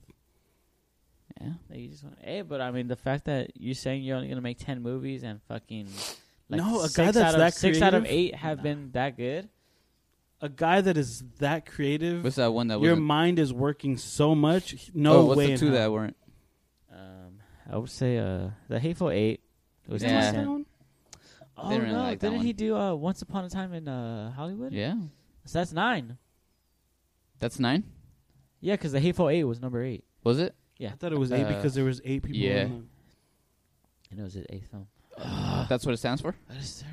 S4: Yeah.
S3: Like, you just want, hey, but I mean the fact that you're saying you're only gonna make ten movies and fucking like
S2: No, a
S3: six
S2: guy that's
S3: out of,
S2: that
S3: six out of
S2: creative?
S3: eight have been that good.
S2: A guy that is that creative,
S4: What's that one that
S2: your
S4: was?
S2: mind is working so much. he- No
S4: Oh, what's
S2: way.
S4: the
S2: in
S4: two
S2: hell.
S4: that weren't?
S3: Um, I would say uh the Hateful Eight was
S4: Yeah.
S3: decent. Oh
S4: Didn't really
S3: no!
S4: like that
S3: didn't he
S4: one.
S3: do uh, Once Upon a Time in uh, Hollywood?
S4: Yeah,
S3: So that's nine.
S4: that's nine.
S3: Yeah, because the Hateful Eight was number eight,
S4: Was it?
S2: I thought it was eight
S4: Uh,
S2: because there was eight people.
S4: yeah.
S2: in
S3: and it was his eighth film.
S4: that's what it stands for.
S3: I just,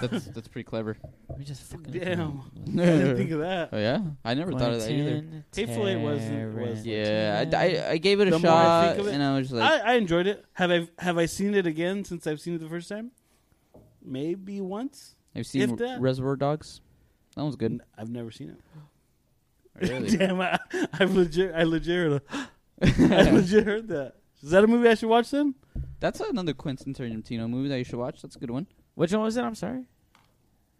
S4: That's that's pretty clever.
S3: we just fucking
S2: the- Damn, I didn't think
S4: oh
S2: of that.
S4: yeah, I never thought of that either.
S3: Quentin
S2: Hateful Eight wasn't- was-
S3: Tarantino.
S4: Yeah, I, I, I gave it a
S2: The more I
S4: shot,
S2: think of it,
S4: and I was like,
S2: I, I enjoyed it. Have I have I seen it again since I've seen it the first time? Maybe once.
S4: I've seen
S2: if that-
S4: Reservoir Dogs. That one's good.
S2: N- I've never seen it.
S4: Really?
S2: Damn, I, I've legit, I legit, heard a- I legit heard that. Is that a movie I should watch then?
S4: That's another Quentin Tarantino movie that you should watch. That's a good one.
S3: Which one was it? I'm sorry.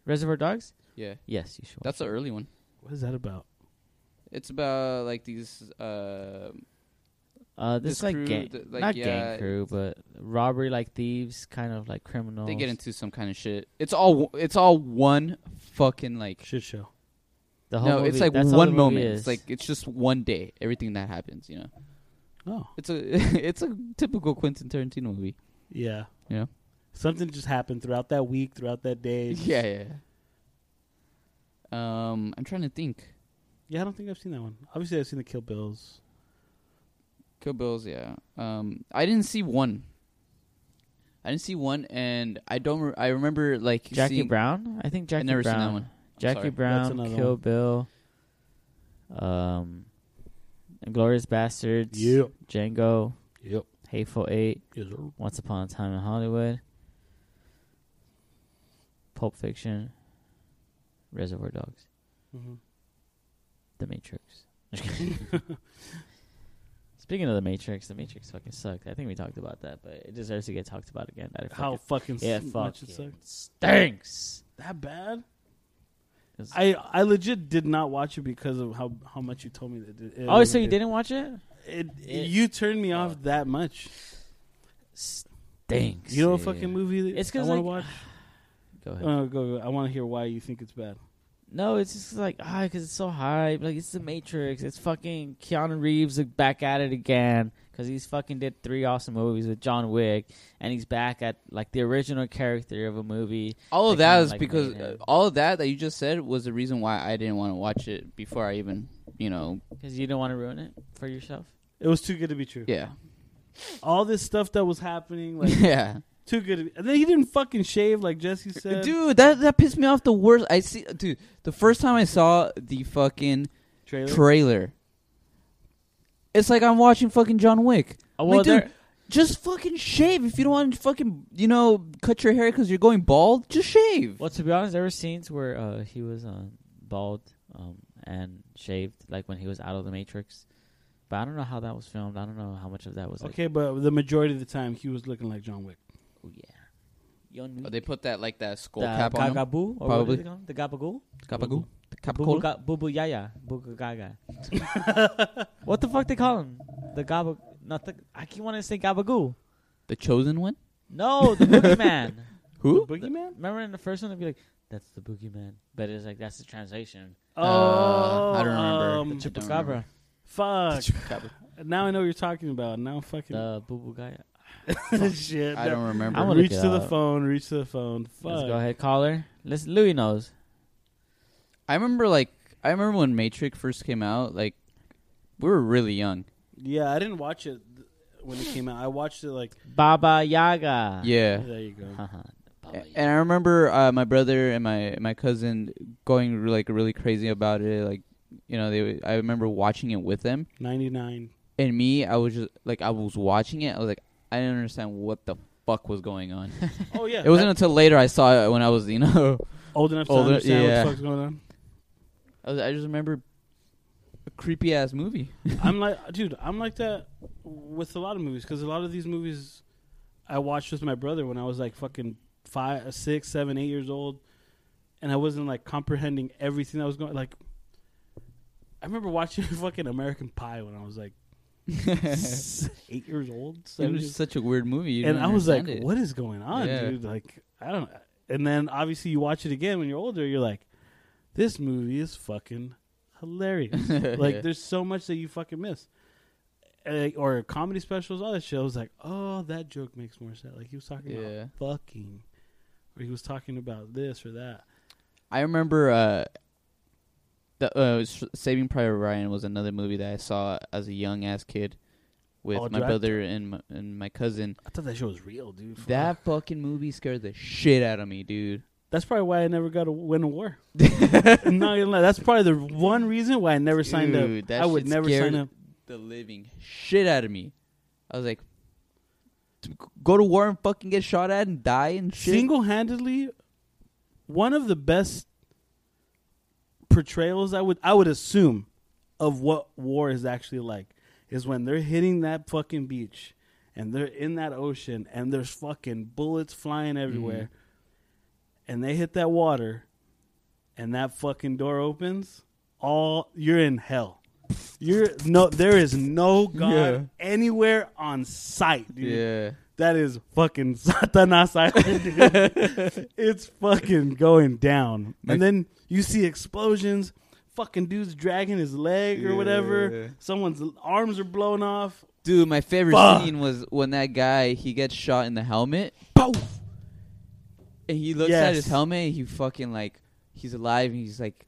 S3: Reservoir Dogs.
S4: Yeah,
S3: Yes, you should.
S4: that's the early one.
S2: What is that about?
S4: It's about like these. Uh,
S3: uh, this,
S4: this
S3: is like
S4: crew
S3: gang,
S4: that, like,
S3: not
S4: yeah.
S3: gang crew, but robbery, like thieves, kind of like criminals.
S4: they get into some kind of shit. It's all it's all one fucking like.
S2: Shit show.
S3: the whole
S4: No,
S3: movie.
S4: it's like
S3: that's all the
S4: one
S3: movie
S4: moment.
S3: Is.
S4: It's like it's just one day. Everything that happens, you know.
S2: Oh,
S4: It's a it's a typical Quentin Tarantino movie.
S2: yeah,
S4: Yeah.
S2: Something just happened throughout that week, throughout that day. Just-
S4: Yeah, yeah. yeah. Um, I'm trying to think.
S2: yeah. I don't think I've seen that one. Obviously, I've seen the Kill Bills.
S4: Kill Bills, yeah. Um, I didn't see one. I didn't see one, and I don't. Re- I remember like
S3: Jackie
S4: seeing-
S3: Brown. I think Jackie
S4: I never
S3: Brown.
S4: seen that one. I'm
S3: Jackie
S4: sorry.
S2: That's
S3: Brown,
S2: another
S3: Kill
S2: one.
S3: Bill, um, Inglorious Bastards, Django,
S2: Yep.
S3: Hateful Eight,
S2: Yes, sir.
S3: Once Upon a Time in Hollywood, Pulp Fiction, Reservoir Dogs,
S2: Mhm.
S3: The Matrix. Speaking of The Matrix, The Matrix fucking sucked. I think we talked about that, but it deserves to get talked about again. That it
S2: How
S3: fucking
S2: fucking
S3: Yeah,
S2: s-
S3: fuck
S2: much it
S3: yeah.
S2: sucked.
S3: stinks.
S2: That bad?
S3: It was-
S2: I I legit did not watch it because of how how much you told me that. It, it
S3: oh, so you
S2: it-
S3: didn't watch it?
S2: It,
S3: It-
S2: you turned me off that much.
S3: Stinks.
S2: You know what
S4: Yeah,
S2: fucking
S4: yeah.
S2: movie that
S3: It's
S2: I
S3: 'cause,
S2: want to
S3: like,
S2: watch?
S3: Go ahead.
S2: Uh, go, go. I want to hear why you think it's bad.
S3: No, it's just like ah, because it's so hype. Like it's the Matrix. It's fucking Keanu Reeves like, back at it again because he's fucking did three awesome movies with John Wick, and he's back at like the original character of a movie.
S4: All of
S3: They
S4: that
S3: kinda,
S4: is
S3: like,
S4: because
S3: made it.
S4: uh, all of that that you just said was the reason why I didn't want to watch it before I even, you know,
S3: Because you don't want to ruin it for yourself.
S2: It was too good to be true.
S4: yeah,
S2: All this stuff that was happening, like
S4: yeah.
S2: too good. To be, and then he didn't fucking shave like Jesse said.
S4: Dude, that that pissed me off the worst. I see, dude. The first time I saw the fucking
S2: trailer.
S4: trailer, it's like I'm watching fucking John Wick.
S3: Oh,
S4: Like, dude, just fucking shave if you don't want to fucking you know cut your hair because you're going bald. Just shave.
S3: Well, to be honest, there were scenes where uh, he was um, bald um, and shaved, like when he was out of the Matrix. But I don't know how that was filmed. I don't know how much of that was.
S2: okay, but the majority of the time he was looking like John Wick.
S3: Like, oh yeah. Yon-
S4: Oh, they put that like that skull
S3: the
S4: cap on him.
S3: Gagaboo, or
S4: Probably.
S3: what is it called? the Gabagoo.
S4: Capagoo.
S3: Bubu,
S4: Capacola.
S3: ga- Bubu Yaya, Bubu Gaga. what the fuck they call him? The Gaba? Not the. I keep wanting to say Gabagoo.
S4: The chosen one.
S3: No, the boogeyman.
S4: Who?
S2: The boogeyman?
S3: Remember in the first one, they'd be like, "That's the boogeyman," but it's like that's the translation.
S4: Uh, I don't remember.
S2: um,
S4: The chip- don't
S3: Chupacabra,
S2: fuck.
S4: Chupacabra.
S2: Now I know what you're talking about. Now fucking
S3: the Bubu Gaga.
S2: shit.
S4: I don't remember.
S3: I wanna
S2: reach
S3: look it
S2: to the
S3: up.
S2: phone. Reach to the phone. Fuck.
S3: Let's go ahead, caller. Let's. Louis knows.
S4: I remember like I remember when Matrix first came out. Like we were really young.
S2: Yeah, I didn't watch it th- when it came out. I watched it like
S3: Baba Yaga.
S4: Yeah. Uh-huh.
S2: there you go.
S3: Haha.
S4: And I remember uh, my brother and my my cousin going like really crazy about it. Like, you know, they. would- I remember watching it with them,
S2: Ninety nine.
S4: and me, I was just like, I was watching it. I was like, I didn't understand what the fuck was going on.
S2: Oh yeah,
S4: it wasn't until later I saw it when I was, you know,
S2: old enough to
S4: older-
S2: understand
S4: yeah.
S2: what the fuck's going on.
S4: I, was, I just remember a creepy ass movie.
S2: I'm like, dude, I'm like that with a lot of movies because a lot of these movies I watched with my brother when I was like fucking five, six, seven, eight years old, and I wasn't like comprehending everything that was going. Like, I remember watching fucking American Pie when I was like
S4: it
S2: s- eight years old, seven
S4: was
S2: years-
S4: such a weird movie. you
S2: and
S4: didn't
S2: I was like,
S4: understand it.
S2: what is going on,
S4: Yeah.
S2: dude? Like, I don't. And then obviously you watch it again when you're older. You're like, this movie is fucking hilarious. Like
S4: Yeah.
S2: there's so much that you fucking miss. Uh, or comedy specials, all that shit. I was like, oh, that joke makes more sense. Like he was talking
S4: Yeah.
S2: about fucking, or he was talking about this or that.
S4: I remember uh, the uh, S- Saving Private Ryan was another movie that I saw as a young ass kid with
S2: Oh,
S4: my
S2: dude, I-
S4: brother and my, and my cousin.
S2: I thought that shit was real, dude. For real.
S4: That fucking movie scared the shit out of me, dude.
S2: that's probably why I never got to win a war. no, that's probably the one reason why I never signed
S4: Dude,
S2: up.
S4: that
S2: I would
S4: shit
S2: never
S4: scared
S2: sign up.
S4: The living shit out of me. I was like, "T- go to war and fucking get shot at and die and shit.
S2: Single-handedly, one of the best portrayals I would I would assume of what war is actually like is when they're hitting that fucking beach and they're in that ocean and there's fucking bullets flying
S4: Mm-hmm.
S2: everywhere and they hit that water and that fucking door opens all you're in hell you're no there is no god
S4: Yeah.
S2: anywhere on sight dude
S4: Yeah.
S2: that is fucking Satanas Island, dude. it's fucking going down.
S4: Like-
S2: and then you see explosions. Fucking dude's dragging his leg or
S4: Yeah.
S2: whatever. Someone's arms are blown off.
S4: Dude, my favorite
S2: Fuck.
S4: scene was when that guy he gets shot in the helmet. And he looks at his
S2: Yes.
S4: helmet and he fucking like he's alive and he's like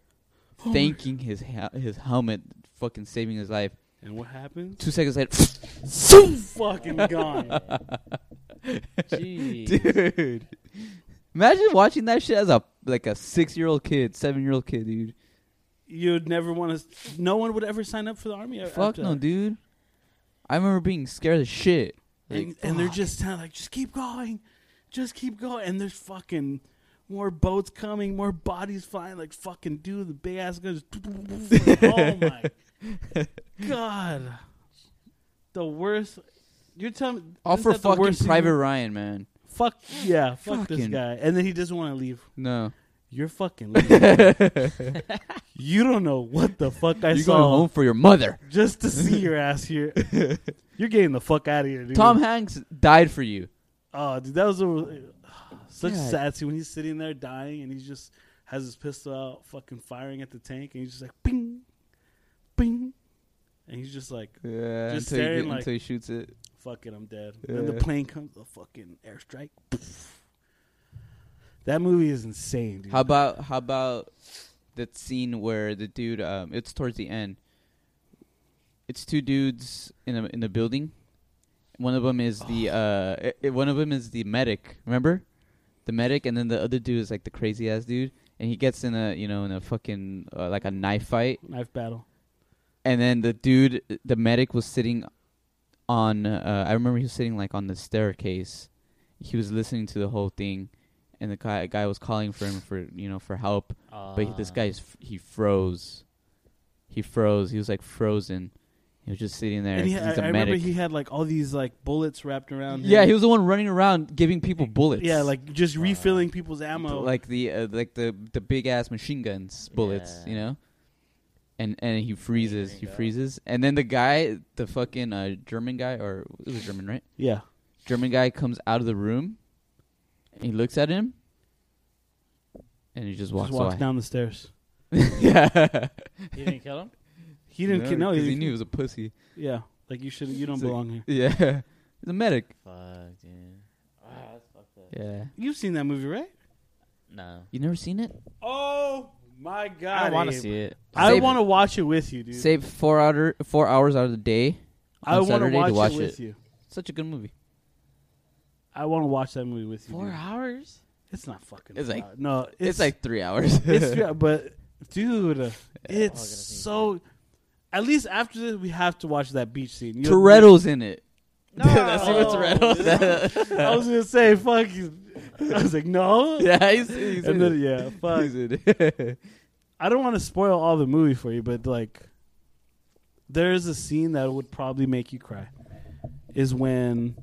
S4: thanking his hel- his helmet fucking saving his life.
S2: And what happens?
S4: Two seconds later
S2: fucking gone.
S3: Jeez.
S4: Dude. Imagine watching that shit as a like a six year old kid, seven year old kid, dude.
S2: You'd never want to. No one would ever sign up for the army. a-
S4: Fuck
S2: after
S4: no,
S2: that.
S4: dude. I remember being scared as shit. Like,
S2: And, and they're
S4: fuck.
S2: just kind of like, just keep going, just keep going. And there's fucking more boats coming, more bodies flying. Like fucking dude, the big ass guns. oh my god, the worst. You're telling me
S4: all
S2: isn't
S4: for
S2: that the
S4: fucking
S2: worst thing
S4: Private
S2: you-
S4: Ryan, man.
S2: Fuck yeah, fuck this
S4: Fucking-
S2: guy. And then he doesn't want to leave.
S4: No.
S2: You're fucking. leaving. you don't know what the fuck I
S4: You're
S2: saw
S4: going home for your mother.
S2: just to see your ass here. You're getting the fuck out of here, dude.
S4: Tom Hanks died for you.
S2: Oh, dude, that was a, such a
S4: God.
S2: sad scene when he's sitting there dying and he just has his pistol out, fucking firing at the tank, and he's just like, ping, ping, and he's just like,
S4: Yeah,
S2: Just
S4: until, he,
S2: staring like-
S4: until he shoots it.
S2: "Fuck it, I'm dead." Then the
S4: Yeah.
S2: plane comes, the fucking airstrike. Poof. That movie is insane, dude.
S4: How about how about that scene where the dude? Um, it's towards the end. It's two dudes in a in a building. One of them is the uh, i- i- one of them is the medic. Remember, the medic, and then the other dude is like the crazy ass dude, and he gets in a you know in a fucking uh, like a knife fight,
S2: knife battle?
S4: and then the dude, the medic, was sitting on. Uh, I remember he was sitting like on the staircase. He was listening to the whole thing, and the guy guy was calling for him for you know for help. But he, this
S3: Uh,
S4: guy is f- he froze. He froze. He was like frozen. He was just sitting there.
S2: And he,
S4: 'cause
S2: I,
S4: he's a
S2: I remember
S4: medic.
S2: he had like all these like bullets wrapped around.
S4: yeah,
S2: him.
S4: he was the one running around giving people bullets.
S2: yeah, like just
S3: Wow.
S2: refilling people's ammo.
S4: like the uh, like the the big ass machine guns bullets,
S3: Yeah.
S4: you know. And and he freezes. He
S3: go.
S4: freezes. And then the guy, the fucking uh, German guy, or it was German, right?
S2: yeah,
S4: German guy comes out of the room. And he looks at him. And he just walks,
S2: just walks
S4: away.
S2: down the stairs.
S4: yeah,
S3: He didn't kill him.
S2: He didn't ki- no,
S4: because he
S2: didn't-
S4: knew he was a pussy.
S2: Yeah, like you should. You don't
S4: He's like-
S2: belong here.
S4: Yeah, he's a medic.
S3: Fuck, dude. Ah, that's fucked up.
S4: Yeah.
S2: You've seen that movie, right?
S3: No,
S4: You never seen it?
S2: Oh my god!
S3: I don't want to
S2: Abe.
S3: see it.
S2: I
S4: Save
S2: want to watch it with you, dude.
S4: Save four outer four hours out of the day.
S2: I want
S4: on
S2: to
S4: Saturday
S2: watch,
S4: to watch
S2: it with you.
S4: Such a good movie.
S2: I want to watch that movie with you.
S3: Four
S2: dude.
S3: hours.
S2: It's not fucking.
S4: It's
S2: four
S4: like-
S2: hours. no. It's,
S4: It's, like three hours.
S2: it's yeah, but dude,
S3: be
S2: it's so.
S3: good.
S2: At least after this, we have to watch that beach scene. You'll-
S4: Toretto's in it.
S2: No.
S4: That's what Toretto's.
S2: I was gonna say fuck. you. I was like no.
S4: yeah, he's, he's in
S2: And then
S4: it.
S2: yeah, fuck.
S4: He's in it.
S2: I don't want to spoil all the movie for you, but like, there is a scene that would probably make you cry. Is when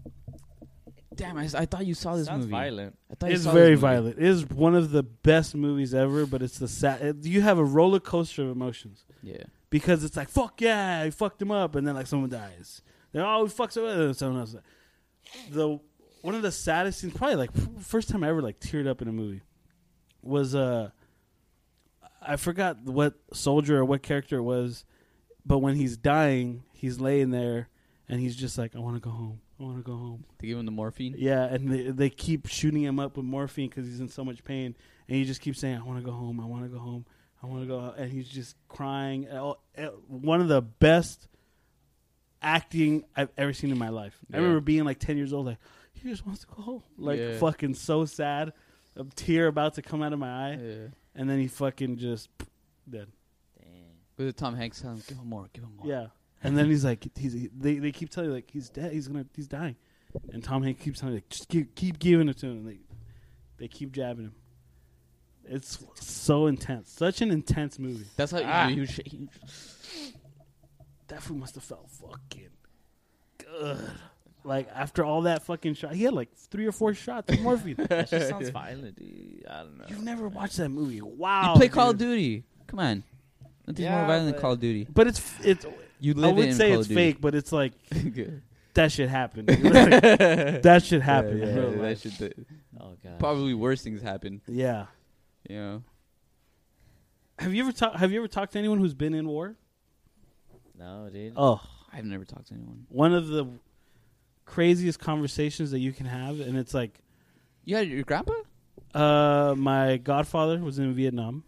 S4: Damn, I, s- I thought you saw this
S3: Sounds
S4: movie.
S3: violent.
S4: I thought you
S2: it's
S4: saw
S2: very
S4: this movie.
S2: violent. It is one of the best movies ever, but it's the sad. It, you have a roller coaster of emotions
S4: Yeah.
S2: because it's like fuck yeah, I fucked him up, and then like someone dies. Then oh, we fucked someone, and someone else. The one of the saddest scenes, probably like f- first time I ever like teared up in a movie, was uh, I forgot what soldier or what character it was, but when he's dying, he's laying there, and he's just like, I want to go home. I want to go home.
S4: They give him the morphine.
S2: Yeah, and they, they keep shooting him up with morphine because he's in so much pain, and he just keeps saying, "I want to go home. I want to go home. I want to go," ho-" and he's just crying. Oh, eh, One of the best acting I've ever seen in my life. I
S4: Yeah.
S2: remember being like ten years old, like he just wants to go home, like
S4: Yeah.
S2: fucking so sad, a tear about to come out of my eye,
S4: Yeah.
S2: and then he fucking just dead.
S4: With the Tom Hanks telling him, give him more, give him more.
S2: Yeah. And then he's like, he's he- they they keep telling you like he's dead, he's gonna he's dying, and Tom Hanks keeps telling you like just keep keep giving it to him. And they they keep jabbing him. It's so intense, such an intense movie.
S4: That's how
S3: Ah.
S4: you, you sh- you sh-
S2: That food must have felt fucking good. Like after all that fucking shot, he had like three or four shots of morphine.
S3: That just sounds violent, dude. I don't know.
S2: You've never watched that movie? Wow,
S4: you play Call of
S2: dude.
S4: Duty. Come on. Nothing's more
S3: Yeah,
S4: violent than
S3: but-
S4: Call of Duty.
S2: But it's it's.
S4: You
S2: I
S4: live
S2: would
S4: in
S2: say
S4: Call
S2: it's
S4: of
S2: fake, but it's like
S4: Duty.
S2: that shit happened.
S4: that
S2: that shit happened.
S4: Yeah,
S2: in real
S4: yeah, that
S2: life.
S4: should, that-
S3: Oh god.
S4: probably worse things happen.
S2: yeah.
S4: You know.
S2: Have you ever talked? Have you ever talked to anyone who's been in war?
S3: No, dude.
S2: Oh,
S4: I've never talked to anyone.
S2: one of the craziest conversations that you can have, and it's like,
S4: You had your grandpa?
S2: uh, my godfather was in Vietnam,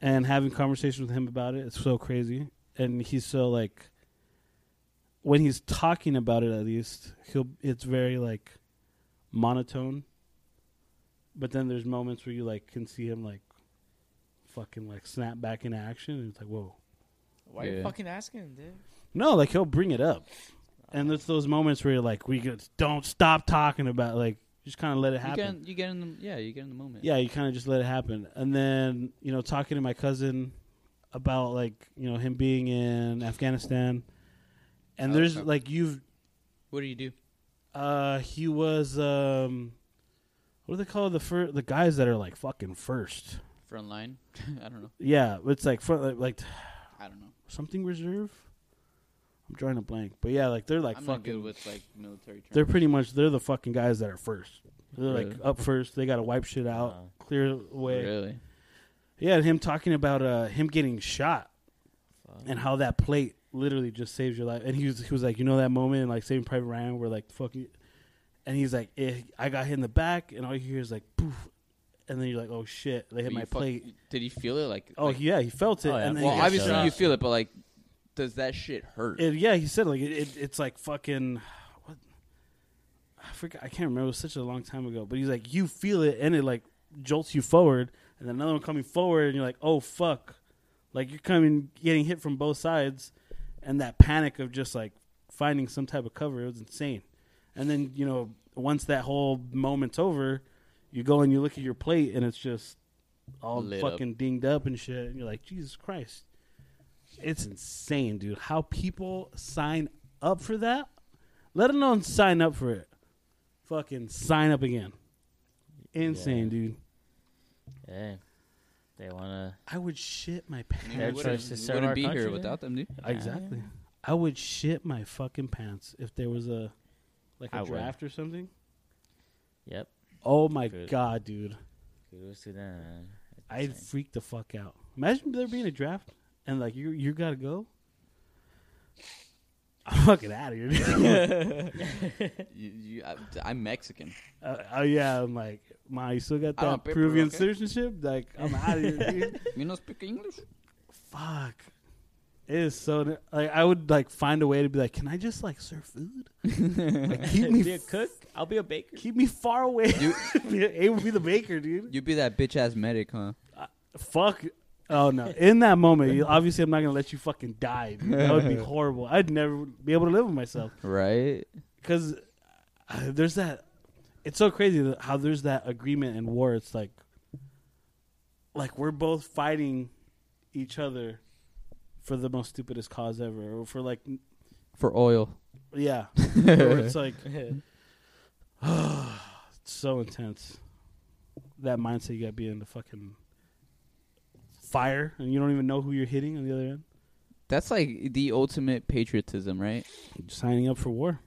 S2: and having conversations with him about it, it's so crazy, and he's so like, when he's talking about it, at least he'll, it's very like, monotone. But then there's moments where you like can see him like, fucking like snap back into action, and it's like, whoa.
S3: Why are
S4: Yeah.
S3: you fucking asking, dude?
S2: No, like he'll bring it up, and it's those moments where you're like, we could, don't stop talking about like just kind of let it
S4: You
S2: happen.
S4: get, in, you get in the yeah, you get in the moment.
S2: yeah, you kind of just let it happen, and then you know talking to my cousin about like you know him being in Afghanistan, and
S4: Oh,
S2: there's
S4: okay.
S2: like you've
S4: What do you do?
S2: uh he was um what do they call the fir- the guys that are like fucking first?
S4: Front line? I don't know.
S2: Yeah, it's like front like, like
S4: I don't know.
S2: something reserve. I'm drawing a blank, but yeah, like they're like
S4: I'm not
S2: fucking
S4: good with like military.
S2: they're
S4: Terms.
S2: pretty much they're the fucking guys that are first. They're like
S4: Really?
S2: up first. They got to wipe shit out,
S3: Wow.
S2: clear the way.
S4: really.
S2: Yeah, and him talking about uh, him getting shot
S3: Fuck.
S2: and how that plate literally just saves your life. And he was he was like, you know that moment in like Saving Private Ryan where like fucking, and he's like, eh, I got hit in the back, and all you hear is like poof, and then you're like, oh shit, they hit
S4: But
S2: my
S4: you fuck-
S2: plate.
S4: Did he feel it? Like
S2: Oh
S4: like,
S2: yeah, he felt it.
S3: Oh, yeah.
S2: and then
S4: Well,
S2: he got
S4: obviously
S2: shot.
S4: you feel it, but like, does that shit hurt?
S2: It, yeah, he said like it, it, it's like fucking what I forgot I can't remember. It was such a long time ago, but he's like you feel it and it like jolts you forward, and then another one coming forward, and you're like oh fuck, like you're coming getting hit from both sides, and that panic of just like finding some type of cover. It was insane, and then you know once that whole moment's over, you go and you look at your plate and it's just all
S4: Lit up.
S2: fucking dinged up and shit, and you're like Jesus Christ. It's insane, dude. How people sign up for that? Let alone sign up for it. Fucking sign up again. Insane,
S3: Yeah.
S2: dude.
S3: Yeah. They wanna.
S2: I would shit my
S4: I
S2: pants.
S4: mean,
S3: Their
S4: we wouldn't,
S3: choice to
S4: we
S3: serve
S4: wouldn't
S3: our
S4: be
S3: country,
S4: here
S3: dude.
S4: without them, dude.
S2: Exactly. I would shit my fucking pants if there was a like a
S3: I would.
S2: draft or something.
S3: Yep.
S2: Oh my
S3: Good.
S2: god, dude.
S3: Kudos to them. man. That's
S2: I'd
S3: insane.
S2: freak the fuck out. Imagine there being a draft and like you you gotta go. I'm fucking out of here. Dude.
S4: You, you, I, I'm Mexican.
S2: uh, oh yeah, I'm like, ma, you still got
S4: I don't
S2: that
S4: paper,
S2: Peruvian
S4: okay?"
S2: citizenship? Like, I'm out of here. Dude.
S4: You don't speak English.
S2: Fuck. It is so like I would like find a way to be like, can I just like serve food? Like, keep me
S3: be a cook. I'll be a baker.
S2: keep me far away.
S4: You-
S2: it would be the baker, dude.
S4: You'd be that bitch ass medic, huh?
S2: Fuck. Oh no! In that moment, you, obviously, I'm not gonna let you fucking die. Dude. That would be horrible. I'd never be able to live with myself
S4: Right?
S2: because uh, there's that. It's so crazy that- how there's that agreement in war. It's like, like we're both fighting each other for the most stupidest cause ever, or for like, n-
S4: For oil.
S2: yeah, Or it's like it's so intense. That mindset you got to be in the fucking fire, and you don't even know who you're hitting on the other end.
S4: That's like the ultimate patriotism, right?
S2: Signing up for war.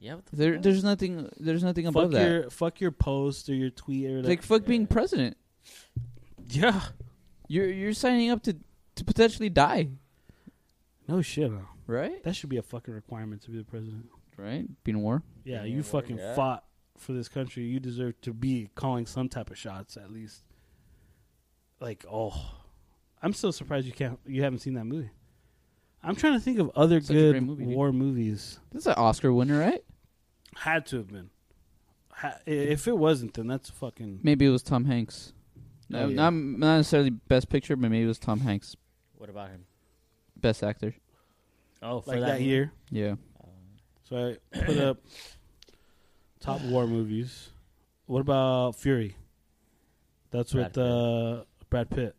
S3: yeah. What the
S4: There,
S3: fuck?
S4: there's nothing, there's nothing above
S2: fuck
S4: that.
S2: your fuck your post or your tweet or
S4: It's like fuck being president.
S2: yeah,
S4: You're you're signing up to to potentially die,
S2: no shit. huh?
S4: right?
S2: That should be a fucking requirement to be the president.
S4: Right? Being in war.
S2: Yeah,
S3: Yeah,
S2: you
S3: well,
S2: fucking
S3: yeah.
S2: fought for this country. You deserve to be calling some type of shots at least. Like, oh, I'm so surprised you can't. You haven't seen that movie. I'm trying to think of other
S4: Such a
S2: good
S4: great movie, dude.
S2: war movies.
S4: That's an Oscar winner, right?
S2: Had to have been. Ha- i- if it wasn't, then that's fucking.
S4: Maybe it was Tom Hanks. No,
S2: Oh, yeah.
S4: not not necessarily best picture, but maybe it was Tom Hanks
S3: What about him?
S4: best actor.
S3: Oh, for
S2: like that,
S3: that
S2: year.
S4: Yeah.
S2: So I put up top war movies. What about Fury? That's
S3: Brad
S2: with uh, Brad Pitt.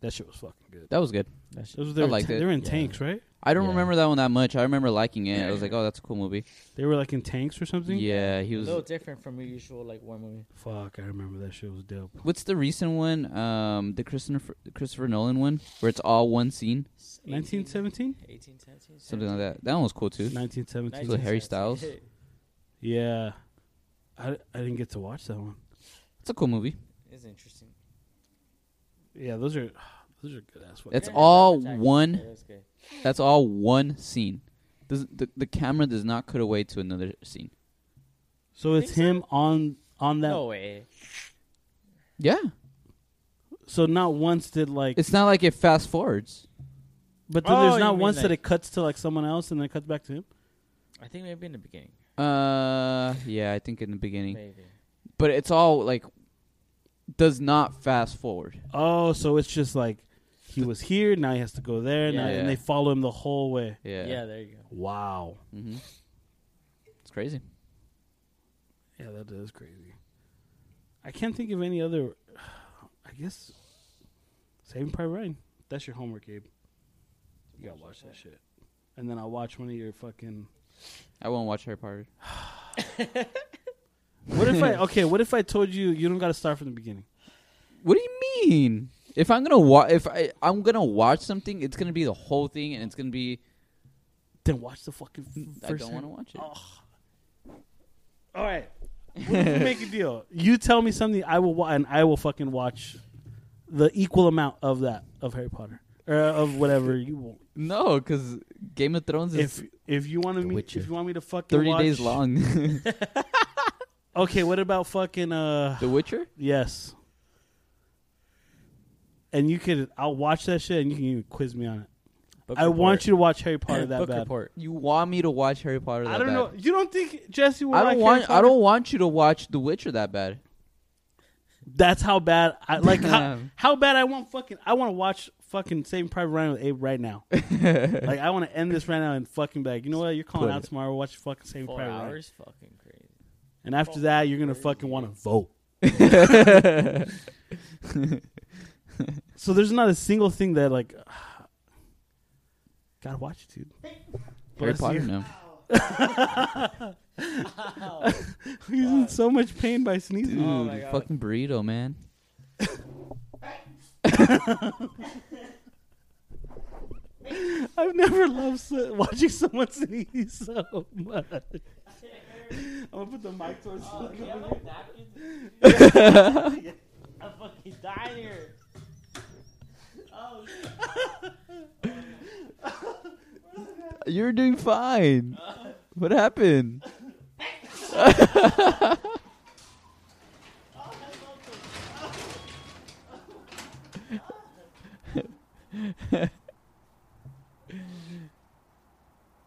S2: That shit was fucking good.
S4: That was good.
S3: That shit.
S2: Those were they,
S4: I
S2: were
S4: liked
S2: ta-
S4: it.
S2: they were in
S3: Yeah.
S2: tanks, right?
S4: I don't
S3: Yeah.
S4: remember that one that much. I remember liking it. I was like, "Oh, that's a cool movie."
S2: They were like in tanks or something.
S4: Yeah, he
S3: a
S4: was.
S3: little different from your usual like war movie.
S2: Fuck, I remember that shit was dope.
S4: What's the recent one? Um, the Christopher Christopher Nolan one, where it's all one scene,
S2: 1917?
S3: 18, 17,
S4: something like that. That one was cool too.
S2: 1917.
S4: With Harry Styles.
S2: Yeah. I, I didn't get to watch that one.
S4: It's a cool movie.
S3: It's interesting.
S2: Yeah, those are those are good ass.
S4: That's
S3: Yeah,
S4: all
S3: that's actually-
S4: one-
S3: yeah, that's good.
S4: That's all one scene. Does the the camera does not cut away to another scene.
S2: so it's
S3: think so?
S2: him on on that.
S3: No way.
S4: Yeah,
S2: So not once did like
S4: it's not like it fast forwards.
S2: But then
S3: Oh,
S2: there's
S3: you
S2: not
S3: mean
S2: once that
S3: like-
S2: it cuts to like someone else and then it cuts back to him.
S3: I think maybe in the beginning.
S4: Uh, yeah, I think in the beginning,
S3: Maybe.
S4: but it's all like does not fast forward.
S2: Oh, so it's just like he was here, now he has to go there, now,
S4: Yeah.
S2: and they follow him the whole way.
S4: Yeah,
S3: Yeah. there you go.
S2: Wow.
S4: hmm It's crazy.
S2: Yeah, that is crazy. I can't think of any other. I guess Saving Private Ryan. That's your homework, Gabe. You gotta watch that shit, and then I'll watch one of your fucking.
S4: I won't watch Harry Potter.
S2: What if I okay? What if I told you you don't got to start from the beginning?
S4: What do you mean? If I'm gonna watch, if I I'm gonna watch something, it's gonna be the whole thing, and it's gonna be.
S2: Then watch the fucking. f-
S4: I
S2: First
S4: don't
S2: hand-
S4: want to watch it.
S2: Oh. All right, We'll- we'll make a deal. You tell me something, I will wa- and I will fucking watch the equal amount of that of Harry Potter or of whatever you want.
S4: No, because Game of Thrones is
S2: If if you want
S4: The
S2: me,
S4: Witcher.
S2: if you want me to fucking
S4: thirty
S2: watch,
S4: days long. the
S2: Okay, what about fucking uh?
S4: Witcher.
S2: Yes. And you could, I'll watch that shit, and you can even quiz me on it.
S3: Book
S2: I want you to watch Harry Potter that
S3: Book
S2: bad.
S3: report.
S4: You want me to watch Harry Potter? That
S2: I don't
S4: bad.
S2: know. You don't think Jesse? Would
S4: I
S2: like
S4: don't
S2: Harry
S4: want. I
S2: Potter?
S4: don't want you to watch The Witcher that bad.
S2: That's how bad. I like um, how,
S4: Damn.
S2: how bad I want fucking. I want to watch fucking Saving Private Ryan with Abe right now. like I want to end this right now and fucking back. You know what? You're calling
S4: Put
S2: out
S4: it.
S2: tomorrow. We'll watch fucking Saving
S3: Four
S2: Private Ryan.
S3: hours. Fucking crazy.
S2: And after that, you're gonna fucking want to vote. so there's not a single thing that like. Gotta watch it, dude.
S4: Harry
S2: Bless
S4: Potter.
S2: you.
S4: No.
S2: He's in so much pain by
S4: Dude,
S2: sneezing.
S3: Oh my God.
S4: fucking burrito, man.
S2: I've never loved so- watching someone sneeze so much. Oh, I'm gonna put the mic towards. you.
S3: I'm fucking dying here.
S4: You're doing fine. What happened?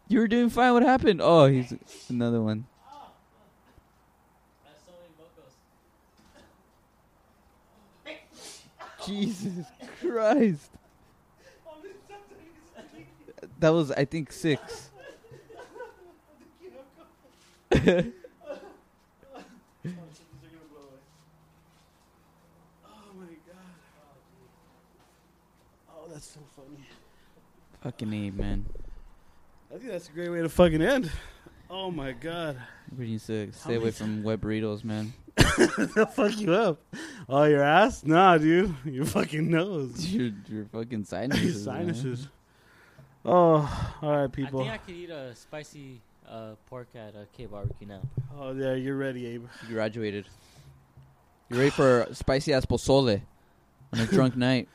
S4: You were doing fine. What happened? Oh, he's another one. Jesus Christ. That was, I think, six.
S2: Oh, that's so funny.
S4: Fucking A, man.
S2: I think that's a great way to fucking end. Oh my god,
S4: We need to stay away from wet burritos, man.
S2: they'll fuck you up. Oh, your ass? Nah, dude, your fucking nose,
S4: Your, your fucking
S2: Your
S4: sinuses. man.
S2: sinuses. Oh, all right, people.
S3: I think I could eat a spicy uh, pork at a K barbecue now.
S2: oh, yeah, you're ready, Abe.
S4: You graduated. You ready for spicy ass pozole on a drunk night?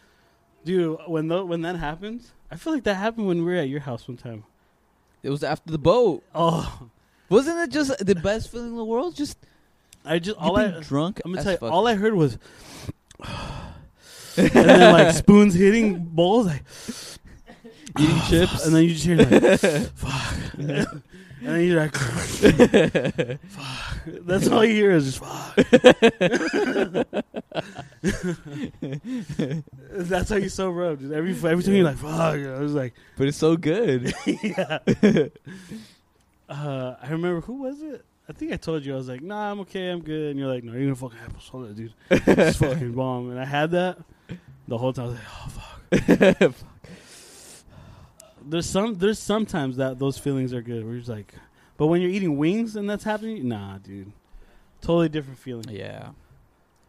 S2: Dude, when tho- when that happens, I feel like that happened when we were at your house one time.
S4: It was after the boat.
S2: Oh,
S4: Wasn't it just the best feeling in the world? Just
S2: I just
S4: you
S2: all I
S4: being drunk.
S2: I'm gonna
S4: as
S2: tell you,
S4: fuck.
S2: all I heard was, and then like spoons hitting bowls, like
S4: eating chips.
S2: and then you just hear like, fuck, and then you're like, fuck. That's all you hear is just fuck. That's how you sober up. Just every every time you're like, fuck. I was like,
S4: but it's so good.
S2: yeah. uh, I remember who was it? I think I told you I was like, nah, I'm okay, I'm good. And you're like, no, you're gonna fucking apple soda, dude. It's fucking bomb. And I had that the whole time. I was like, oh fuck. There's some. There's sometimes that those feelings are good. We're just like, but when you're eating wings and that's happening, nah, dude. Totally different feeling.
S4: yeah.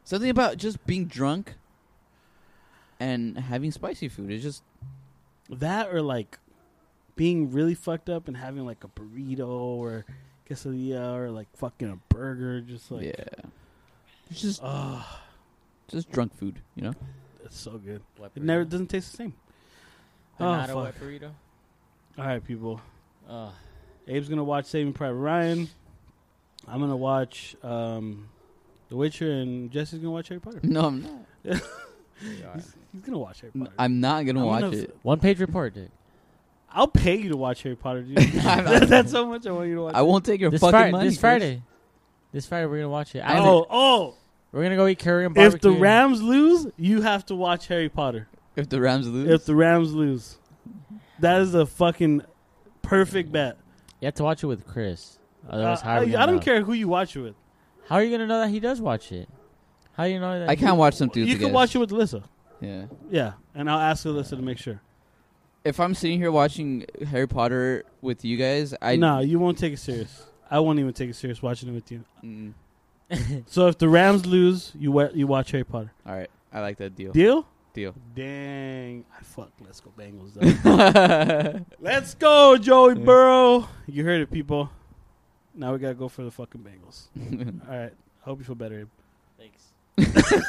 S4: Something about just being drunk and having spicy food. It's just
S2: That or like being really fucked up and having like a burrito or quesadilla or like fucking a burger, just like.
S4: yeah. It's just
S2: Oh,
S4: just drunk food, you know.
S2: it's so good.
S3: Wet
S2: It
S3: burrito.
S2: never doesn't taste the same.
S3: Or
S2: Oh,
S3: not a
S2: fuck.
S3: wet burrito.
S2: All right, people.
S3: Ugh.
S2: Abe's gonna watch Saving Private Ryan. I'm gonna watch um, The Witcher, and Jesse's gonna watch Harry Potter.
S4: No, I'm not.
S2: He's gonna watch Harry
S4: N-
S2: Potter.
S4: I'm not gonna
S2: I'm
S4: watch
S2: gonna-
S4: it.
S3: One page report, dude.
S2: I'll pay you to watch Harry Potter, dude. That's how much I want you to watch.
S4: I won't take your
S3: This,
S4: fucking
S3: Fri-
S4: money.
S3: this
S4: Chris.
S3: Friday. This Friday, we're going to watch it. I haven't-
S2: oh, oh!
S3: We're gonna go eat curry and barbecue.
S2: If the Rams lose, you have to watch Harry Potter.
S4: If the Rams lose,
S2: If the Rams lose, that is a fucking perfect bet.
S3: you have to watch it with Chris.
S4: Oh,
S3: Otherwise,
S2: Uh,
S3: how
S2: I,
S3: are we gonna
S2: I don't
S3: know?
S2: care who you watch it with.
S3: How are you gonna know that he does watch it? How you know that?
S4: I
S3: he-
S4: can't watch some dudes.
S2: You can
S4: against-
S2: watch it with Alyssa.
S4: Yeah.
S2: Yeah, and I'll ask Alyssa to make sure.
S4: If I'm sitting here watching Harry Potter with you guys, I
S2: no, you won't take it serious. I won't even take it serious watching it with you.
S4: Mm,
S2: So if the Rams lose, you wa- you watch Harry Potter.
S4: all right, I like that deal.
S2: Deal?
S4: Deal.
S2: Dang! I fuck. Let's go Bengals. though. Let's go Joey Burrow. You heard it, people. Now we gotta go for the fucking Bengals. All right. I hope you feel better. Abe.
S3: Thanks.